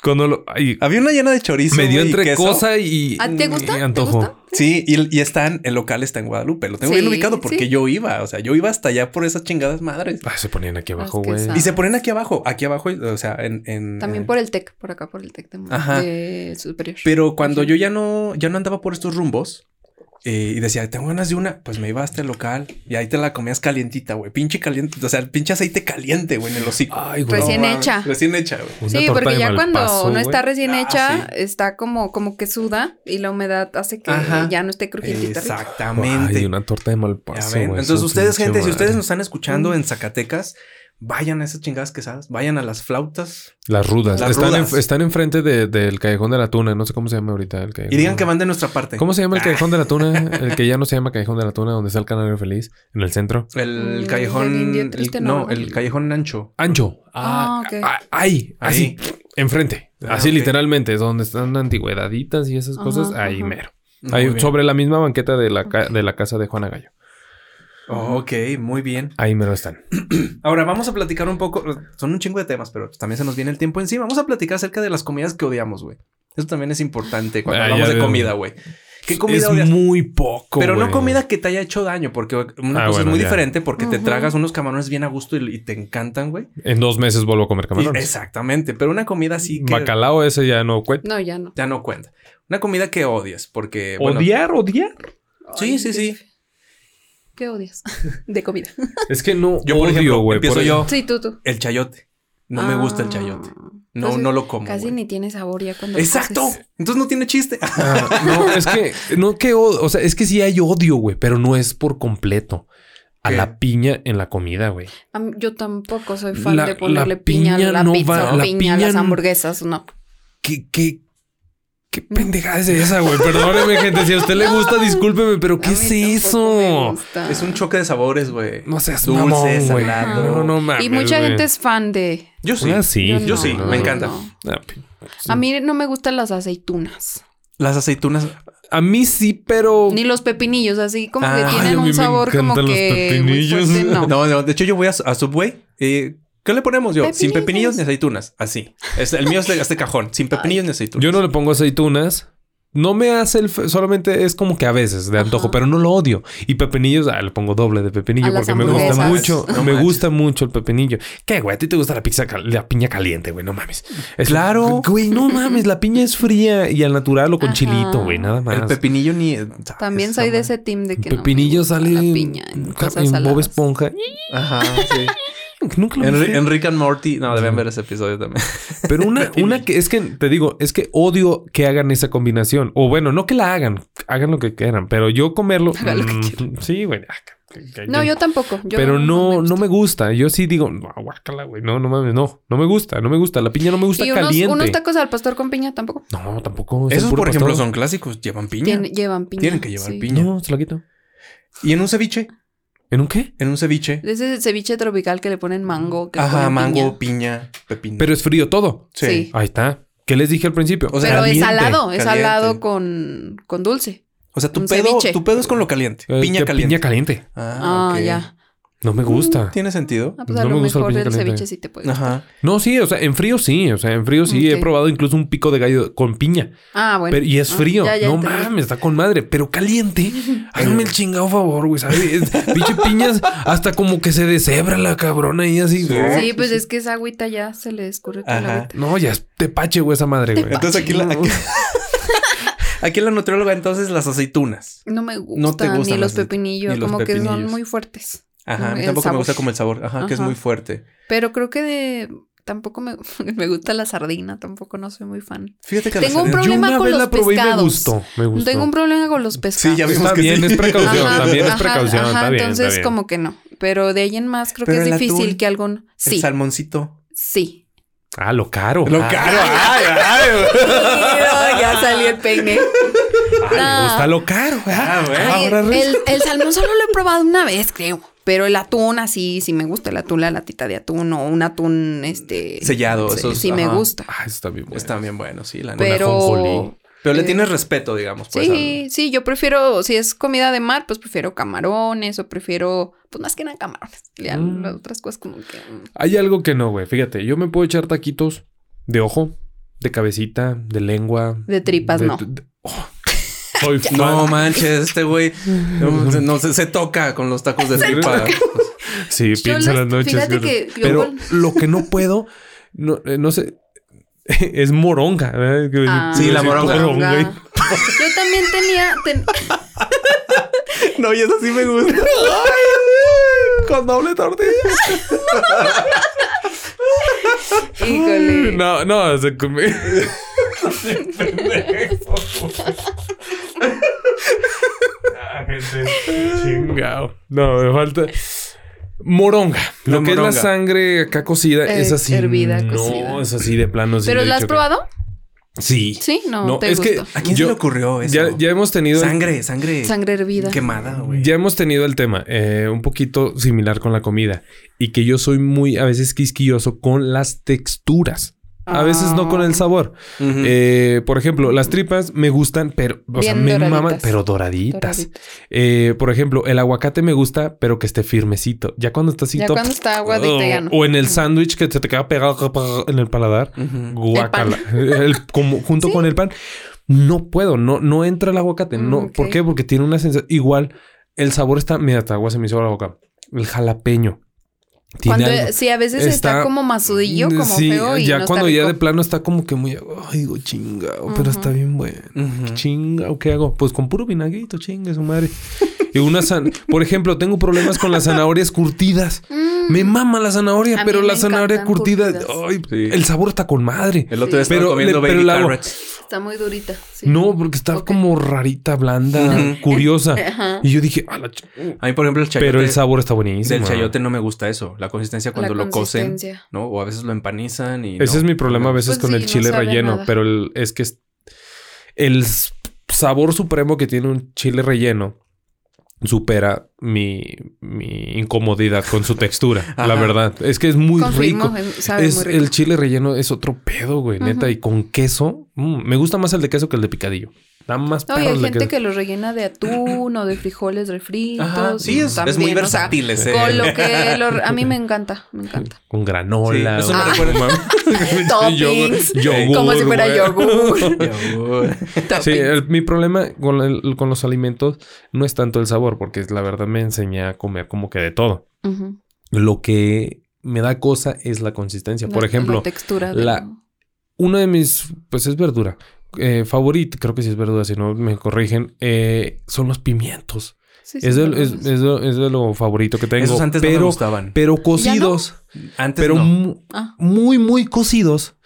Speaker 3: cuando lo. ay,
Speaker 2: Había una llena de chorizo.
Speaker 3: me
Speaker 2: güey,
Speaker 3: dio
Speaker 2: Ah, y
Speaker 3: entre
Speaker 2: queso.
Speaker 3: cosa y.
Speaker 4: ¿Ah, ¿Te gusta?
Speaker 3: y
Speaker 4: ¿Te
Speaker 3: antojo.
Speaker 4: gusta?
Speaker 2: Sí, y, y están, el local está en Guadalupe. Lo tengo bien
Speaker 4: Sí,
Speaker 2: ubicado porque
Speaker 4: sí.
Speaker 2: yo iba. O sea, yo iba hasta allá por esas chingadas madres.
Speaker 3: Ay, Ah, se ponían aquí abajo,
Speaker 4: Las
Speaker 3: güey.
Speaker 4: quesadas.
Speaker 2: Y se ponen aquí abajo, aquí abajo, o sea, en. en-
Speaker 4: Ah. También por el TEC, por acá por el TEC de,
Speaker 2: Ajá.
Speaker 4: de superior.
Speaker 2: Pero cuando yo ya no, ya no andaba por estos rumbos eh, y decía, tengo ganas de una, pues me iba hasta el local y ahí te la comías calientita, güey. Pinche caliente, o sea, el pinche aceite caliente, güey, en el hocico.
Speaker 3: Ay, Ah, güey.
Speaker 4: Recién
Speaker 2: mames,
Speaker 4: hecha.
Speaker 2: Recién hecha, güey.
Speaker 3: Una
Speaker 4: Sí,
Speaker 3: torta
Speaker 4: porque
Speaker 3: de
Speaker 4: ya cuando
Speaker 3: malpaso,
Speaker 4: no
Speaker 3: güey.
Speaker 4: está recién
Speaker 2: Ah,
Speaker 4: hecha,
Speaker 2: sí.
Speaker 4: está como, como que suda y la humedad hace que
Speaker 2: Ajá.
Speaker 4: ya no esté crujientita. rica.
Speaker 2: Exactamente.
Speaker 3: Ay, una torta de mal
Speaker 2: Ya
Speaker 3: paso.
Speaker 2: ven.
Speaker 3: güey,
Speaker 2: Entonces,
Speaker 3: su
Speaker 2: ustedes,
Speaker 3: pinche
Speaker 2: gente, si ustedes
Speaker 3: madre.
Speaker 2: nos están
Speaker 4: Mm.
Speaker 2: escuchando en Zacatecas, vayan a esas chingadas quesadas, vayan a las flautas
Speaker 3: Las rudas.
Speaker 2: Las
Speaker 3: están, en-
Speaker 2: rudas.
Speaker 3: están enfrente de- del Callejón de la Tuna. No sé cómo se llama ahorita el Callejón.
Speaker 2: y digan que Ah. van de nuestra parte.
Speaker 3: ¿Cómo se llama el Callejón de la Tuna? El que ya no se llama Callejón de la Tuna, donde está el Canario Feliz, en el centro.
Speaker 2: Ah, El
Speaker 4: Mm,
Speaker 2: callejón.
Speaker 4: el indio
Speaker 2: el-
Speaker 4: triste,
Speaker 2: no,
Speaker 4: ¿no?
Speaker 2: el callejón ancho.
Speaker 3: Ancho.
Speaker 4: Ah, ok.
Speaker 3: ah, ahí, así. Enfrente.
Speaker 2: Ah,
Speaker 3: así
Speaker 2: ok.
Speaker 3: literalmente, es donde están antigüedaditas y esas
Speaker 4: Ajá,
Speaker 3: cosas. ahí
Speaker 4: ajá.
Speaker 3: mero.
Speaker 2: Muy
Speaker 3: Ahí
Speaker 2: bien.
Speaker 3: sobre la misma banqueta de la, ca- de la casa de Juana Gallo.
Speaker 2: Oh, ok, muy bien.
Speaker 3: Ahí mero están.
Speaker 2: Ahora vamos a platicar un poco. Son un chingo de temas, pero pues también se nos viene el tiempo encima. Vamos a platicar acerca de las comidas que odiamos, güey. Eso también es importante cuando
Speaker 3: Ah,
Speaker 2: hablamos
Speaker 3: ya
Speaker 2: de
Speaker 3: veo.
Speaker 2: comida, güey. ¿Qué comida
Speaker 3: es
Speaker 2: odias?
Speaker 3: muy poco.
Speaker 2: Pero no
Speaker 3: güey.
Speaker 2: comida que te haya hecho daño, porque una cosa
Speaker 3: Ah,
Speaker 2: es
Speaker 3: bueno,
Speaker 2: muy
Speaker 3: ya.
Speaker 2: diferente porque te
Speaker 4: Ujú.
Speaker 2: tragas unos camarones bien a gusto y, y te encantan, güey.
Speaker 3: En dos meses vuelvo a comer
Speaker 2: Y-
Speaker 3: camarones.
Speaker 2: Exactamente, pero una comida así que
Speaker 3: Bacalao ese ya no cuenta.
Speaker 4: No, ya no.
Speaker 2: ya no cuenta. Una comida que odias, porque Eh, bueno,
Speaker 3: ¿Odiar, odiar?
Speaker 2: Sí, sí,
Speaker 4: qué-
Speaker 2: sí.
Speaker 4: ¿Qué odias? De comida.
Speaker 3: Es que no
Speaker 2: Yo,
Speaker 3: odio,
Speaker 2: por ejemplo,
Speaker 3: güey.
Speaker 2: empiezo
Speaker 3: por-
Speaker 2: yo.
Speaker 4: Sí, tú, tú.
Speaker 2: el chayote. No me gusta el
Speaker 4: Ah.
Speaker 2: chayote. No,
Speaker 4: Entonces,
Speaker 2: no lo como.
Speaker 4: Casi
Speaker 2: güey.
Speaker 4: ni tiene sabor ya cuando lo
Speaker 2: Exacto.
Speaker 4: haces.
Speaker 2: Entonces no tiene chiste.
Speaker 3: Ah, no, es que, no que odio, o sea, es que sí hay odio, güey, pero no es por completo. A
Speaker 2: ¿Qué?
Speaker 3: la piña en la comida, güey.
Speaker 4: A mí- Yo tampoco soy fan
Speaker 3: La-
Speaker 4: de ponerle
Speaker 3: la
Speaker 4: piña,
Speaker 3: piña
Speaker 4: a la
Speaker 3: no
Speaker 4: pizza,
Speaker 3: va- la
Speaker 4: piña, a
Speaker 3: piña
Speaker 4: las
Speaker 3: no-
Speaker 4: hamburguesas, no.
Speaker 3: ¿Qué, qué, qué pendejada es esa, güey? Perdóneme, gente. Si a usted le gusta, discúlpeme, pero ¿qué
Speaker 4: A
Speaker 3: es
Speaker 4: mí tampoco me
Speaker 3: eso?
Speaker 4: gusta.
Speaker 2: Es un choque de sabores, güey.
Speaker 3: No seas
Speaker 2: Dulce,
Speaker 3: mamón, güey.
Speaker 2: salado.
Speaker 3: No, no, no, mames,
Speaker 4: Y mucha
Speaker 3: güey.
Speaker 4: gente es fan de.
Speaker 2: Yo sí.
Speaker 3: Ah, sí.
Speaker 2: Yo sí,
Speaker 3: no,
Speaker 2: me
Speaker 3: no,
Speaker 2: encanta.
Speaker 4: no.
Speaker 3: Ah, pi-
Speaker 4: A mí no me gustan las aceitunas.
Speaker 2: Las aceitunas.
Speaker 3: A mí sí, pero.
Speaker 4: Ni los pepinillos, así como
Speaker 2: Ay,
Speaker 4: que
Speaker 3: Ah,
Speaker 4: tienen
Speaker 3: a mí me
Speaker 4: un sabor como
Speaker 3: encantan los
Speaker 4: que. muy fuerte,
Speaker 3: pepinillos.
Speaker 4: no.
Speaker 2: No, no. De hecho, yo voy a, a Subway y. ¿Qué le ponemos yo? Sin
Speaker 4: Pepinillos.
Speaker 2: pepinillos ni aceitunas. Así. Es- el mío es de este cajón. Sin pepinillos ni aceitunas.
Speaker 3: Yo no le pongo aceitunas. No me hace el... fe- Solamente es como que a veces de antojo,
Speaker 4: Ajá.
Speaker 3: pero no lo odio. Y pepinillos, ah, le pongo doble de
Speaker 4: A
Speaker 3: pepinillo
Speaker 4: las
Speaker 3: porque me gusta
Speaker 4: hamburguesas.
Speaker 3: mucho.
Speaker 2: No
Speaker 3: me
Speaker 2: manches.
Speaker 3: gusta mucho el pepinillo. ¿Qué, güey? ¿A ti te gusta la pizza cal- la piña caliente, güey? No mames. Es-
Speaker 2: Claro.
Speaker 3: Güey, no mames. La piña es fría y al natural o con
Speaker 4: Ajá.
Speaker 3: chilito, güey. Nada más.
Speaker 2: El pepinillo ni.
Speaker 4: También soy de ese team de que. no me
Speaker 3: pepinillo
Speaker 4: gusta
Speaker 3: sale
Speaker 4: La
Speaker 3: en-
Speaker 4: piña.
Speaker 3: en,
Speaker 4: En, cosas
Speaker 3: en Bob
Speaker 4: saladas.
Speaker 3: Esponja.
Speaker 2: Ajá, sí.
Speaker 3: Nunca lo
Speaker 2: En,
Speaker 3: viste.
Speaker 2: Rick and Morty. No, deben ver ese episodio también.
Speaker 3: Pero una, una que es que te digo, es que odio que hagan esa combinación. O bueno, no que la hagan, hagan lo que quieran, pero yo comerlo.
Speaker 4: Hagan lo que
Speaker 3: mm, sí, güey. ah, que- que-
Speaker 4: No, yo tampoco. yo
Speaker 3: pero no,
Speaker 4: me
Speaker 3: no me gusta. Yo sí digo, no, guácala, güey. No, no mames, no, no me gusta, no me gusta. La piña no me
Speaker 4: gusta.
Speaker 3: gusta
Speaker 4: Y unos,
Speaker 3: caliente.
Speaker 4: unos tacos al pastor con piña tampoco.
Speaker 3: No, tampoco. es el
Speaker 2: Esos,
Speaker 3: puro
Speaker 2: por ejemplo,
Speaker 3: pastor.
Speaker 2: son clásicos. Llevan piña.
Speaker 4: Tiene- llevan piña.
Speaker 2: Tienen que llevar
Speaker 4: sí.
Speaker 2: piña.
Speaker 3: No, se la quito.
Speaker 2: Y en un ceviche.
Speaker 3: ¿En un qué?
Speaker 2: En un ceviche.
Speaker 4: De ese ceviche tropical que le ponen mango. Que le
Speaker 2: Ajá,
Speaker 4: ponen
Speaker 2: mango,
Speaker 4: piña.
Speaker 2: piña, pepino.
Speaker 3: Pero es frío todo.
Speaker 4: sí.
Speaker 3: Ahí está. ¿Qué les dije al principio?
Speaker 2: O sea,
Speaker 4: Pero es
Speaker 2: caliente,
Speaker 4: salado, es
Speaker 2: caliente.
Speaker 4: salado con, con dulce.
Speaker 2: O sea, tu
Speaker 4: un
Speaker 2: pedo,
Speaker 4: ceviche.
Speaker 2: tu pedo es con lo caliente.
Speaker 3: Eh,
Speaker 2: Piña
Speaker 3: que
Speaker 2: caliente.
Speaker 3: Piña caliente.
Speaker 4: Ah,
Speaker 2: ok.
Speaker 4: ya.
Speaker 3: No me gusta.
Speaker 2: ¿Tiene sentido?
Speaker 4: Ah, pues a
Speaker 3: No
Speaker 4: lo
Speaker 3: me gusta la
Speaker 4: mejor
Speaker 3: piña
Speaker 4: el
Speaker 3: caliente.
Speaker 4: ceviche sí te puede. gustar.
Speaker 2: Ajá.
Speaker 3: No, sí, o sea, en frío sí. O sea, en frío sí he
Speaker 4: Ok.
Speaker 3: probado incluso un pico de gallo con piña.
Speaker 4: Ah, bueno.
Speaker 3: Pero- y es
Speaker 4: Ah,
Speaker 3: frío.
Speaker 4: ya, ya
Speaker 3: no
Speaker 4: entendí.
Speaker 3: mames, está con madre. Pero caliente. Háganme el chingado favor, güey. ¿sabes? Es- Pinche piñas, hasta como que se deshebra la cabrona y así. güey.
Speaker 4: Sí, pues es que esa agüita ya se le escurre con
Speaker 2: Ajá.
Speaker 4: la agüita.
Speaker 3: No, ya es tepache, güey, esa madre, güey.
Speaker 2: Entonces aquí la, aquí, aquí la nutrióloga, entonces las aceitunas.
Speaker 4: No me gustan,
Speaker 2: gustan
Speaker 4: ni los
Speaker 2: las de-
Speaker 4: pepinillos,
Speaker 2: ni los
Speaker 4: como que son
Speaker 2: pepinillos.
Speaker 4: muy fuertes.
Speaker 2: Ajá. A mí
Speaker 4: Mm, El
Speaker 2: tampoco me
Speaker 4: sabor.
Speaker 2: gusta como el sabor. Ajá, que es
Speaker 4: Ajá.
Speaker 2: muy fuerte.
Speaker 4: Pero creo que de... Tampoco me, me gusta la sardina, tampoco no soy muy fan.
Speaker 2: Fíjate que
Speaker 4: Tengo un
Speaker 2: aceitunas-
Speaker 3: Yo
Speaker 4: problema
Speaker 3: una
Speaker 4: con
Speaker 3: vez
Speaker 4: los
Speaker 3: la probé y me
Speaker 4: pescados.
Speaker 3: gustó. Me gustó.
Speaker 4: Tengo un problema con los pescados.
Speaker 2: ya vimos
Speaker 3: Está
Speaker 2: que
Speaker 3: bien,
Speaker 2: sí.
Speaker 3: es precaución.
Speaker 4: Ajá,
Speaker 3: también es
Speaker 4: ajá,
Speaker 3: precaución.
Speaker 4: ajá,
Speaker 3: está bien, está
Speaker 4: entonces
Speaker 3: bien.
Speaker 4: como que no. Pero de ahí en más creo
Speaker 2: Pero
Speaker 4: que es
Speaker 2: el atún,
Speaker 4: difícil que algo... no-
Speaker 2: El
Speaker 4: Sí,
Speaker 2: salmoncito.
Speaker 4: sí.
Speaker 3: Ah, lo caro.
Speaker 2: Lo
Speaker 3: Ah,
Speaker 2: caro. Ay, ay.
Speaker 4: Mira, ya salió el peine. No.
Speaker 3: le gusta lo caro.
Speaker 2: Ah, bueno.
Speaker 4: Ay,
Speaker 2: Ahora resulta.
Speaker 4: el, el salmón solo lo he probado una vez, creo. Pero el atún, así, sí me gusta el atún, la latita de atún o un atún, este...
Speaker 2: Sellado,
Speaker 4: Sí,
Speaker 2: esos,
Speaker 4: sí me
Speaker 2: ajá.
Speaker 4: gusta.
Speaker 3: Ah, eso está bien bueno.
Speaker 2: Está bien bueno, sí, la neta.
Speaker 4: Pero...
Speaker 3: ajonjolí.
Speaker 2: Pero le
Speaker 4: eh,
Speaker 2: tienes respeto, digamos. pues,
Speaker 4: Sí, sí, yo prefiero, si es comida de mar, pues prefiero camarones o prefiero, pues más que nada camarones. Ya,
Speaker 3: Mm.
Speaker 4: las otras cosas como que... mm.
Speaker 3: Hay algo que no, güey. Fíjate, yo me puedo echar taquitos de ojo, de cabecita, de lengua.
Speaker 4: De tripas, no.
Speaker 3: de- oh. Soy
Speaker 2: al-
Speaker 3: fan.
Speaker 2: No manches, este güey no, se- no, se, se toca con los tacos de tripa.
Speaker 3: Sí,
Speaker 4: Yo
Speaker 3: piensa
Speaker 4: les-
Speaker 3: las noches.
Speaker 4: fíjate
Speaker 3: pero-
Speaker 4: que yo
Speaker 3: pero
Speaker 4: con-
Speaker 3: lo que no puedo, no, eh, no sé, es moronga. ¿verdad? Que-
Speaker 4: Ah,
Speaker 2: Sí, la
Speaker 3: decir
Speaker 2: moronga.
Speaker 3: y-
Speaker 4: Yo también tenía... ten-
Speaker 2: No, y eso sí me gusta. con doble tortilla.
Speaker 4: Híjole.
Speaker 3: No, no, o sea, come- Chingao. No, me falta. Moronga.
Speaker 2: La
Speaker 3: Lo que
Speaker 2: moronga.
Speaker 3: es la sangre acá cocida
Speaker 4: Eh,
Speaker 3: es así. Mm,
Speaker 4: hervida,
Speaker 3: no,
Speaker 4: cocida.
Speaker 3: es así de plano. pues sí
Speaker 4: ¿Pero
Speaker 3: le he
Speaker 4: la has
Speaker 3: dicho que-
Speaker 4: probado?
Speaker 3: Sí.
Speaker 4: Sí, no,
Speaker 3: No,
Speaker 4: te
Speaker 3: es que-
Speaker 4: gustó.
Speaker 2: ¿A quién
Speaker 3: Yo-
Speaker 2: se le ocurrió eso?
Speaker 3: Ya, ya hemos tenido. el-
Speaker 2: Sangre, sangre.
Speaker 4: Sangre hervida.
Speaker 2: Quemada, güey.
Speaker 3: Ya hemos tenido el tema eh, un poquito similar con la comida y que yo soy muy a veces quisquilloso con las texturas. A veces no
Speaker 4: Ah.
Speaker 3: con el sabor.
Speaker 2: Ujú.
Speaker 3: Eh, por ejemplo, las tripas me gustan, pero o sea,
Speaker 4: Bien
Speaker 3: me
Speaker 4: doraditas.
Speaker 3: maman, pero doraditas.
Speaker 4: Doraditas.
Speaker 3: Eh, por ejemplo, el aguacate me gusta, pero que esté firmecito. Ya cuando está así
Speaker 4: Ya
Speaker 3: top- Oh,
Speaker 4: cuando está aguadita ya no.
Speaker 3: o, o en el sándwich que se te queda pegado en el paladar.
Speaker 2: Ujú.
Speaker 3: Guácala. El- como, junto
Speaker 4: Sí.
Speaker 3: con el pan. No puedo, no, no entra el aguacate.
Speaker 4: Mm,
Speaker 3: no,
Speaker 4: ok.
Speaker 3: ¿Por qué? Porque tiene una sensación. Igual, el sabor está. Mira, hasta agua se me hizo la boca. El jalapeño. Tiene
Speaker 4: Cuando,
Speaker 3: algo.
Speaker 4: sí, a veces está,
Speaker 3: Está- mm,
Speaker 4: como masudillo, como
Speaker 3: Sí,
Speaker 4: feo y
Speaker 3: ya
Speaker 4: no está
Speaker 3: cuando ya
Speaker 4: rico.
Speaker 3: de plano está como que muy. Ay, digo, chingao, pero está bien bueno.
Speaker 2: Ujú.
Speaker 3: Chinga, ¿o ¿qué hago? Pues con puro vinagrito, chinga su madre. Y una zan- Por ejemplo, tengo problemas con las zanahorias curtidas.
Speaker 4: Mm.
Speaker 3: Me mama la zanahoria,
Speaker 4: A mí
Speaker 3: pero
Speaker 4: me
Speaker 3: la zanahoria
Speaker 4: encantan
Speaker 3: curtida,
Speaker 4: curtidas.
Speaker 3: ay,
Speaker 2: Sí.
Speaker 3: el sabor está con madre.
Speaker 2: El otro día estaba
Speaker 3: Pero le-
Speaker 2: comiendo
Speaker 3: pero
Speaker 2: baby
Speaker 3: el agua-
Speaker 2: carrots.
Speaker 4: Está muy durita. sí.
Speaker 3: No, porque está
Speaker 4: Ok.
Speaker 3: como rarita, blanda,
Speaker 2: Ujú.
Speaker 3: curiosa.
Speaker 4: Ajá.
Speaker 3: Y yo dije, "A la ch-".
Speaker 2: A mí, por ejemplo, el chayote.
Speaker 3: pero el sabor está
Speaker 2: Del
Speaker 3: buenísimo.
Speaker 2: chayote no me gusta eso. La consistencia cuando
Speaker 4: La
Speaker 2: lo cocen.
Speaker 4: consistencia.
Speaker 2: ¿No? O a veces lo empanizan y.
Speaker 3: Ese
Speaker 2: no.
Speaker 3: es mi problema a veces
Speaker 4: Pues
Speaker 3: con
Speaker 4: sí,
Speaker 3: el
Speaker 4: no
Speaker 3: chile
Speaker 4: sabe a
Speaker 3: relleno,
Speaker 4: nada.
Speaker 3: pero el- es que es- el s- sabor supremo que tiene un chile relleno supera mi, mi incomodidad con su textura,
Speaker 2: Ajá.
Speaker 3: la verdad. Es que es muy
Speaker 4: Confirmo,
Speaker 3: rico.
Speaker 4: eh, sabe
Speaker 3: Es-
Speaker 4: muy rico.
Speaker 3: El chile relleno es otro pedo, güey, neta.
Speaker 4: Ujú.
Speaker 3: Y con queso, mm, me gusta más el de queso que el de picadillo. Da más
Speaker 4: No, y
Speaker 3: perro
Speaker 4: hay
Speaker 3: el de
Speaker 4: gente
Speaker 3: queso.
Speaker 4: que lo rellena de atún o de frijoles refritos.
Speaker 2: Ajá, sí, es, es muy
Speaker 4: también, o sea,
Speaker 2: versátil ese.
Speaker 4: con lo que lo- a mí me encanta, me encanta.
Speaker 3: Con granola.
Speaker 2: Sí, eso me
Speaker 3: güey.
Speaker 2: recuerda-
Speaker 4: Toppings. Como si fuera
Speaker 3: güey.
Speaker 4: yogur.
Speaker 2: Yogur.
Speaker 3: Sí, el- mi problema con, el- con los alimentos no es tanto el sabor, porque la verdad me enseñé a comer como que de todo.
Speaker 4: Ujú.
Speaker 3: Lo que me da cosa es la consistencia. Por
Speaker 4: La-
Speaker 3: ejemplo,
Speaker 4: la textura. de-
Speaker 3: la- uno de mis, pues es verdura, eh, favorito, creo que sí es verdura, si no me corrigen, eh, son los pimientos.
Speaker 4: Sí, sí,
Speaker 3: es, de,
Speaker 4: perdón.
Speaker 3: es- es de- es de lo favorito que tengo.
Speaker 2: Esos antes no me
Speaker 3: pero,
Speaker 2: gustaban.
Speaker 3: pero cocidos,
Speaker 2: Antes
Speaker 3: pero
Speaker 2: no.
Speaker 3: mu-
Speaker 4: Ah,
Speaker 3: muy, muy cocidos.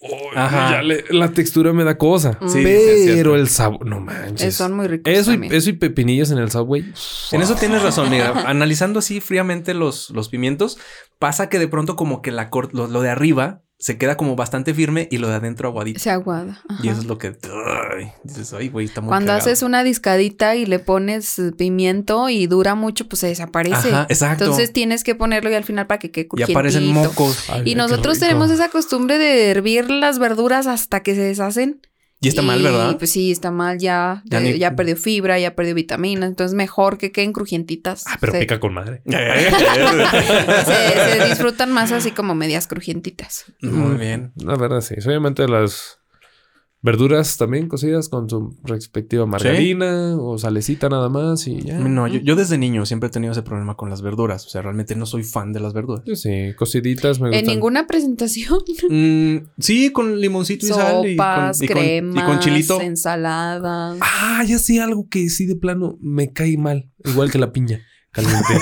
Speaker 3: Oh,
Speaker 2: Ajá.
Speaker 3: ya le- la textura me da cosa.
Speaker 4: Sí, sí, es
Speaker 2: cierto.
Speaker 3: pero el sabor, no manches.
Speaker 4: son muy ricos.
Speaker 3: Eso y,
Speaker 4: también.
Speaker 3: eso y pepinillos en el subway.
Speaker 2: En eso tienes razón, mira. Analizando así fríamente los, los pimientos, pasa que de pronto como que la cor- lo, lo de arriba se queda como bastante firme y lo de adentro aguadito.
Speaker 4: Se aguada. ajá.
Speaker 2: Y eso es lo que... ay, dices, ay, güey, está muy
Speaker 4: Cuando
Speaker 2: cagado".
Speaker 4: haces una discadita y le pones eh, pimiento y dura mucho, pues se desaparece.
Speaker 2: Ajá, exacto.
Speaker 4: Entonces tienes que ponerlo y al final para que quede
Speaker 2: y
Speaker 4: crujientito.
Speaker 2: aparecen mocos.
Speaker 3: Ay,
Speaker 4: Y
Speaker 3: qué
Speaker 4: nosotros
Speaker 3: rico.
Speaker 4: tenemos esa costumbre de hervir las verduras hasta que se deshacen.
Speaker 2: Y está mal, ¿verdad?
Speaker 4: Pues sí, está mal, ya,
Speaker 2: Ya
Speaker 4: ya,
Speaker 2: ni-
Speaker 4: ya perdió fibra, ya perdió vitamina, entonces mejor que queden crujientitas.
Speaker 3: Ah, pero
Speaker 4: se,
Speaker 3: pica con madre.
Speaker 4: se- se disfrutan más así como medias crujientitas.
Speaker 2: muy bien.
Speaker 3: La verdad, sí. Soy amante de las verduras también cocidas con su respectiva margarina o salecita nada más y ya.
Speaker 2: No, yo, yo desde niño siempre he tenido ese problema con las verduras. O sea, realmente no soy fan de las verduras.
Speaker 3: Yo sí, cociditas me
Speaker 4: En
Speaker 3: gustan.
Speaker 4: ninguna presentación,
Speaker 2: Mm, sí, con limoncito y sal. Y con,
Speaker 4: sopas,
Speaker 2: y con- y con
Speaker 4: cremas,
Speaker 2: chilito.
Speaker 4: ensaladas.
Speaker 3: Ah, ya sí, algo que sí de plano me cae mal. Igual que la piña caliente.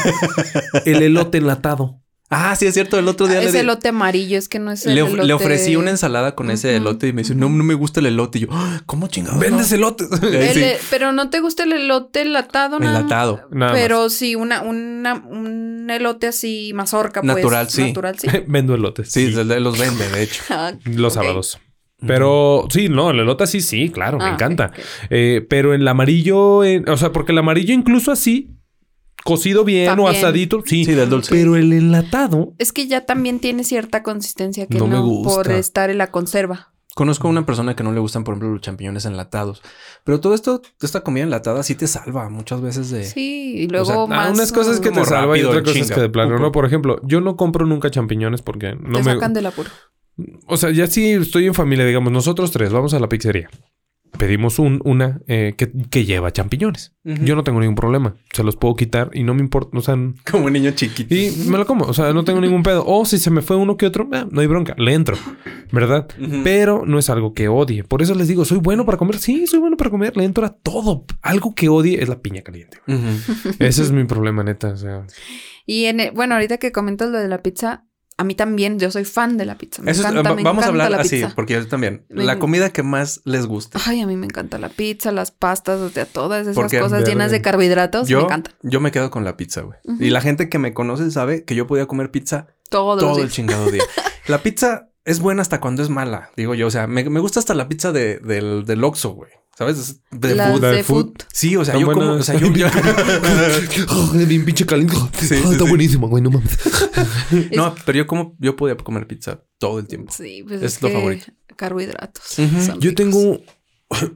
Speaker 3: el elote enlatado.
Speaker 2: Ah, sí, es cierto. El otro día
Speaker 4: es
Speaker 2: le,
Speaker 4: elote amarillo, es que no es el
Speaker 2: le, of-
Speaker 4: elote...
Speaker 2: le ofrecí una ensalada con ese
Speaker 4: Ujú.
Speaker 2: elote y me dice, no, no me gusta el elote. Y yo, "Ah, ¿cómo chingado?
Speaker 3: Vendes elotes.
Speaker 4: El-
Speaker 2: sí.
Speaker 4: eh, Pero no te gusta el elote enlatado, nada más?
Speaker 2: Enlatado.
Speaker 3: Nada más.
Speaker 4: pero sí, una, una, un elote así mazorca.
Speaker 2: Natural,
Speaker 4: pues,
Speaker 2: sí.
Speaker 4: Natural, sí.
Speaker 3: Vendo elotes.
Speaker 2: Sí, de- de- los vende, de hecho.
Speaker 4: Ah,
Speaker 3: Los
Speaker 4: ok.
Speaker 3: sábados. Pero sí, no, el elote así, sí, claro, me
Speaker 4: Ah,
Speaker 3: encanta.
Speaker 4: ok, ok.
Speaker 3: Eh, pero el amarillo, en- o sea, porque el amarillo incluso así, cocido bien o
Speaker 4: También.
Speaker 3: asadito, sí.
Speaker 5: Sí, del dulce.
Speaker 3: Pero el enlatado,
Speaker 4: Es que ya también tiene cierta consistencia que
Speaker 5: No
Speaker 4: no,
Speaker 5: me gusta.
Speaker 4: por estar en la conserva.
Speaker 5: Conozco a una persona que no le gustan, por ejemplo, los champiñones enlatados. Pero todo esto, esta comida enlatada sí te salva muchas veces de...
Speaker 4: Sí, y
Speaker 5: O sea,
Speaker 4: luego
Speaker 2: ah,
Speaker 4: más.
Speaker 3: Ah, unas cosas es que
Speaker 5: como
Speaker 3: te salva y
Speaker 5: rápido,
Speaker 3: otras
Speaker 5: en
Speaker 3: cosas
Speaker 5: chinga.
Speaker 3: que de plano,
Speaker 5: Pum,
Speaker 3: ¿no?
Speaker 5: pum.
Speaker 3: Por ejemplo, yo no compro nunca champiñones porque no
Speaker 4: te
Speaker 3: me...
Speaker 4: sacan del apuro.
Speaker 3: O sea, ya sí estoy en familia, digamos, nosotros tres, vamos a la pizzería. Pedimos un, una eh, que, que lleva champiñones.
Speaker 2: Ujú.
Speaker 3: Yo no tengo ningún problema. Se los puedo quitar y no me importa. O sea, n-
Speaker 5: Como un niño chiquito.
Speaker 3: y me lo como. O sea, no tengo ningún pedo. O si se me fue uno que otro, eh, no hay bronca. Le entro. ¿Verdad?
Speaker 5: Ujú.
Speaker 3: Pero no es algo que odie. Por eso les digo, soy bueno para comer. Sí, soy bueno para comer. Le entro a todo. Algo que odie es la piña caliente.
Speaker 5: Ujú.
Speaker 3: Ese es mi problema, neta. O sea,
Speaker 4: Y en el- bueno, ahorita que comentas lo de la pizza, a mí también, yo soy fan de la pizza. Me
Speaker 2: Eso es-
Speaker 4: encanta,
Speaker 2: va-
Speaker 4: me
Speaker 2: vamos a
Speaker 4: encanta
Speaker 2: hablar
Speaker 4: la
Speaker 2: así,
Speaker 4: pizza.
Speaker 2: porque yo también.
Speaker 4: Me
Speaker 2: La
Speaker 4: en-
Speaker 2: comida que más les gusta.
Speaker 4: Ay, a mí me encanta la pizza, las pastas, o sea, todas esas
Speaker 2: Porque,
Speaker 4: cosas llenas
Speaker 2: verga,
Speaker 4: de carbohidratos. me
Speaker 2: Yo,
Speaker 4: encanta.
Speaker 2: yo me quedo con la pizza, güey.
Speaker 4: Ujú.
Speaker 2: Y la gente que me conoce sabe que yo podía comer pizza
Speaker 4: Todos los
Speaker 2: todo el
Speaker 4: días.
Speaker 2: chingado día. La pizza es buena hasta cuando es mala, digo yo. O sea, me, me gusta hasta la pizza de, del, del Oxxo, güey. ¿Sabes? De
Speaker 4: Las
Speaker 2: food.
Speaker 3: la de
Speaker 4: de food.
Speaker 2: Sí, o sea,
Speaker 3: Tan
Speaker 2: yo como...
Speaker 3: buena,
Speaker 2: O sea,
Speaker 3: está
Speaker 2: yo, yo-
Speaker 3: Oh, bien pinche caliente. Ah,
Speaker 2: Sí, sí, sí.
Speaker 3: buenísimo, güey. No mames.
Speaker 2: no, pero yo como... Yo podía comer pizza todo el tiempo.
Speaker 4: Sí, pues
Speaker 2: Es
Speaker 4: es,
Speaker 2: lo
Speaker 4: que
Speaker 2: favorito.
Speaker 4: carbohidratos.
Speaker 2: Ujú.
Speaker 4: son
Speaker 3: Yo
Speaker 4: ricos.
Speaker 3: tengo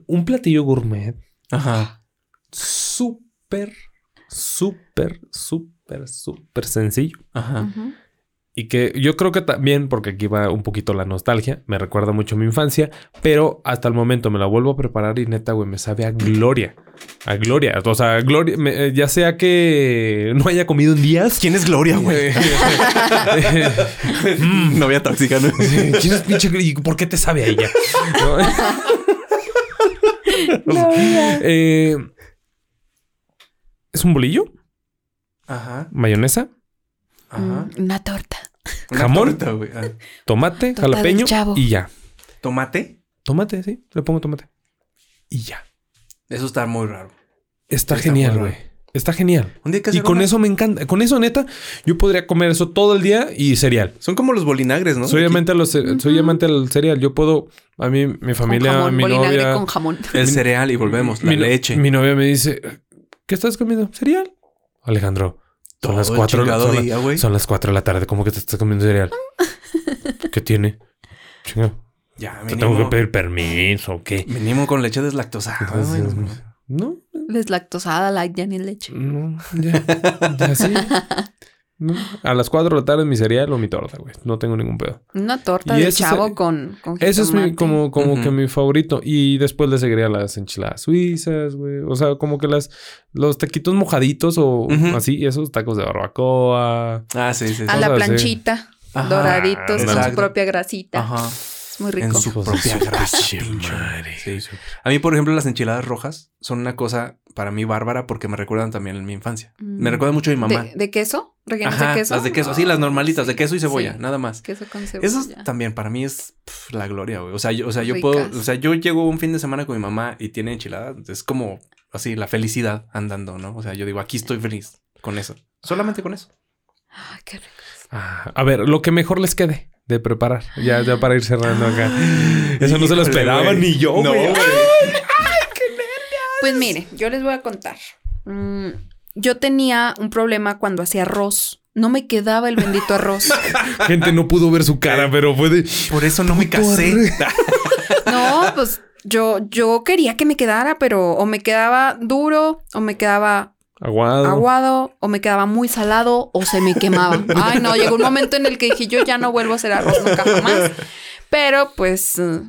Speaker 3: un platillo gourmet
Speaker 2: Ajá.
Speaker 3: súper, súper, súper, súper sencillo.
Speaker 2: Ajá.
Speaker 4: Ujú.
Speaker 3: Y que yo creo que también, porque aquí va un poquito la nostalgia, me recuerda mucho a mi infancia, pero hasta el momento me la vuelvo a preparar y neta, güey, me sabe a gloria. A gloria. O sea, a gloria, me- eh, ya sea que no haya comido en días. Eh,
Speaker 2: ¿Quién es Gloria, güey? Novia tóxica, ¿no?
Speaker 3: ¿Quién es pinche Gloria? ¿Y por qué te sabe a ella? ¿No? Eh, es un bolillo,
Speaker 2: Ajá.
Speaker 3: mayonesa,
Speaker 2: Ajá.
Speaker 4: Mm, Una torta.
Speaker 2: Una
Speaker 3: Jamón.
Speaker 2: torta, güey. Ah,
Speaker 3: tomate,
Speaker 4: Torta del
Speaker 3: jalapeño
Speaker 4: chavo.
Speaker 3: y ya.
Speaker 2: Tomate.
Speaker 3: Tomate, sí, le pongo tomate. Y ya.
Speaker 2: Eso está muy raro.
Speaker 3: Está,
Speaker 2: Está
Speaker 3: genial,
Speaker 2: muy
Speaker 3: güey. Está genial.
Speaker 2: Un día hay que
Speaker 3: Y
Speaker 2: hacer
Speaker 3: con
Speaker 2: una-
Speaker 3: eso me encanta. Con eso, neta, yo podría comer eso todo el día y cereal.
Speaker 2: Son como los bolinagres, ¿no?
Speaker 3: Soy
Speaker 2: Aquí-
Speaker 3: amante, a los, ce- soy
Speaker 4: Ujú.
Speaker 3: amante al cereal. Yo puedo, a mí, mi familia,
Speaker 4: con jamón,
Speaker 3: mi
Speaker 4: bolinagre
Speaker 3: novia.
Speaker 4: con jamón.
Speaker 2: El cereal y volvemos. La
Speaker 3: mi no-
Speaker 2: leche.
Speaker 3: Mi novia me dice, ¿qué estás comiendo? ¿Cereal? Alejandro, son
Speaker 2: Todo
Speaker 3: las
Speaker 2: el
Speaker 3: cuatro.
Speaker 2: chingado
Speaker 3: son la-
Speaker 2: día, güey.
Speaker 3: Son las 4 de la tarde, ¿cómo que te estás comiendo cereal? ¿Qué tiene? Chinga,
Speaker 2: Ya,
Speaker 3: te tengo que
Speaker 2: mínimo. Ah,
Speaker 3: pedir permiso o qué.
Speaker 2: Venimos con leche deslactosada. güey.
Speaker 3: Entonces, no,
Speaker 4: Deslactosada, light, ya ni leche.
Speaker 3: no, ya, ya sí. No, A las 4 de la tarde mi cereal o mi torta, güey. No tengo ningún pedo.
Speaker 4: Una torta
Speaker 3: Y
Speaker 4: de
Speaker 3: eso
Speaker 4: chavo
Speaker 3: se-
Speaker 4: con, con
Speaker 3: Eso es mi,
Speaker 4: jitomate.
Speaker 3: como, como
Speaker 2: Ujú.
Speaker 3: que mi favorito. Y después le seguiría las enchiladas suizas, güey. O sea, como que las, los taquitos mojaditos o
Speaker 2: Ujú.
Speaker 3: así, esos tacos de barbacoa.
Speaker 2: Ah, sí, sí. sí.
Speaker 4: A
Speaker 3: Cosas
Speaker 4: la
Speaker 3: así.
Speaker 4: planchita.
Speaker 2: Ajá,
Speaker 4: doraditos con
Speaker 2: exacto.
Speaker 4: su propia grasita.
Speaker 2: Ajá.
Speaker 4: Es muy
Speaker 2: En
Speaker 4: rico.
Speaker 2: su
Speaker 3: Hijos de
Speaker 2: propia
Speaker 3: su
Speaker 2: grasa,
Speaker 3: pinche
Speaker 2: pinche
Speaker 3: madre.
Speaker 2: Sí, sí. A mí, por ejemplo, las enchiladas rojas son una cosa para mí bárbara porque me recuerdan también en mi infancia.
Speaker 4: Mm.
Speaker 2: Me recuerda mucho a mi mamá.
Speaker 4: ¿De, de queso? ¿Rellenas
Speaker 2: Ajá,
Speaker 4: de queso?
Speaker 2: las de queso. Sí, las
Speaker 4: Ay,
Speaker 2: normalitas, de
Speaker 4: sí,
Speaker 2: queso y cebolla,
Speaker 4: sí.
Speaker 2: nada más.
Speaker 4: Queso con cebolla.
Speaker 2: Eso también para mí es pf, la gloria, güey. O sea, yo, o sea, yo
Speaker 4: Ricas.
Speaker 2: puedo, o sea, yo llego un fin de semana con mi mamá y tiene enchiladas. Es como así la felicidad andando, ¿no? O sea, yo digo, aquí estoy feliz con eso. Solamente con eso.
Speaker 4: Ay, qué rico.
Speaker 3: Ah, a ver, lo que mejor les quede de preparar. Ya, ya para ir cerrando acá. Eso no se
Speaker 2: Híjole,
Speaker 3: lo esperaba
Speaker 2: güey.
Speaker 3: ni yo,
Speaker 2: No,
Speaker 3: güey.
Speaker 2: güey.
Speaker 4: Pues mire, yo les voy a contar. Mm, yo tenía un problema cuando hacía arroz. No me quedaba el bendito arroz.
Speaker 3: Gente no pudo ver su cara, pero fue de...
Speaker 2: Por eso no me casé.
Speaker 4: No, pues yo, yo quería que me quedara, pero o me quedaba duro, o me quedaba
Speaker 3: Aguado.
Speaker 4: aguado, o me quedaba muy salado, o se me quemaba. Ay, no, llegó un momento en el que dije, yo ya no vuelvo a hacer arroz nunca jamás. Pero pues eh,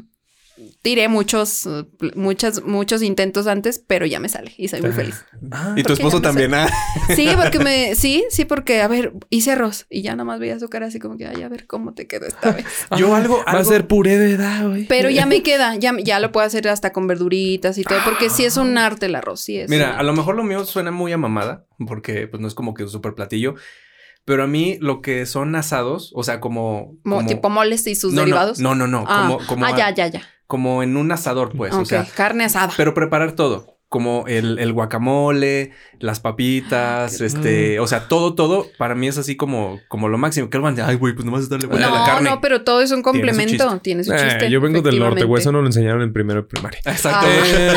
Speaker 4: tiré muchos, eh, pl- muchas, muchos intentos antes, pero ya me sale y soy muy feliz.
Speaker 2: Ah,
Speaker 4: tu esposo también,
Speaker 2: ah.
Speaker 4: Sí, porque me, sí, sí, porque, a ver, hice arroz y ya nomás veía su cara así como que, ay, a ver cómo te quedó esta vez.
Speaker 2: Yo algo,
Speaker 3: Va a
Speaker 2: algo-
Speaker 3: ser puré de edad, güey.
Speaker 4: Pero ya me queda, ya, ya lo puedo hacer hasta con verduritas y todo, porque sí es un arte el arroz, sí
Speaker 2: Ah.
Speaker 4: es.
Speaker 2: Mira,
Speaker 4: un-
Speaker 2: a lo mejor lo mío suena muy a mamada, porque pues no es como que un super platillo, pero a mí lo que son asados, o sea, como...
Speaker 4: mo-
Speaker 2: como-
Speaker 4: tipo moles y sus
Speaker 2: no, no,
Speaker 4: derivados.
Speaker 2: No, no, no,
Speaker 4: ah,
Speaker 2: como, como,
Speaker 4: ah,
Speaker 2: a-
Speaker 4: ya, ya, ya.
Speaker 2: como en un asador, pues,
Speaker 4: ok,
Speaker 2: o sea,
Speaker 4: carne asada.
Speaker 2: pero preparar todo. como el, el guacamole, las
Speaker 4: Ah,
Speaker 2: papitas, este, o sea, todo, todo, para mí es así como, como lo máximo. Que el van de, ay, güey, pues nomás es darle vuelta a la
Speaker 4: No,
Speaker 2: carne.
Speaker 4: no, pero todo es un complemento. Tiene su
Speaker 3: Eh,
Speaker 4: chiste.
Speaker 3: yo vengo del norte, güey. Eso
Speaker 4: efectivamente.
Speaker 3: no lo enseñaron en primero de primaria.
Speaker 2: Exacto.
Speaker 3: Eh,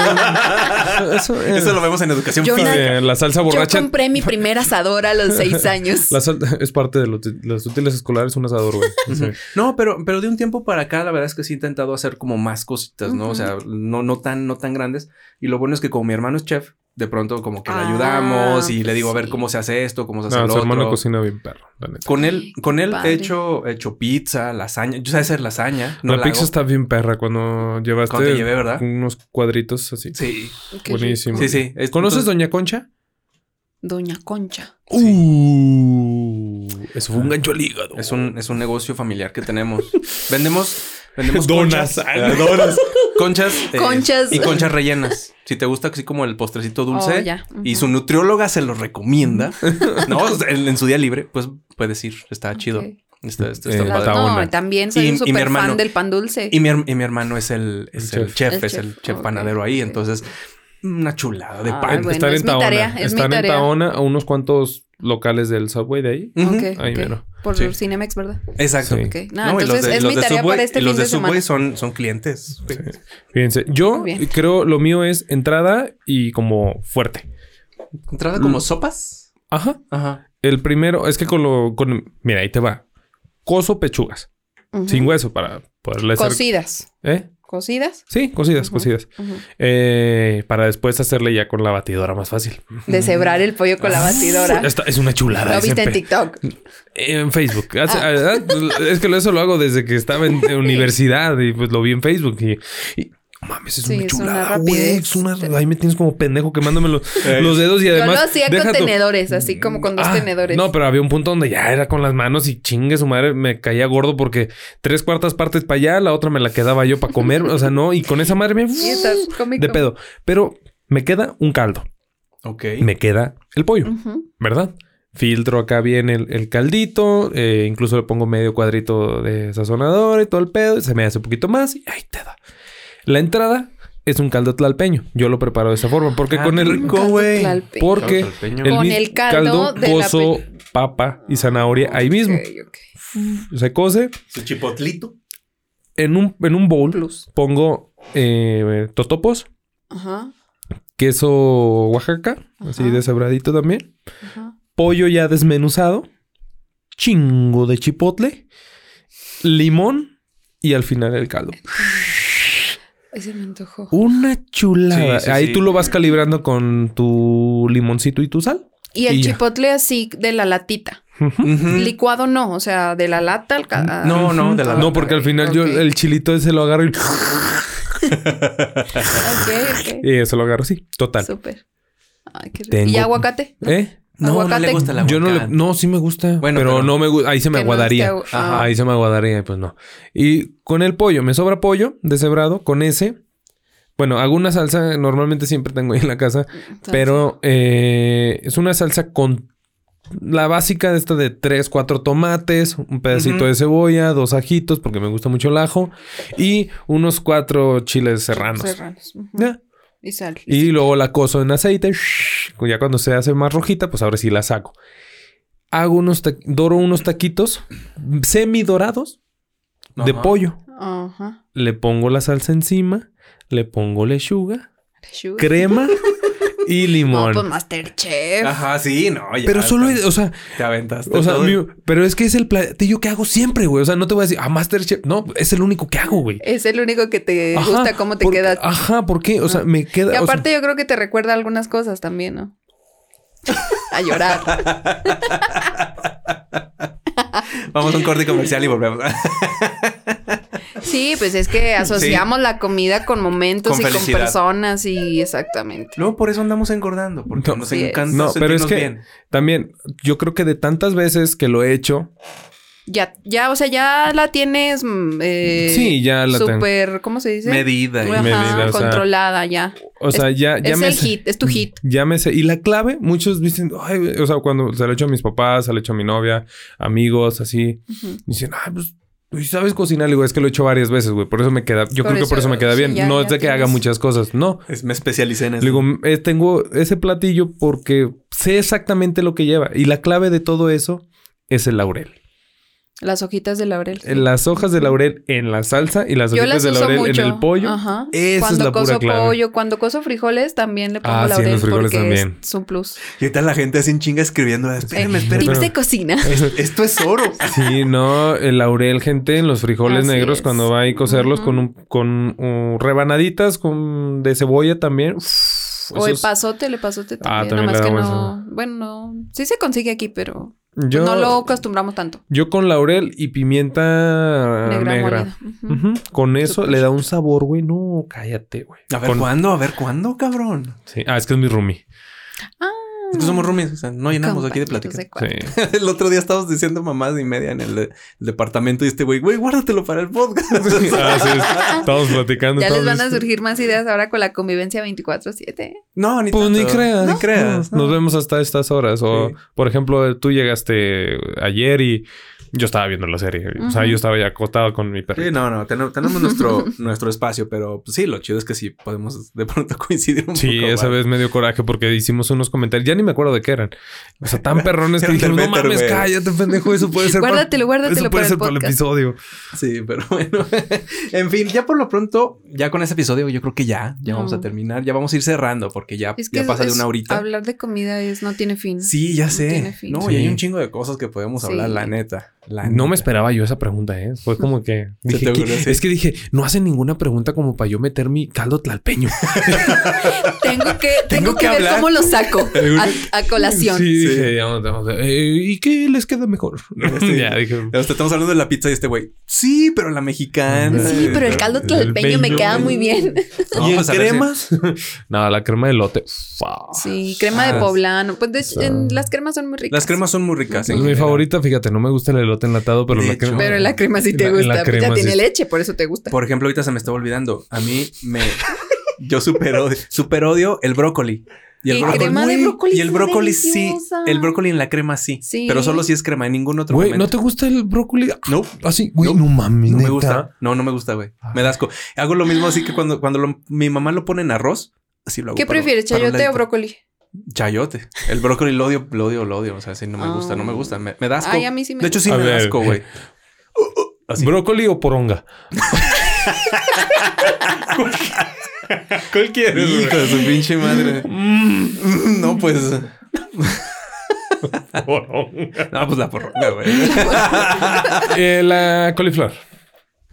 Speaker 3: eso, eh,
Speaker 2: Eso lo vemos en educación
Speaker 4: Ah. Yo-
Speaker 2: física.
Speaker 3: eh, la salsa
Speaker 4: Yo
Speaker 3: borracha.
Speaker 4: compré mi primer asador a los seis años.
Speaker 3: La sal- es parte de los, los útiles escolares, un asador, güey. Sí.
Speaker 2: No, pero, pero de un tiempo para acá, la verdad es que sí he intentado hacer como más cositas, ¿no? O sea, no, no tan, no tan grandes. Y lo bueno es que como mi hermano es chef, de pronto como que le
Speaker 4: Ah,
Speaker 2: ayudamos y le digo a ver
Speaker 4: sí.
Speaker 2: cómo se hace esto, cómo se hace
Speaker 3: No,
Speaker 2: lo
Speaker 3: su hermano
Speaker 2: otro.
Speaker 3: cocina bien perro, la neta.
Speaker 2: Con él, con él
Speaker 4: Padre.
Speaker 2: he hecho, he hecho pizza, lasaña. Yo sé hacer lasaña. No
Speaker 3: la pizza
Speaker 2: hago.
Speaker 3: está bien perra cuando llevaste
Speaker 2: Cuando te llevé, ¿verdad?
Speaker 3: unos cuadritos así.
Speaker 2: Sí,
Speaker 4: Qué
Speaker 3: Buenísimo.
Speaker 2: sí, sí. Es-
Speaker 3: ¿Conoces
Speaker 2: entonces-
Speaker 3: Doña Concha?
Speaker 4: Doña Concha.
Speaker 3: Uh, eso fue un
Speaker 2: Ah.
Speaker 3: gancho al hígado.
Speaker 2: Es un, es un negocio familiar que tenemos. Vendemos, vendemos
Speaker 3: Donas.
Speaker 2: conchas.
Speaker 3: Ah,
Speaker 2: Donas. Conchas. eh,
Speaker 4: Conchas.
Speaker 2: Y conchas rellenas. Si te gusta así como el postrecito dulce.
Speaker 4: Oh, ya.
Speaker 2: Y
Speaker 4: Ujú.
Speaker 2: su nutrióloga se lo recomienda. no, en, en su día libre, pues puedes ir. Está chido.
Speaker 4: Ok.
Speaker 2: Está, está-
Speaker 3: Eh,
Speaker 2: está
Speaker 4: Las-
Speaker 2: padre.
Speaker 3: está
Speaker 4: no,
Speaker 3: buena.
Speaker 4: también soy
Speaker 2: Y- y
Speaker 4: un
Speaker 2: mi
Speaker 4: super
Speaker 2: hermano.
Speaker 4: fan del pan dulce.
Speaker 2: Y mi, her- y mi hermano es el, es
Speaker 3: El
Speaker 2: el,
Speaker 3: chef.
Speaker 2: chef,
Speaker 4: El
Speaker 2: es
Speaker 4: chef.
Speaker 2: el chef
Speaker 4: Ok,
Speaker 2: panadero ahí.
Speaker 4: ok.
Speaker 2: Entonces, una chulada de
Speaker 4: Ay,
Speaker 2: pan.
Speaker 4: Ah, bueno,
Speaker 3: Estar
Speaker 4: es
Speaker 3: en
Speaker 4: mi
Speaker 3: Taona.
Speaker 4: tarea, es mi
Speaker 3: Estar en
Speaker 4: tarea.
Speaker 3: Taona a unos cuantos locales del Subway de ahí.
Speaker 2: Ujú,
Speaker 4: Ok,
Speaker 3: Ahí
Speaker 4: ok.
Speaker 3: mero.
Speaker 4: Por
Speaker 2: Sí.
Speaker 4: Cinemex, ¿verdad?
Speaker 2: Exacto.
Speaker 3: Sí.
Speaker 4: Ok. No,
Speaker 2: No, y
Speaker 4: entonces es mi
Speaker 2: de
Speaker 4: tarea
Speaker 2: Subway-
Speaker 4: para este
Speaker 2: y los
Speaker 4: fin de,
Speaker 2: de Subway
Speaker 4: semana.
Speaker 2: son, son clientes.
Speaker 3: Fíjense, yo
Speaker 4: Muy bien.
Speaker 3: creo lo mío es entrada y como fuerte.
Speaker 2: Entrada como sopas.
Speaker 3: Ajá.
Speaker 2: Mm. Ajá.
Speaker 3: El primero es que con lo. Con, mira, ahí te va. Coso pechugas.
Speaker 4: Ujú.
Speaker 3: Sin hueso para poderle hacer.
Speaker 4: Cocidas.
Speaker 3: ¿Eh?
Speaker 4: Cocidas.
Speaker 3: Sí, cocidas,
Speaker 4: Ujú.
Speaker 3: cocidas.
Speaker 4: Ujú.
Speaker 3: Eh, para después hacerle ya con la batidora más fácil.
Speaker 4: Deshebrar el pollo con la batidora.
Speaker 3: Esta Ah, es una chulada.
Speaker 4: Lo
Speaker 3: ese
Speaker 4: viste en
Speaker 3: pe-
Speaker 4: TikTok.
Speaker 3: En Facebook. Hace- ah, Es que eso lo hago desde que estaba en en universidad y pues lo vi en Facebook y. y, no Mames, es
Speaker 4: Sí,
Speaker 3: una
Speaker 4: es una
Speaker 3: chulada, güey. Es una- Ahí me tienes como pendejo quemándome los,
Speaker 2: Ey.
Speaker 3: los dedos y
Speaker 4: Yo
Speaker 3: además.
Speaker 4: lo hacía
Speaker 3: deja
Speaker 4: con
Speaker 3: tú-
Speaker 4: tenedores, así como con dos
Speaker 3: Ah,
Speaker 4: tenedores.
Speaker 3: No, pero había un punto donde ya era con las manos y chingue su madre, me caía gordo porque tres cuartas partes para allá, la otra me la quedaba yo para comer. o sea, no, y con esa madre me.
Speaker 4: Y estás cómico.
Speaker 3: De pedo. Pero me queda un caldo.
Speaker 2: Ok.
Speaker 3: Me queda el pollo.
Speaker 4: Ujú.
Speaker 3: ¿verdad? Filtro acá bien el, el caldito, eh, incluso le pongo medio cuadrito de sazonador y todo el pedo, y se me hace un poquito más y ahí te da. La entrada es un caldo tlalpeño. Yo lo preparo de esa forma porque
Speaker 2: Ah,
Speaker 3: con
Speaker 2: qué
Speaker 3: el
Speaker 2: rico, güey.
Speaker 4: Tlalpe-
Speaker 3: porque
Speaker 2: Caldo tlalpeño.
Speaker 3: el,
Speaker 4: Con
Speaker 3: mis-
Speaker 4: el caldo de la
Speaker 3: coso, papa y zanahoria ahí mismo.
Speaker 4: Ok, ok.
Speaker 3: Se cose
Speaker 2: Su chipotlito.
Speaker 3: en un en un bowl
Speaker 4: Plus.
Speaker 3: pongo eh, totopos,
Speaker 4: Ajá.
Speaker 3: queso Oaxaca, así
Speaker 4: Ajá.
Speaker 3: deshebradito también.
Speaker 4: Ajá.
Speaker 3: pollo ya desmenuzado, chingo de chipotle, limón y al final el caldo.
Speaker 4: Ay, se me antojó.
Speaker 3: Una chulada.
Speaker 2: Sí, sí,
Speaker 3: Ahí
Speaker 2: sí.
Speaker 3: tú lo vas calibrando con tu limoncito y tu sal.
Speaker 4: Y el
Speaker 3: y ya.
Speaker 4: chipotle así de la latita. Licuado no, o sea, de la lata al ca-
Speaker 2: No, no, de la
Speaker 3: No, porque al final yo
Speaker 4: Ok.
Speaker 3: el chilito ese lo agarro y,
Speaker 4: Ok, ok.
Speaker 3: y eh, se lo agarro así. Total.
Speaker 4: Súper. Ay, qué rico.
Speaker 3: Tengo-
Speaker 4: ¿Y aguacate?
Speaker 3: ¿Eh?
Speaker 2: No, no
Speaker 4: Aguacate.
Speaker 2: le gusta la
Speaker 3: Yo no le- no, sí me gusta.
Speaker 2: Bueno,
Speaker 3: pero,
Speaker 2: pero-
Speaker 3: no me gusta. Ahí se me
Speaker 4: Que no
Speaker 3: aguadaría.
Speaker 4: esté agu-
Speaker 2: Ajá.
Speaker 4: ah.
Speaker 3: Ahí se me aguadaría y pues no. Y con el pollo, me sobra pollo deshebrado con ese. Bueno, hago una salsa, normalmente siempre tengo ahí en la casa,
Speaker 4: Entonces,
Speaker 3: pero eh, es una salsa con la básica de esta de tres, cuatro tomates, un pedacito
Speaker 2: Ujú.
Speaker 3: de cebolla, dos ajitos, porque me gusta mucho el ajo, y unos cuatro chiles serranos.
Speaker 4: Serranos. ujú.
Speaker 3: Ya.
Speaker 4: Y sal.
Speaker 3: Y luego la coso en aceite. shhh, Ya cuando se hace más rojita, pues ahora sí la saco. Hago unos, ta- doro unos taquitos semi dorados de
Speaker 2: Ajá.
Speaker 3: pollo.
Speaker 4: Ajá.
Speaker 3: Le pongo la salsa encima, le pongo lechuga,
Speaker 4: Lechuga.
Speaker 3: crema y
Speaker 4: No,
Speaker 3: limón.
Speaker 4: pues Masterchef.
Speaker 2: Ajá, sí, no. ya
Speaker 3: pero solo,
Speaker 2: está.
Speaker 3: o sea,
Speaker 2: Te aventaste.
Speaker 3: o sea,
Speaker 2: todo.
Speaker 3: mi- pero es que es el platillo que hago siempre, güey. O sea, no te voy a decir, ah, Masterchef. No, es el único que hago, güey.
Speaker 4: Es el único que te
Speaker 3: Ajá,
Speaker 4: gusta cómo te
Speaker 3: por-
Speaker 4: queda.
Speaker 3: Ajá, ¿por qué? O sea, me queda.
Speaker 4: Y
Speaker 3: o sea,
Speaker 4: aparte yo creo que te recuerda algunas cosas también, ¿no? A llorar.
Speaker 2: Vamos a un corte comercial y volvemos.
Speaker 4: Sí, pues es que asociamos la comida con momentos
Speaker 2: Con
Speaker 4: y con
Speaker 2: felicidad.
Speaker 4: personas y exactamente.
Speaker 2: Luego por eso andamos engordando, porque
Speaker 3: No,
Speaker 2: nos
Speaker 4: sí es.
Speaker 2: encanta
Speaker 3: No, pero es
Speaker 2: sentirnos
Speaker 3: que-
Speaker 2: bien.
Speaker 3: También, yo creo que de tantas veces que lo he hecho,
Speaker 4: Ya, ya, o sea, ya la tienes mm, eh,
Speaker 3: Sí, ya la tengo.
Speaker 4: súper, ¿cómo se dice?
Speaker 2: Medida. y-
Speaker 4: Ajá,
Speaker 3: medida, o sea,
Speaker 4: controlada ya.
Speaker 3: o sea, ya, ya
Speaker 4: es
Speaker 3: me
Speaker 4: el
Speaker 3: sé-
Speaker 4: hit, es tu hit.
Speaker 3: Ya me sé. Y la clave, muchos dicen, ay, güey", o sea, cuando se lo he hecho a mis papás, se lo he hecho a mi novia, amigos, así,
Speaker 4: Ujú.
Speaker 3: dicen, ay, pues ¿Y sabes cocinar? Le digo, es que lo he hecho varias veces, güey. Por eso me queda. Yo
Speaker 4: Por
Speaker 3: creo que por
Speaker 4: eso,
Speaker 3: eso me queda
Speaker 4: sí,
Speaker 3: bien.
Speaker 4: ya-
Speaker 3: no es
Speaker 4: ya
Speaker 3: de que haga
Speaker 4: tienes-
Speaker 3: muchas cosas. No.
Speaker 2: Es- me especialicé en
Speaker 3: Le
Speaker 2: eso.
Speaker 3: digo, "Eh, tengo ese platillo porque sé exactamente lo que lleva. Y la clave de todo eso es el laurel.
Speaker 4: Las hojitas de laurel.
Speaker 3: eh, Las hojas de laurel en la salsa y las
Speaker 4: Yo
Speaker 3: hojitas
Speaker 4: las
Speaker 3: de
Speaker 4: uso
Speaker 3: laurel
Speaker 4: mucho.
Speaker 3: en el pollo.
Speaker 4: Ajá.
Speaker 3: Esa es
Speaker 4: cuando
Speaker 3: la pura
Speaker 4: coso
Speaker 3: clave.
Speaker 4: pollo, cuando coso frijoles también le pongo
Speaker 3: Ah, sí, en los
Speaker 4: laurel
Speaker 3: frijoles
Speaker 4: porque
Speaker 3: también.
Speaker 4: es un plus.
Speaker 2: Y ahorita la gente así en chinga escribiendo. "Ah, Espérame,
Speaker 4: Eh,
Speaker 2: espérame.
Speaker 4: tips
Speaker 3: pero-
Speaker 4: de cocina.
Speaker 2: Esto es oro.
Speaker 3: Sí, no, el laurel, gente, en los frijoles
Speaker 4: Así
Speaker 3: negros,
Speaker 4: es.
Speaker 3: cuando va a cocerlos
Speaker 4: Ujú.
Speaker 3: con un, con uh, rebanaditas con, de cebolla también. Uf,
Speaker 4: O el
Speaker 3: esos-
Speaker 4: pasote, el pasote también.
Speaker 3: Ah, también
Speaker 4: nomás
Speaker 3: le
Speaker 4: que
Speaker 3: damos
Speaker 4: no. Bueno, no- sí se consigue aquí, pero
Speaker 3: yo,
Speaker 4: no lo acostumbramos tanto.
Speaker 3: yo con laurel y pimienta
Speaker 4: Negra,
Speaker 3: Ah, negra.
Speaker 4: molida. Ujú.
Speaker 3: Ujú, Con eso
Speaker 4: Súper.
Speaker 3: le da un sabor, güey. No, cállate, güey.
Speaker 2: A ver
Speaker 3: Con-
Speaker 2: cuándo, a ver cuándo, cabrón.
Speaker 3: sí. Ah, es que es mi roomie.
Speaker 2: Es que somos roomies, o sea, no llenamos aquí de
Speaker 4: Compañeros
Speaker 2: plática.
Speaker 4: cuarto.
Speaker 3: Sí.
Speaker 2: El otro día estábamos diciendo mamás y media en el, de- el departamento y este güey, güey, guárdatelo para el podcast.
Speaker 3: Ah, sí, es- Estamos platicando.
Speaker 4: Ya les
Speaker 3: estamos
Speaker 4: van a
Speaker 3: listo.
Speaker 4: surgir más ideas ahora con la convivencia 24-7.
Speaker 2: No, ni
Speaker 3: Pues ni
Speaker 2: tanto.
Speaker 3: creas.
Speaker 2: Ni creas.
Speaker 3: No, Nos vemos hasta estas horas. O,
Speaker 2: Sí.
Speaker 3: por ejemplo, tú llegaste ayer y yo estaba viendo la serie. O sea,
Speaker 4: Ujú.
Speaker 3: yo estaba ya acostado con mi perro.
Speaker 2: Sí, no, no, ten- tenemos nuestro, nuestro espacio, pero pues, sí, lo chido es que sí podemos de pronto coincidir un
Speaker 3: Sí,
Speaker 2: poco.
Speaker 3: esa
Speaker 2: ¿vale?
Speaker 3: vez me dio coraje porque hicimos unos comentarios. Ya ni me acuerdo de qué eran. O sea, tan perrones que
Speaker 2: Eran
Speaker 3: dijimos,
Speaker 2: del
Speaker 3: no
Speaker 2: Better,
Speaker 3: mames,
Speaker 2: güey".
Speaker 3: cállate, pendejo. Eso puede ser
Speaker 4: Guárdatelo, guárdatelo
Speaker 3: Eso puede
Speaker 4: para el
Speaker 3: ser para el
Speaker 4: podcast.
Speaker 3: episodio.
Speaker 2: Sí, pero bueno. en fin, ya por lo pronto, ya con ese episodio, yo creo que ya, ya vamos
Speaker 4: No.
Speaker 2: a terminar, ya vamos a ir cerrando porque ya,
Speaker 4: Es que
Speaker 2: ya
Speaker 4: es-
Speaker 2: pasa de
Speaker 4: es-
Speaker 2: una horita.
Speaker 4: Hablar de comida es no tiene fin.
Speaker 2: Sí, ya
Speaker 4: tiene
Speaker 2: sé.
Speaker 4: fin.
Speaker 2: No, y hay
Speaker 3: Sí.
Speaker 2: un chingo de cosas que podemos
Speaker 4: Sí.
Speaker 2: hablar, la neta. La
Speaker 3: No me
Speaker 2: neta.
Speaker 3: esperaba yo esa pregunta, ¿eh? Fue como que...
Speaker 2: Se
Speaker 3: Dije,
Speaker 2: te
Speaker 3: "¿Qué?".
Speaker 2: ocurrió, sí.
Speaker 3: Es que dije, no hacen ninguna pregunta como para yo meter mi caldo tlalpeño.
Speaker 4: Tengo que, tengo
Speaker 2: Tengo
Speaker 4: que,
Speaker 2: que
Speaker 4: ver
Speaker 2: hablar.
Speaker 4: cómo lo saco a, a colación.
Speaker 3: Sí,
Speaker 2: Sí.
Speaker 3: dije, vamos, vamos, eh, ¿y qué les queda mejor?
Speaker 2: Sí.
Speaker 3: ya, dije...
Speaker 2: O sea, Estamos hablando de la pizza y este güey. Sí, pero la mexicana.
Speaker 4: Sí, pero el caldo tlalpeño me
Speaker 3: peño.
Speaker 4: queda muy bien.
Speaker 2: ¿Y en
Speaker 3: Vamos a ver si-
Speaker 2: cremas?
Speaker 3: No, la crema de lote. fa.
Speaker 4: Sí, crema de
Speaker 2: Ah.
Speaker 4: poblano. Pues de hecho,
Speaker 3: Ah.
Speaker 4: en- las cremas son muy ricas.
Speaker 2: Las cremas son muy ricas. en
Speaker 3: Es mi
Speaker 2: general.
Speaker 3: favorita, fíjate, no me gusta el elote enlatado, pero
Speaker 2: De
Speaker 3: la
Speaker 2: hecho.
Speaker 3: crema...
Speaker 4: Pero la crema sí te
Speaker 3: La- la
Speaker 4: gusta. pues ya
Speaker 3: crema sí
Speaker 4: tiene
Speaker 3: es-
Speaker 4: leche, por eso te gusta.
Speaker 2: Por ejemplo, ahorita se me estaba olvidando. A mí me. Yo super odio, super odio el brócoli. Y el
Speaker 4: Y
Speaker 2: brócoli.
Speaker 4: crema de
Speaker 2: Güey,
Speaker 4: brócoli
Speaker 2: y el
Speaker 4: es
Speaker 2: brócoli sí.
Speaker 4: deliciosa.
Speaker 2: El brócoli en la crema sí.
Speaker 4: Sí.
Speaker 2: Pero solo si es crema, en ningún otro
Speaker 3: Güey, ¿no
Speaker 2: momento.
Speaker 3: te gusta el brócoli?
Speaker 2: No,
Speaker 3: Así, güey,
Speaker 2: No,
Speaker 3: no, mames,
Speaker 2: no me
Speaker 3: neta.
Speaker 2: gusta. No, no me gusta, güey. Me da asco. Hago lo mismo así que cuando, cuando lo- mi mamá lo pone en arroz, así lo hago.
Speaker 4: ¿Qué
Speaker 2: para-
Speaker 4: prefieres,
Speaker 2: para un
Speaker 4: chayote o
Speaker 2: ladito.
Speaker 4: brócoli?
Speaker 2: Chayote. El brócoli lo odio, lo odio, lo odio. O sea, sí, no me gusta,
Speaker 4: Ah.
Speaker 2: no me gusta. Me, me da asco.
Speaker 4: Ay, a mí sí me
Speaker 2: de hecho, sí
Speaker 3: gusta.
Speaker 2: me
Speaker 3: A
Speaker 2: da
Speaker 3: ver.
Speaker 2: asco, güey. Así.
Speaker 3: ¿Brócoli o poronga? ¿Cuál quieres, güey? Mm.
Speaker 2: Hijo de su pinche madre. no, pues.
Speaker 3: Poronga.
Speaker 2: No, pues la porronga, güey.
Speaker 3: Eh, la coliflor.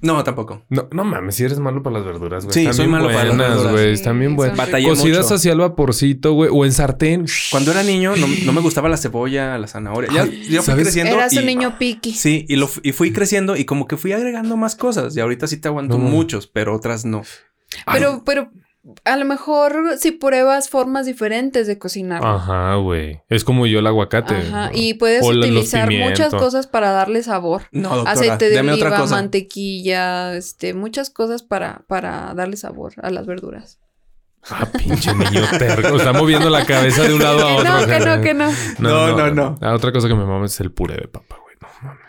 Speaker 2: No, tampoco.
Speaker 3: No, no mames, si eres malo para las verduras, güey.
Speaker 2: Sí,
Speaker 3: Están
Speaker 2: soy
Speaker 3: bien
Speaker 2: malo para las
Speaker 3: buenas,
Speaker 2: verduras.
Speaker 3: güey.
Speaker 4: Sí,
Speaker 3: Están bien
Speaker 4: son
Speaker 3: buenas.
Speaker 2: Batallé
Speaker 3: Cocidas
Speaker 2: mucho.
Speaker 3: así al vaporcito, güey. O en sartén.
Speaker 2: Cuando era niño, no, no me gustaba la cebolla, la zanahoria. Ya, yo fui
Speaker 3: ¿sabes?
Speaker 2: creciendo.
Speaker 4: Eras
Speaker 2: y,
Speaker 4: un niño piqui.
Speaker 2: Sí, y, lo, fu- y fui creciendo y como que fui agregando más cosas. Y ahorita sí te aguanto
Speaker 3: No.
Speaker 2: muchos, pero otras no.
Speaker 4: Pero, pero a lo mejor si pruebas formas diferentes de cocinar.
Speaker 3: Ajá, güey. Es como yo el aguacate.
Speaker 4: Ajá,
Speaker 3: güey.
Speaker 4: Y puedes
Speaker 3: O la- los
Speaker 4: utilizar muchas
Speaker 3: pimientos.
Speaker 4: cosas para darle sabor.
Speaker 2: No, doctora.
Speaker 4: Aceite de
Speaker 2: dame otra
Speaker 4: oliva,
Speaker 2: cosa.
Speaker 4: mantequilla, este, muchas cosas para, para darle sabor a las verduras.
Speaker 3: Ah, pinche niño terco. Está moviendo la cabeza de un lado a
Speaker 4: Que
Speaker 3: otro.
Speaker 4: no, que no, que no.
Speaker 2: No, no, no.
Speaker 3: La otra cosa que me mames es el puré de papa, güey. No mames.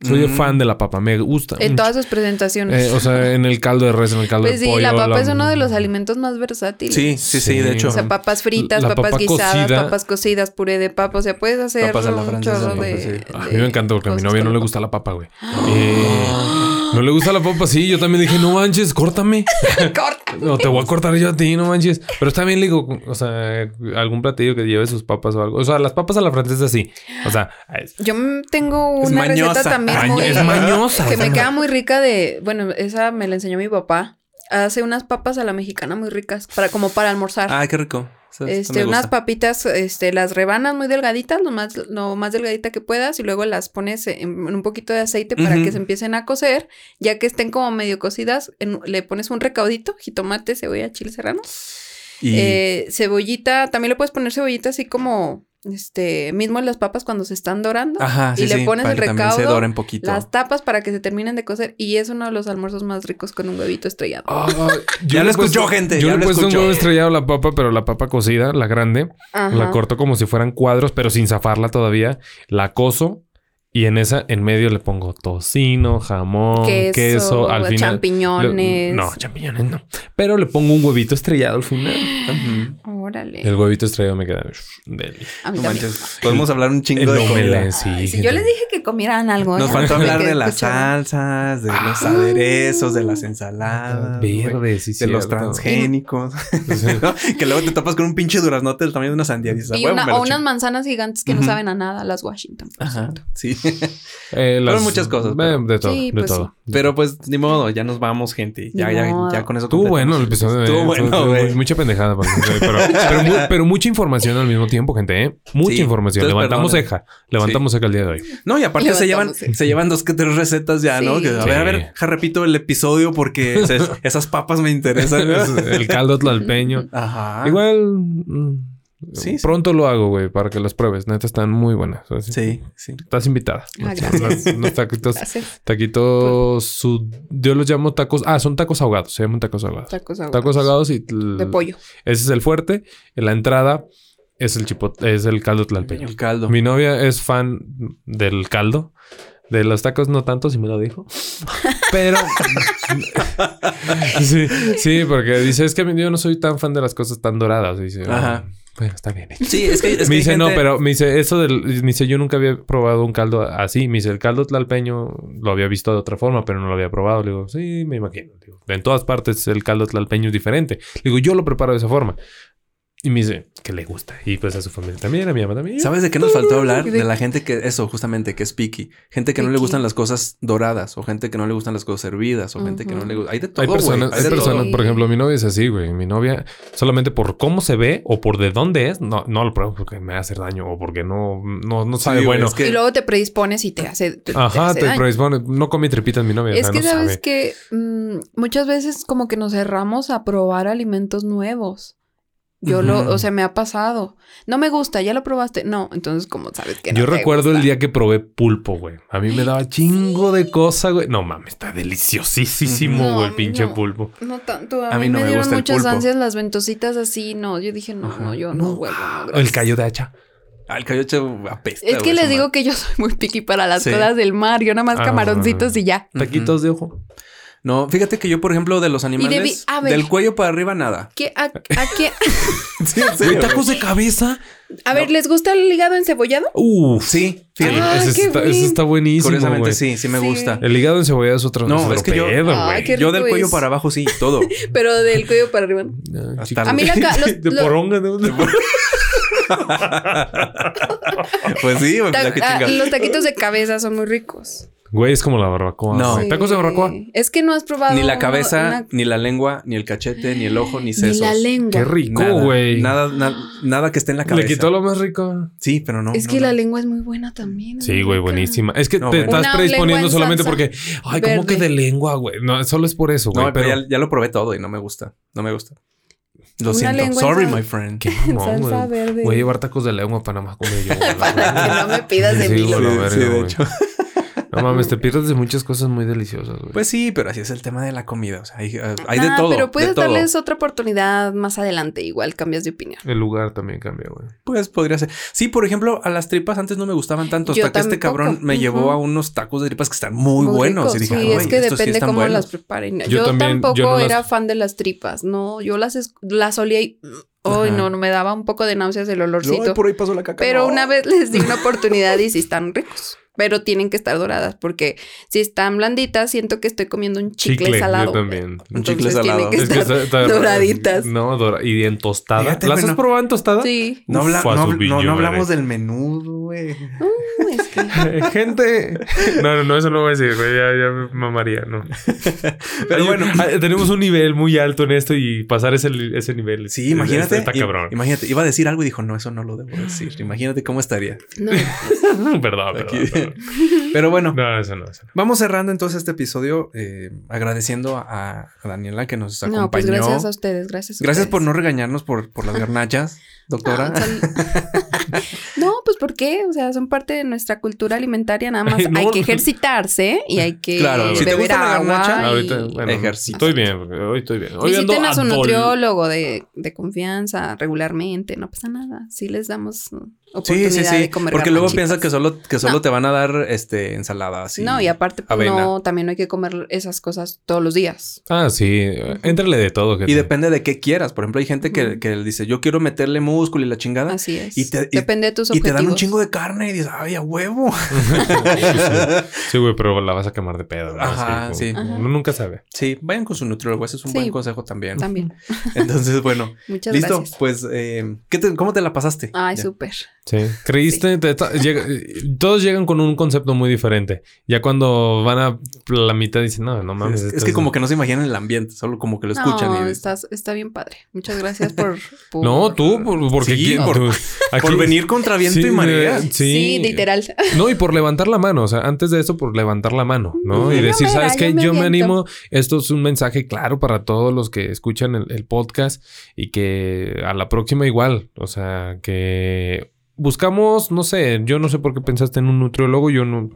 Speaker 3: Soy
Speaker 2: Mm.
Speaker 3: fan de la papa. Me gusta.
Speaker 4: En
Speaker 3: un
Speaker 4: todas sus presentaciones.
Speaker 3: Eh, o sea, en el caldo de res, en el caldo
Speaker 4: pues
Speaker 3: de
Speaker 4: sí,
Speaker 3: pollo. Mm.
Speaker 4: la papa es uno de los alimentos más versátiles.
Speaker 2: Sí, sí, sí, de
Speaker 3: Sí.
Speaker 2: hecho.
Speaker 4: O sea, papas fritas,
Speaker 3: La
Speaker 4: papas
Speaker 3: papa
Speaker 4: guisadas,
Speaker 3: cocida.
Speaker 4: papas cocidas, puré de papa. O sea, puedes hacer
Speaker 2: Papas a la
Speaker 4: un
Speaker 2: francesa,
Speaker 4: chorro
Speaker 2: papas,
Speaker 4: de,
Speaker 2: sí.
Speaker 3: A mí me encanta porque a mi
Speaker 4: cosas
Speaker 3: novia no
Speaker 4: con
Speaker 3: le
Speaker 4: la
Speaker 3: gusta la papa, güey. Eh, no le gusta la papa, sí. Yo también dije, no manches, córtame.
Speaker 4: Corta.
Speaker 3: No, te voy a cortar yo a ti, no manches. Pero también le digo, o sea, algún platillo que lleve sus papas o algo. O sea, las papas a la francesa sí. O sea, es-
Speaker 4: Yo m- tengo
Speaker 2: Es
Speaker 4: una receta
Speaker 2: mañosa.
Speaker 4: también
Speaker 3: Maño-
Speaker 4: muy...
Speaker 3: es mañosa.
Speaker 4: Que me
Speaker 3: esa
Speaker 4: queda muy rica de... Bueno, esa me la enseñó mi papá. Hace unas papas a la mexicana muy ricas, para, como para almorzar.
Speaker 2: Ay, qué rico. O sea, Ah, esto
Speaker 4: Este,
Speaker 2: me
Speaker 4: unas
Speaker 2: gusta.
Speaker 4: papitas, este, las rebanas muy delgaditas, lo más, lo más delgadita que puedas, y luego las pones en, en un poquito de aceite para
Speaker 2: Ujú.
Speaker 4: que se empiecen a cocer, ya que estén como medio cocidas, en- le pones un recaudito, jitomate, cebolla, chile serrano,
Speaker 2: Y
Speaker 4: eh, cebollita, también le puedes poner cebollita así como, este, mismo en las papas cuando se están dorando,
Speaker 2: Ajá, sí,
Speaker 4: y le
Speaker 2: sí,
Speaker 4: pones
Speaker 2: para
Speaker 4: el
Speaker 2: que también se
Speaker 4: recaudo,
Speaker 2: doren poquito.
Speaker 4: las tapas para que se terminen de cocer, y es uno de los almuerzos más ricos con un huevito estrellado.
Speaker 3: Ah, yo
Speaker 2: Ya
Speaker 3: le
Speaker 2: lo
Speaker 3: he puesto-
Speaker 2: escuchó, gente,
Speaker 3: Yo
Speaker 2: ya
Speaker 3: le he
Speaker 2: lo
Speaker 3: puesto un
Speaker 2: escuchó.
Speaker 3: huevo estrellado a la papa, pero la papa cocida, la grande.
Speaker 4: Ajá.
Speaker 3: La corto como si fueran cuadros, pero sin zafarla todavía. La coso. Y en esa, en medio le pongo tocino, jamón, queso,
Speaker 4: queso,
Speaker 3: al final.
Speaker 4: champiñones.
Speaker 3: le- no, champiñones no. Pero le pongo un huevito estrellado al final.
Speaker 4: Órale.
Speaker 3: El huevito estrellado me queda. deli.
Speaker 4: A mí
Speaker 2: No
Speaker 4: también.
Speaker 2: manches, podemos hablar un
Speaker 3: El
Speaker 2: chingo de comida.
Speaker 3: omelette,
Speaker 4: Ay,
Speaker 3: sí.
Speaker 4: sí, yo les dije que comieran algo.
Speaker 2: Nos
Speaker 4: ¿eh?
Speaker 2: faltó hablar
Speaker 4: Que
Speaker 2: de las
Speaker 4: escucharan.
Speaker 2: salsas, de los aderezos, de las
Speaker 3: Ah,
Speaker 2: ensaladas, güey,
Speaker 3: Verde, sí,
Speaker 2: Ah, de los
Speaker 3: cierto.
Speaker 2: transgénicos. ¿no? Que luego te tapas con un pinche duraznote del tamaño de una sandía. Y dices,
Speaker 4: Y
Speaker 2: "A huevo,
Speaker 4: una-
Speaker 2: me lo
Speaker 4: o unas
Speaker 2: chingo".
Speaker 4: manzanas gigantes que no
Speaker 2: Ujú.
Speaker 4: saben a nada, las Washington.
Speaker 3: Ah.
Speaker 4: por
Speaker 2: Ajá,
Speaker 4: cierto.
Speaker 2: sí.
Speaker 3: Eh,
Speaker 2: Fueron muchas cosas,
Speaker 3: eh,
Speaker 2: pero-
Speaker 3: de todo,
Speaker 4: Sí,
Speaker 3: de
Speaker 4: pues
Speaker 3: todo.
Speaker 2: Pero pues, ni modo, ya nos vamos, gente. Ya,
Speaker 4: Ni
Speaker 2: ya,
Speaker 4: modo.
Speaker 2: ya con eso
Speaker 3: Estuvo bueno el
Speaker 2: completamos.
Speaker 3: episodio. eh.
Speaker 2: Estuvo bueno,
Speaker 3: mu-
Speaker 2: güey.
Speaker 3: Mucha pendejada. por ejemplo, Pero, pero, mu- pero mucha información al mismo tiempo, gente. ¿eh? Mucha
Speaker 2: Sí,
Speaker 3: información.
Speaker 2: entonces,
Speaker 3: Levantamos
Speaker 2: perdón.
Speaker 3: ceja. Levantamos ceja el día de hoy.
Speaker 2: No, y aparte se llevan,
Speaker 4: Levantándose.
Speaker 2: se llevan dos que tres recetas ya, ¿no?
Speaker 4: Sí.
Speaker 2: Que, a
Speaker 3: Sí.
Speaker 2: ver, a ver, ja, repito el episodio porque esas, esas papas me interesan. ¿no?
Speaker 3: el caldo tlalpeño.
Speaker 2: Ajá.
Speaker 3: Igual. mm,
Speaker 2: Ah. Sí, sí.
Speaker 3: Pronto lo hago, güey, para que las pruebes. Neta, están muy buenas. Así-
Speaker 2: Sí, sí.
Speaker 3: Estás invitada.
Speaker 4: Ah, gracias.
Speaker 3: Los- los taquitos.
Speaker 4: Gracias.
Speaker 3: Taquitos. su- yo los llamo tacos. Ah, son tacos ahogados. Se llaman tacos ahogados.
Speaker 4: Tacos ahogados.
Speaker 3: Tacos ahogados y.
Speaker 4: De pollo.
Speaker 3: Ese es el fuerte. En la entrada es el chipotle, es el caldo tlalpeño.
Speaker 2: El caldo.
Speaker 3: Mi novia es fan del caldo. De los tacos no tanto, si me lo dijo. Pero... sí, sí, porque dice, es que yo no soy tan fan de las cosas tan doradas. Y dice,
Speaker 2: Ajá.
Speaker 3: "Ah, bueno, está bien.
Speaker 2: Sí, es que. es que
Speaker 3: me
Speaker 2: hay
Speaker 3: dice, no,
Speaker 2: gente-
Speaker 3: pero me dice, eso del... Me dice, yo nunca había probado un caldo así. Me dice, el caldo tlalpeño lo había visto de otra forma, pero no lo había probado. Le digo, sí, me imagino. Le digo, en todas partes el caldo tlalpeño es diferente. Le digo, yo lo preparo de esa forma. Y me dice, que le gusta. Y pues a su familia también, a mi mamá también.
Speaker 2: ¿Sabes de qué nos faltó hablar? De la gente que, eso, justamente, que es picky. Gente que no le
Speaker 4: Picky.
Speaker 2: gustan las cosas doradas, o gente que no le gustan las cosas hervidas, o gente que no
Speaker 4: Ujú.
Speaker 2: le gusta. Hay de todo.
Speaker 3: Hay personas,
Speaker 2: güey,
Speaker 3: hay
Speaker 2: de todo.
Speaker 3: personas, por
Speaker 4: Sí.
Speaker 3: ejemplo, mi novia es así, güey. Mi novia, solamente por cómo se ve o por de dónde es, no, no lo pruebo porque me va a hacer daño o porque no, no, no sabe
Speaker 2: güey,
Speaker 3: bueno.
Speaker 2: es que-
Speaker 4: Y luego te predispones y te hace. te- te
Speaker 3: Ajá,
Speaker 4: hace
Speaker 3: te
Speaker 4: daño.
Speaker 3: predispone. No comí tripitas mi novia. o
Speaker 4: Es
Speaker 3: sea,
Speaker 4: que
Speaker 3: no
Speaker 4: sabes
Speaker 3: sabe.
Speaker 4: que mm, muchas veces como que nos cerramos a probar alimentos nuevos. Yo
Speaker 2: Ujú.
Speaker 4: lo, o sea, me ha pasado. No me gusta, ya lo probaste. No, entonces como sabes que no
Speaker 3: Yo
Speaker 4: te
Speaker 3: recuerdo el
Speaker 4: gusta?
Speaker 3: día que probé pulpo, güey. A mí me daba chingo de cosa, güey. No mames, está deliciosísimo,
Speaker 4: No,
Speaker 3: güey,
Speaker 4: a
Speaker 3: el
Speaker 4: mí
Speaker 3: pinche
Speaker 4: no.
Speaker 3: pulpo.
Speaker 4: No tanto, a,
Speaker 2: A
Speaker 4: mí,
Speaker 2: mí no
Speaker 4: me,
Speaker 2: me
Speaker 4: dieron
Speaker 2: gusta el
Speaker 4: muchas
Speaker 2: pulpo.
Speaker 4: ansias las ventositas así, no, yo dije, no,
Speaker 2: Ajá.
Speaker 4: no, yo no,
Speaker 2: No.
Speaker 4: vuelvo, no,
Speaker 3: El
Speaker 4: gracias.
Speaker 3: callo de hacha.
Speaker 2: Ah, el cayote apesta.
Speaker 4: Es que
Speaker 2: güey,
Speaker 4: les
Speaker 2: esa
Speaker 4: digo que yo soy muy piqui para las
Speaker 2: Sí.
Speaker 4: cosas del mar, yo nada más
Speaker 3: Ah.
Speaker 4: camaroncitos y ya.
Speaker 2: Ujú.
Speaker 3: Taquitos de ojo.
Speaker 2: No, fíjate que yo, por ejemplo, de los animales,
Speaker 4: a ver.
Speaker 2: del cuello para arriba, nada.
Speaker 4: ¿Qué, a, a qué-
Speaker 2: Sí, en
Speaker 3: Güey,
Speaker 2: serio,
Speaker 3: tacos de cabeza.
Speaker 4: a ver, ¿les gusta el hígado encebollado?
Speaker 3: Uf.
Speaker 2: Sí,
Speaker 3: Sí,
Speaker 2: fíjate.
Speaker 4: Ah,
Speaker 3: ese,
Speaker 4: qué
Speaker 3: está, ese
Speaker 4: bien.
Speaker 3: está buenísimo.
Speaker 2: Curiosamente
Speaker 3: güey.
Speaker 2: sí, sí me
Speaker 4: Sí.
Speaker 2: gusta.
Speaker 3: El hígado encebollado es otro.
Speaker 2: No,
Speaker 3: otro
Speaker 2: es que yo-
Speaker 3: pedo,
Speaker 4: Ay,
Speaker 3: güey.
Speaker 4: qué
Speaker 2: Yo del
Speaker 4: rico
Speaker 2: cuello
Speaker 4: es.
Speaker 2: para abajo sí, todo.
Speaker 4: Pero del cuello para arriba. ¿no?
Speaker 3: Ah,
Speaker 2: Hasta
Speaker 3: chiquito.
Speaker 2: la-
Speaker 4: A mí la ca- los-
Speaker 3: de
Speaker 4: los-
Speaker 3: poronga, ¿no?
Speaker 2: Pues sí, güey, pues,
Speaker 4: Ta-
Speaker 2: ya que
Speaker 4: ah,
Speaker 2: chingas.
Speaker 4: los taquitos de cabeza son muy ricos.
Speaker 3: Güey, es como la barbacoa.
Speaker 2: No.
Speaker 3: güey. ¿Tacos de barbacoa?
Speaker 4: Sí. Es que no has probado.
Speaker 2: Ni la
Speaker 4: uno-
Speaker 2: cabeza,
Speaker 4: una-
Speaker 2: ni la lengua, ni el cachete, ni el ojo, ni
Speaker 4: ni
Speaker 2: sesos.
Speaker 4: la lengua.
Speaker 3: Qué rico,
Speaker 2: Nada,
Speaker 3: güey.
Speaker 2: Nada, na- nada que esté en la cabeza.
Speaker 3: Le quitó lo más rico.
Speaker 2: Sí, pero no.
Speaker 4: Es
Speaker 2: no,
Speaker 4: que
Speaker 2: no.
Speaker 4: la lengua es muy buena también. es
Speaker 3: Sí,
Speaker 4: muy
Speaker 3: güey,
Speaker 4: rica.
Speaker 3: buenísima. Es que
Speaker 2: No,
Speaker 3: te
Speaker 2: bueno.
Speaker 3: estás
Speaker 4: Una lengua
Speaker 3: predisponiendo
Speaker 4: en
Speaker 3: solamente
Speaker 4: salsa
Speaker 3: porque, ay, ¿cómo que
Speaker 4: verde.
Speaker 3: de lengua, güey? No, solo es por eso, güey.
Speaker 2: No,
Speaker 3: pero
Speaker 2: ya, ya lo probé todo y no me gusta. No me gusta. Lo
Speaker 4: Una
Speaker 2: siento.
Speaker 4: lengua
Speaker 2: Sorry,
Speaker 4: en sal-
Speaker 2: my friend.
Speaker 3: qué mamón,
Speaker 4: Salsa
Speaker 3: güey.
Speaker 4: verde.
Speaker 3: Voy a llevar tacos de lengua para nada más comer yo. güey.
Speaker 4: Para que no me pidas de
Speaker 3: Sí,
Speaker 4: mí.
Speaker 3: güey, la verga,
Speaker 2: sí, de
Speaker 3: güey.
Speaker 2: hecho.
Speaker 3: No mames, te pierdes de muchas cosas muy deliciosas, güey.
Speaker 2: Pues sí, pero así es el tema de la comida. O sea, hay, eh, hay
Speaker 4: Ah,
Speaker 2: de todo.
Speaker 4: Pero puedes
Speaker 2: de todo.
Speaker 4: darles otra oportunidad más adelante. Igual cambias de opinión.
Speaker 3: el lugar también cambia, güey.
Speaker 2: Pues podría ser. Sí, por ejemplo, a las tripas antes no me gustaban tanto. Hasta
Speaker 4: Yo
Speaker 2: que este
Speaker 4: tampoco.
Speaker 2: cabrón me llevó
Speaker 4: Ujú.
Speaker 2: a unos tacos de tripas que están muy, buenos.
Speaker 4: rico.
Speaker 2: Y dije,
Speaker 4: sí,
Speaker 2: "Ay,
Speaker 4: es que
Speaker 2: estos sí
Speaker 4: depende
Speaker 2: están
Speaker 4: cómo
Speaker 2: buenos".
Speaker 4: las preparen. Yo,
Speaker 3: también, yo
Speaker 4: tampoco
Speaker 3: no las-
Speaker 4: era fan de las tripas. No, yo las, es- las olía y. mm, Ay,
Speaker 2: Ajá.
Speaker 4: no, no, me daba un poco de náuseas el olorcito.
Speaker 2: Ay, por ahí pasó la caca.
Speaker 4: Pero
Speaker 2: No.
Speaker 4: una vez les di una oportunidad y sí están ricos. Pero tienen que estar doradas porque si están blanditas, siento que estoy comiendo un chicle, salado.
Speaker 3: yo también.
Speaker 2: Un chicle
Speaker 4: Entonces,
Speaker 2: salado.
Speaker 4: tiene que
Speaker 2: Es
Speaker 4: estar doraditas.
Speaker 3: No, dora- y en tostada.
Speaker 2: Fíjate,
Speaker 3: ¿Las
Speaker 2: güey,
Speaker 3: has
Speaker 2: no-
Speaker 3: probado en tostada?
Speaker 4: Sí.
Speaker 2: No,
Speaker 3: Uf,
Speaker 2: habla- no
Speaker 3: a su
Speaker 2: habl- no-
Speaker 3: billo,
Speaker 2: no hablamos
Speaker 3: madre.
Speaker 2: del menudo, güey.
Speaker 4: Uh, es que-
Speaker 3: Gente. No, no, no, eso no voy a decir, güey. Ya, ya me mamaría, no.
Speaker 2: Pero bueno.
Speaker 3: Ah, tenemos un nivel muy alto en esto y pasar ese, ese nivel.
Speaker 2: Sí, imagínate.
Speaker 3: Este, Está
Speaker 2: i-
Speaker 3: cabrón.
Speaker 2: Imagínate, iba a decir algo y dijo, no, eso no lo debo decir. Imagínate cómo estaría.
Speaker 4: no.
Speaker 3: Perdón, perdón,
Speaker 2: Aquí.
Speaker 3: perdón.
Speaker 2: Pero bueno,
Speaker 3: No, eso no, eso no.
Speaker 2: vamos cerrando entonces este episodio eh, agradeciendo a, a Daniela que nos acompañó.
Speaker 4: No, pues gracias a ustedes. Ah, Gracias. a
Speaker 2: Gracias por
Speaker 4: ustedes.
Speaker 2: no regañarnos por, por las garnachas. doctora.
Speaker 4: No, son- No, pues ¿por qué? O sea, son parte de nuestra cultura alimentaria, nada más
Speaker 3: No.
Speaker 4: hay que ejercitarse y hay que
Speaker 2: Claro, si
Speaker 6: te
Speaker 4: beber
Speaker 6: gusta la
Speaker 4: agua.
Speaker 6: garnacha,
Speaker 4: y-
Speaker 3: Ahorita, bueno,
Speaker 2: Ejercito.
Speaker 3: estoy bien, porque hoy estoy bien. Hoy ando
Speaker 4: Visiten a su
Speaker 3: adol-
Speaker 4: nutriólogo de, de confianza regularmente, no pasa nada. Sí les damos mm, oportunidad de comer
Speaker 2: Porque luego
Speaker 4: garnachitas.
Speaker 2: piensa que solo, que solo
Speaker 4: No.
Speaker 2: te van a dar este ensalada así.
Speaker 4: No, y aparte pues,
Speaker 2: avena.
Speaker 4: no, también no hay que comer esas cosas todos los días.
Speaker 3: Ah, sí. Éntrale de todo.
Speaker 2: Y
Speaker 3: gente.
Speaker 2: depende de qué quieras. Por ejemplo, hay gente que,
Speaker 4: Ujú.
Speaker 2: que dice, yo quiero meterle músculo y la chingada.
Speaker 4: Así es.
Speaker 2: Ah, Y te- y-
Speaker 4: Depende de tus
Speaker 2: Y te
Speaker 4: objetivos.
Speaker 2: dan un chingo de carne y dices, ay, a huevo.
Speaker 3: Sí, güey, pero la vas a quemar de pedo. ¿no?
Speaker 2: Ajá,
Speaker 3: Así,
Speaker 2: sí.
Speaker 3: como-
Speaker 4: Ajá.
Speaker 3: Uno nunca sabe.
Speaker 2: Sí, vayan con su nutriólogo. Ese es un
Speaker 4: Sí.
Speaker 2: buen consejo también.
Speaker 4: También.
Speaker 2: Entonces, bueno,
Speaker 4: Muchas
Speaker 2: listo.
Speaker 4: gracias.
Speaker 2: Pues, eh, ¿qué te- ¿cómo te la pasaste?
Speaker 4: Ay,
Speaker 2: Ya.
Speaker 4: súper.
Speaker 3: Sí. Creíste, Te- ta- llega- todos llegan con un concepto muy diferente. Ya cuando van a la mitad dicen, no, no mames.
Speaker 2: Es, es
Speaker 3: esto
Speaker 2: que como que no se imaginan el ambiente, solo como que lo escuchan.
Speaker 4: No,
Speaker 2: y-
Speaker 4: estás, está bien padre. Muchas gracias por... por-
Speaker 3: No, tú, por- porque
Speaker 2: Sí,
Speaker 3: quién-
Speaker 2: por-
Speaker 3: tú-
Speaker 4: pues,
Speaker 2: Por
Speaker 3: aquí-
Speaker 2: venir contra viento
Speaker 3: Sí,
Speaker 2: y marea.
Speaker 3: eh, Sí,
Speaker 4: Sí, literal.
Speaker 3: No, y por levantar la mano, o sea, antes de eso, por levantar la mano, ¿no?
Speaker 2: Ujú.
Speaker 3: Y
Speaker 2: Yo
Speaker 3: decir,
Speaker 4: me
Speaker 3: ¿sabes
Speaker 4: da,
Speaker 3: qué?
Speaker 4: Pues yo me
Speaker 3: Yo me
Speaker 4: aviento".
Speaker 3: animo. Esto es un mensaje claro para todos los que escuchan el, el podcast y que a la próxima igual, o sea, que buscamos, no sé, yo no sé por qué pensaste en un nutriólogo, yo no,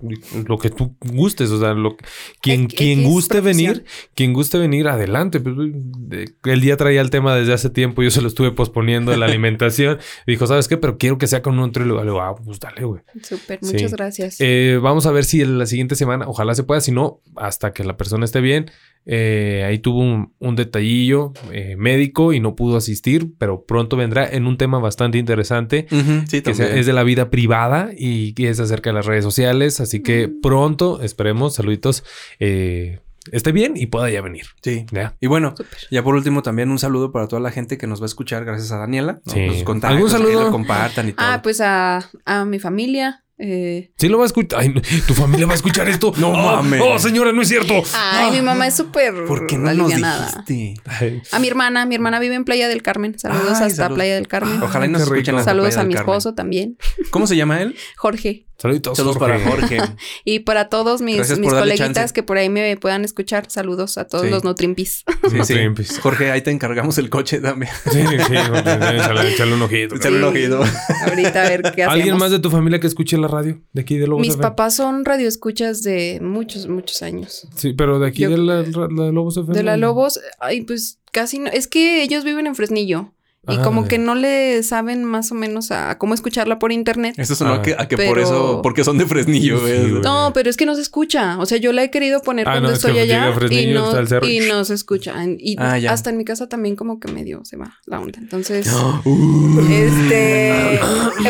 Speaker 3: lo que tú gustes, o sea, lo, quien,
Speaker 4: X-
Speaker 3: quien
Speaker 4: X
Speaker 3: guste
Speaker 4: profesión.
Speaker 3: venir, quien guste venir, adelante. Pues, de- El día traía el tema desde hace tiempo, yo se lo estuve posponiendo la alimentación. Dijo, ¿sabes qué? Pero quiero que sea con un nutriólogo. Le digo, ah, pues dale, güey.
Speaker 4: Súper,
Speaker 3: Sí.
Speaker 4: muchas gracias.
Speaker 3: Eh, vamos a ver si en la siguiente semana, ojalá se pueda, si no, hasta que la persona esté bien. Eh, ahí tuvo un, un detallillo eh, médico y no pudo asistir, pero pronto vendrá en un tema bastante interesante.
Speaker 2: Ujú, sí,
Speaker 3: Que sea-
Speaker 2: también.
Speaker 3: es de la vida privada y, que es acerca de las redes sociales. Así que
Speaker 4: Mm.
Speaker 3: pronto, esperemos, saluditos, eh, esté bien y pueda ya venir.
Speaker 2: Sí.
Speaker 3: ¿ya?
Speaker 2: Y bueno,
Speaker 4: Súper.
Speaker 2: ya por último, también un saludo para toda la gente que nos va a escuchar, gracias a Daniela. ¿no?
Speaker 3: Sí.
Speaker 2: Los contactos,
Speaker 3: ¿Algún
Speaker 2: ahí
Speaker 3: saludo?
Speaker 2: lo compartan y todo.
Speaker 4: Ah, pues a, a mi familia. eh,
Speaker 3: Sí lo va a escuchar. Ay, no, tu familia va a escuchar esto.
Speaker 2: No
Speaker 3: Oh,
Speaker 2: mames.
Speaker 3: Oh, señora, no es cierto. Ah.
Speaker 4: Ay, mi mamá es súper
Speaker 2: ¿Por qué no nos
Speaker 4: alivianada.
Speaker 2: dijiste?
Speaker 3: Ay,
Speaker 4: A mi hermana, mi hermana vive en Playa del Carmen. Saludos
Speaker 2: Ay,
Speaker 4: hasta
Speaker 2: saludos.
Speaker 4: Playa del Carmen.
Speaker 2: Ah, Ojalá y nos
Speaker 3: qué rico.
Speaker 2: escuchen las de
Speaker 4: Ah, Saludos
Speaker 2: Playa
Speaker 4: a
Speaker 2: del
Speaker 4: mi
Speaker 2: Carmen.
Speaker 4: esposo también,
Speaker 2: ¿Cómo se llama él?
Speaker 4: Jorge.
Speaker 3: saluditos.
Speaker 2: Saludos para Jorge.
Speaker 4: Y para todos mis,
Speaker 2: Gracias por
Speaker 4: mis
Speaker 2: darle
Speaker 4: coleguitas
Speaker 2: chance.
Speaker 4: que por ahí me puedan escuchar, saludos a todos
Speaker 2: Sí.
Speaker 4: los Nutrimpis.
Speaker 2: Sí, sí.
Speaker 3: Sí, sí.
Speaker 2: Jorge, ahí te encargamos el coche también.
Speaker 3: Sí, sí, échale, échale un ojito.
Speaker 2: Échale un
Speaker 4: Sí.
Speaker 2: ojido.
Speaker 4: Ahorita a ver qué hacemos.
Speaker 3: ¿Alguien más de tu familia que escuche la radio? De aquí de Lobos
Speaker 4: mis
Speaker 3: FM.
Speaker 4: papás son radioescuchas de muchos, muchos años.
Speaker 3: Sí, pero de aquí
Speaker 4: Yo-
Speaker 3: de la, la- la Lobos FM.
Speaker 4: De la Lobos, ay, pues casi no. Es que ellos viven en Fresnillo. Y
Speaker 3: Ah,
Speaker 4: como
Speaker 3: ya.
Speaker 4: que no le saben más o menos a cómo escucharla por internet.
Speaker 2: Eso sonó
Speaker 3: Ah.
Speaker 2: a que, a que por
Speaker 4: Pero-
Speaker 2: eso, porque son de Fresnillo,
Speaker 3: Sí,
Speaker 2: güey.
Speaker 3: güey.
Speaker 4: No, pero es que no se escucha. O sea, yo la he querido poner
Speaker 3: Eh, Ah,
Speaker 4: cuando
Speaker 3: no, es que
Speaker 4: estoy
Speaker 3: llega
Speaker 4: allá y
Speaker 3: Fresnillo, está el cerro
Speaker 4: no,
Speaker 3: y-
Speaker 4: y no se escucha. Y
Speaker 2: Ah, ya.
Speaker 4: hasta en mi casa también como que medio se va la onda. Entonces,
Speaker 2: Uh.
Speaker 4: este,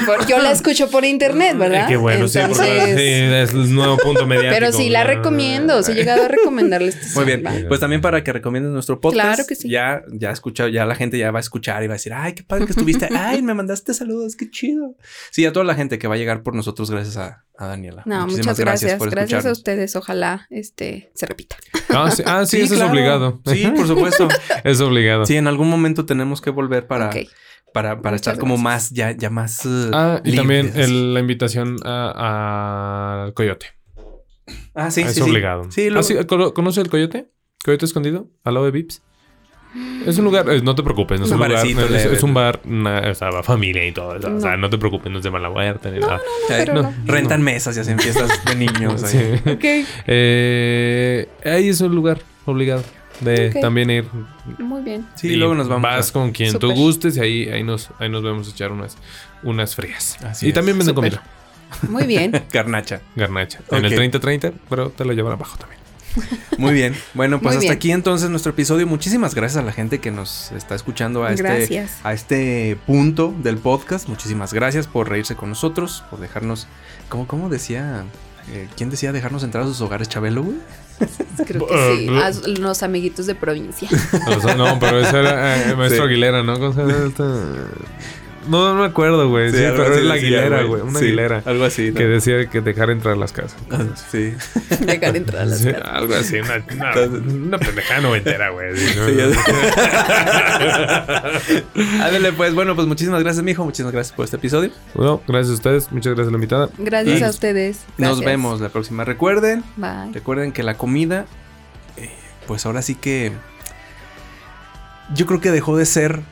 Speaker 4: por- yo la escucho por internet, ¿verdad?
Speaker 3: Eh, Qué bueno, sí, porque-
Speaker 4: Entonces,
Speaker 3: sí, es el nuevo punto mediático.
Speaker 4: pero sí la recomiendo. Sí he llegado a este recomendarles. esta
Speaker 2: Muy bien.
Speaker 4: samba.
Speaker 2: Pues también para que recomienden nuestro podcast.
Speaker 4: Claro que sí.
Speaker 2: Ya, ya escucha, ya la gente ya va a escuchar y va a decir, ay, qué padre que estuviste. Ay, me mandaste saludos, qué chido. Sí, a toda la gente que va a llegar por nosotros, gracias a, a Daniela.
Speaker 4: No, muchas gracias. Gracias a
Speaker 2: escucharnos.
Speaker 4: ustedes. Ojalá este se repita.
Speaker 3: Ah, sí, ah, sí, eso
Speaker 2: claro.
Speaker 3: es obligado.
Speaker 2: Sí, por supuesto.
Speaker 3: Es obligado.
Speaker 2: Sí, en algún momento tenemos que volver para,
Speaker 4: Ok.
Speaker 2: para, para
Speaker 4: Muchas
Speaker 2: estar como
Speaker 4: gracias.
Speaker 2: más, ya, ya más. eh,
Speaker 3: Ah, y
Speaker 2: libres.
Speaker 3: también el- la invitación a- al coyote.
Speaker 2: Ah, sí,
Speaker 3: es
Speaker 2: sí, sí.
Speaker 3: obligado.
Speaker 2: Sí, lo-
Speaker 3: Ah, sí, ¿cono- ¿Conoce el coyote? ¿Coyote escondido? Al lado de Vips. Es un lugar, eh, no te preocupes, no es
Speaker 2: Un
Speaker 3: un, lugar,
Speaker 2: barecito
Speaker 3: no, es,
Speaker 2: leve.
Speaker 3: es un bar, na- o sea, va familia y todo, o sea,
Speaker 4: No.
Speaker 3: no te preocupes, no es de mala muerte ni nada.
Speaker 2: Sí.
Speaker 4: Pero
Speaker 3: no.
Speaker 4: no.
Speaker 2: Rentan mesas y hacen fiestas de niños.
Speaker 3: Sí.
Speaker 2: ahí.
Speaker 4: Ok.
Speaker 3: Eh, ahí es un lugar obligado de
Speaker 4: Ok.
Speaker 3: también ir.
Speaker 4: Muy bien.
Speaker 2: Sí,
Speaker 3: Y
Speaker 2: luego nos vamos.
Speaker 3: Vas
Speaker 2: a-
Speaker 3: con quien tú
Speaker 4: Súper.
Speaker 3: gustes y ahí, ahí, nos, ahí nos vemos echar unas, unas frías.
Speaker 2: Así
Speaker 3: y
Speaker 2: es.
Speaker 3: también venden
Speaker 4: Súper.
Speaker 3: comida,
Speaker 4: Muy bien.
Speaker 2: Garnacha.
Speaker 3: garnacha. En el
Speaker 2: Ok.
Speaker 3: 30-30, pero te lo llevan abajo también.
Speaker 2: Muy bien. Bueno, pues
Speaker 4: Muy
Speaker 2: hasta
Speaker 4: bien.
Speaker 2: aquí entonces nuestro episodio. Muchísimas gracias a la gente que nos está escuchando a este,
Speaker 4: Gracias.
Speaker 2: a este punto del podcast. Muchísimas gracias por reírse con nosotros, por dejarnos. ¿Cómo, cómo decía? eh, ¿Quién decía dejarnos entrar a sus hogares, Chabelo, güey?
Speaker 4: Creo que sí. A los amiguitos de provincia.
Speaker 3: O sea, no, pero eso era eh, Maestro
Speaker 2: Sí.
Speaker 3: Aguilera, ¿no? ¿Cómo se llama esta? No, no me acuerdo, güey. Sí,
Speaker 2: algo
Speaker 3: pero
Speaker 2: así
Speaker 3: es la
Speaker 2: decía,
Speaker 3: Aguilera, güey. Una
Speaker 2: Sí,
Speaker 3: Aguilera.
Speaker 2: Algo así. ¿no?
Speaker 3: Que decía que dejar entrar a las casas.
Speaker 2: Sí.
Speaker 4: Dejar entrar a las
Speaker 3: Sí,
Speaker 4: casas.
Speaker 3: algo así, una, una, una pendejada noventera, güey. Sí, ¿no?
Speaker 2: Sí, ya- Ándale, pues bueno, pues muchísimas gracias, mijo. Muchísimas gracias por este episodio.
Speaker 3: Bueno, gracias a ustedes. Muchas gracias a la invitada.
Speaker 4: Gracias
Speaker 2: Y
Speaker 4: a ustedes.
Speaker 2: Nos
Speaker 4: Gracias.
Speaker 2: vemos la próxima. Recuerden,
Speaker 4: Bye.
Speaker 2: Recuerden que la comida, eh, pues ahora sí que yo creo que dejó de ser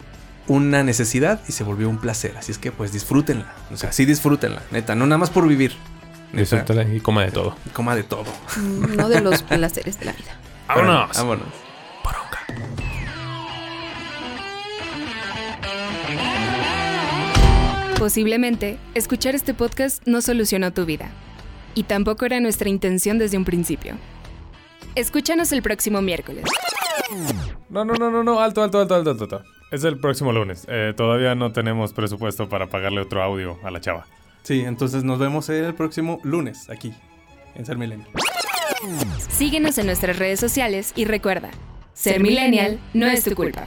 Speaker 2: una necesidad y se volvió un placer. Así es que pues disfrútenla. O sea, sí disfrútenla, neta, no nada más por vivir. Neta,
Speaker 7: Disfrútala y coma de todo.
Speaker 2: coma de todo.
Speaker 4: Uno de los placeres de la vida.
Speaker 7: ¡Vámonos!
Speaker 2: Vámonos.
Speaker 1: Posiblemente, escuchar este podcast no solucionó tu vida. Y tampoco era nuestra intención desde un principio. Escúchanos el próximo miércoles.
Speaker 3: No, no, no, no, no, alto, alto, alto, alto, alto. alto. Es el próximo lunes. Eh, todavía no tenemos presupuesto para pagarle otro audio a la chava.
Speaker 2: Sí, entonces nos vemos el próximo lunes aquí en Ser Milenio.
Speaker 1: Síguenos en nuestras redes sociales y recuerda, ser millennial no es tu culpa.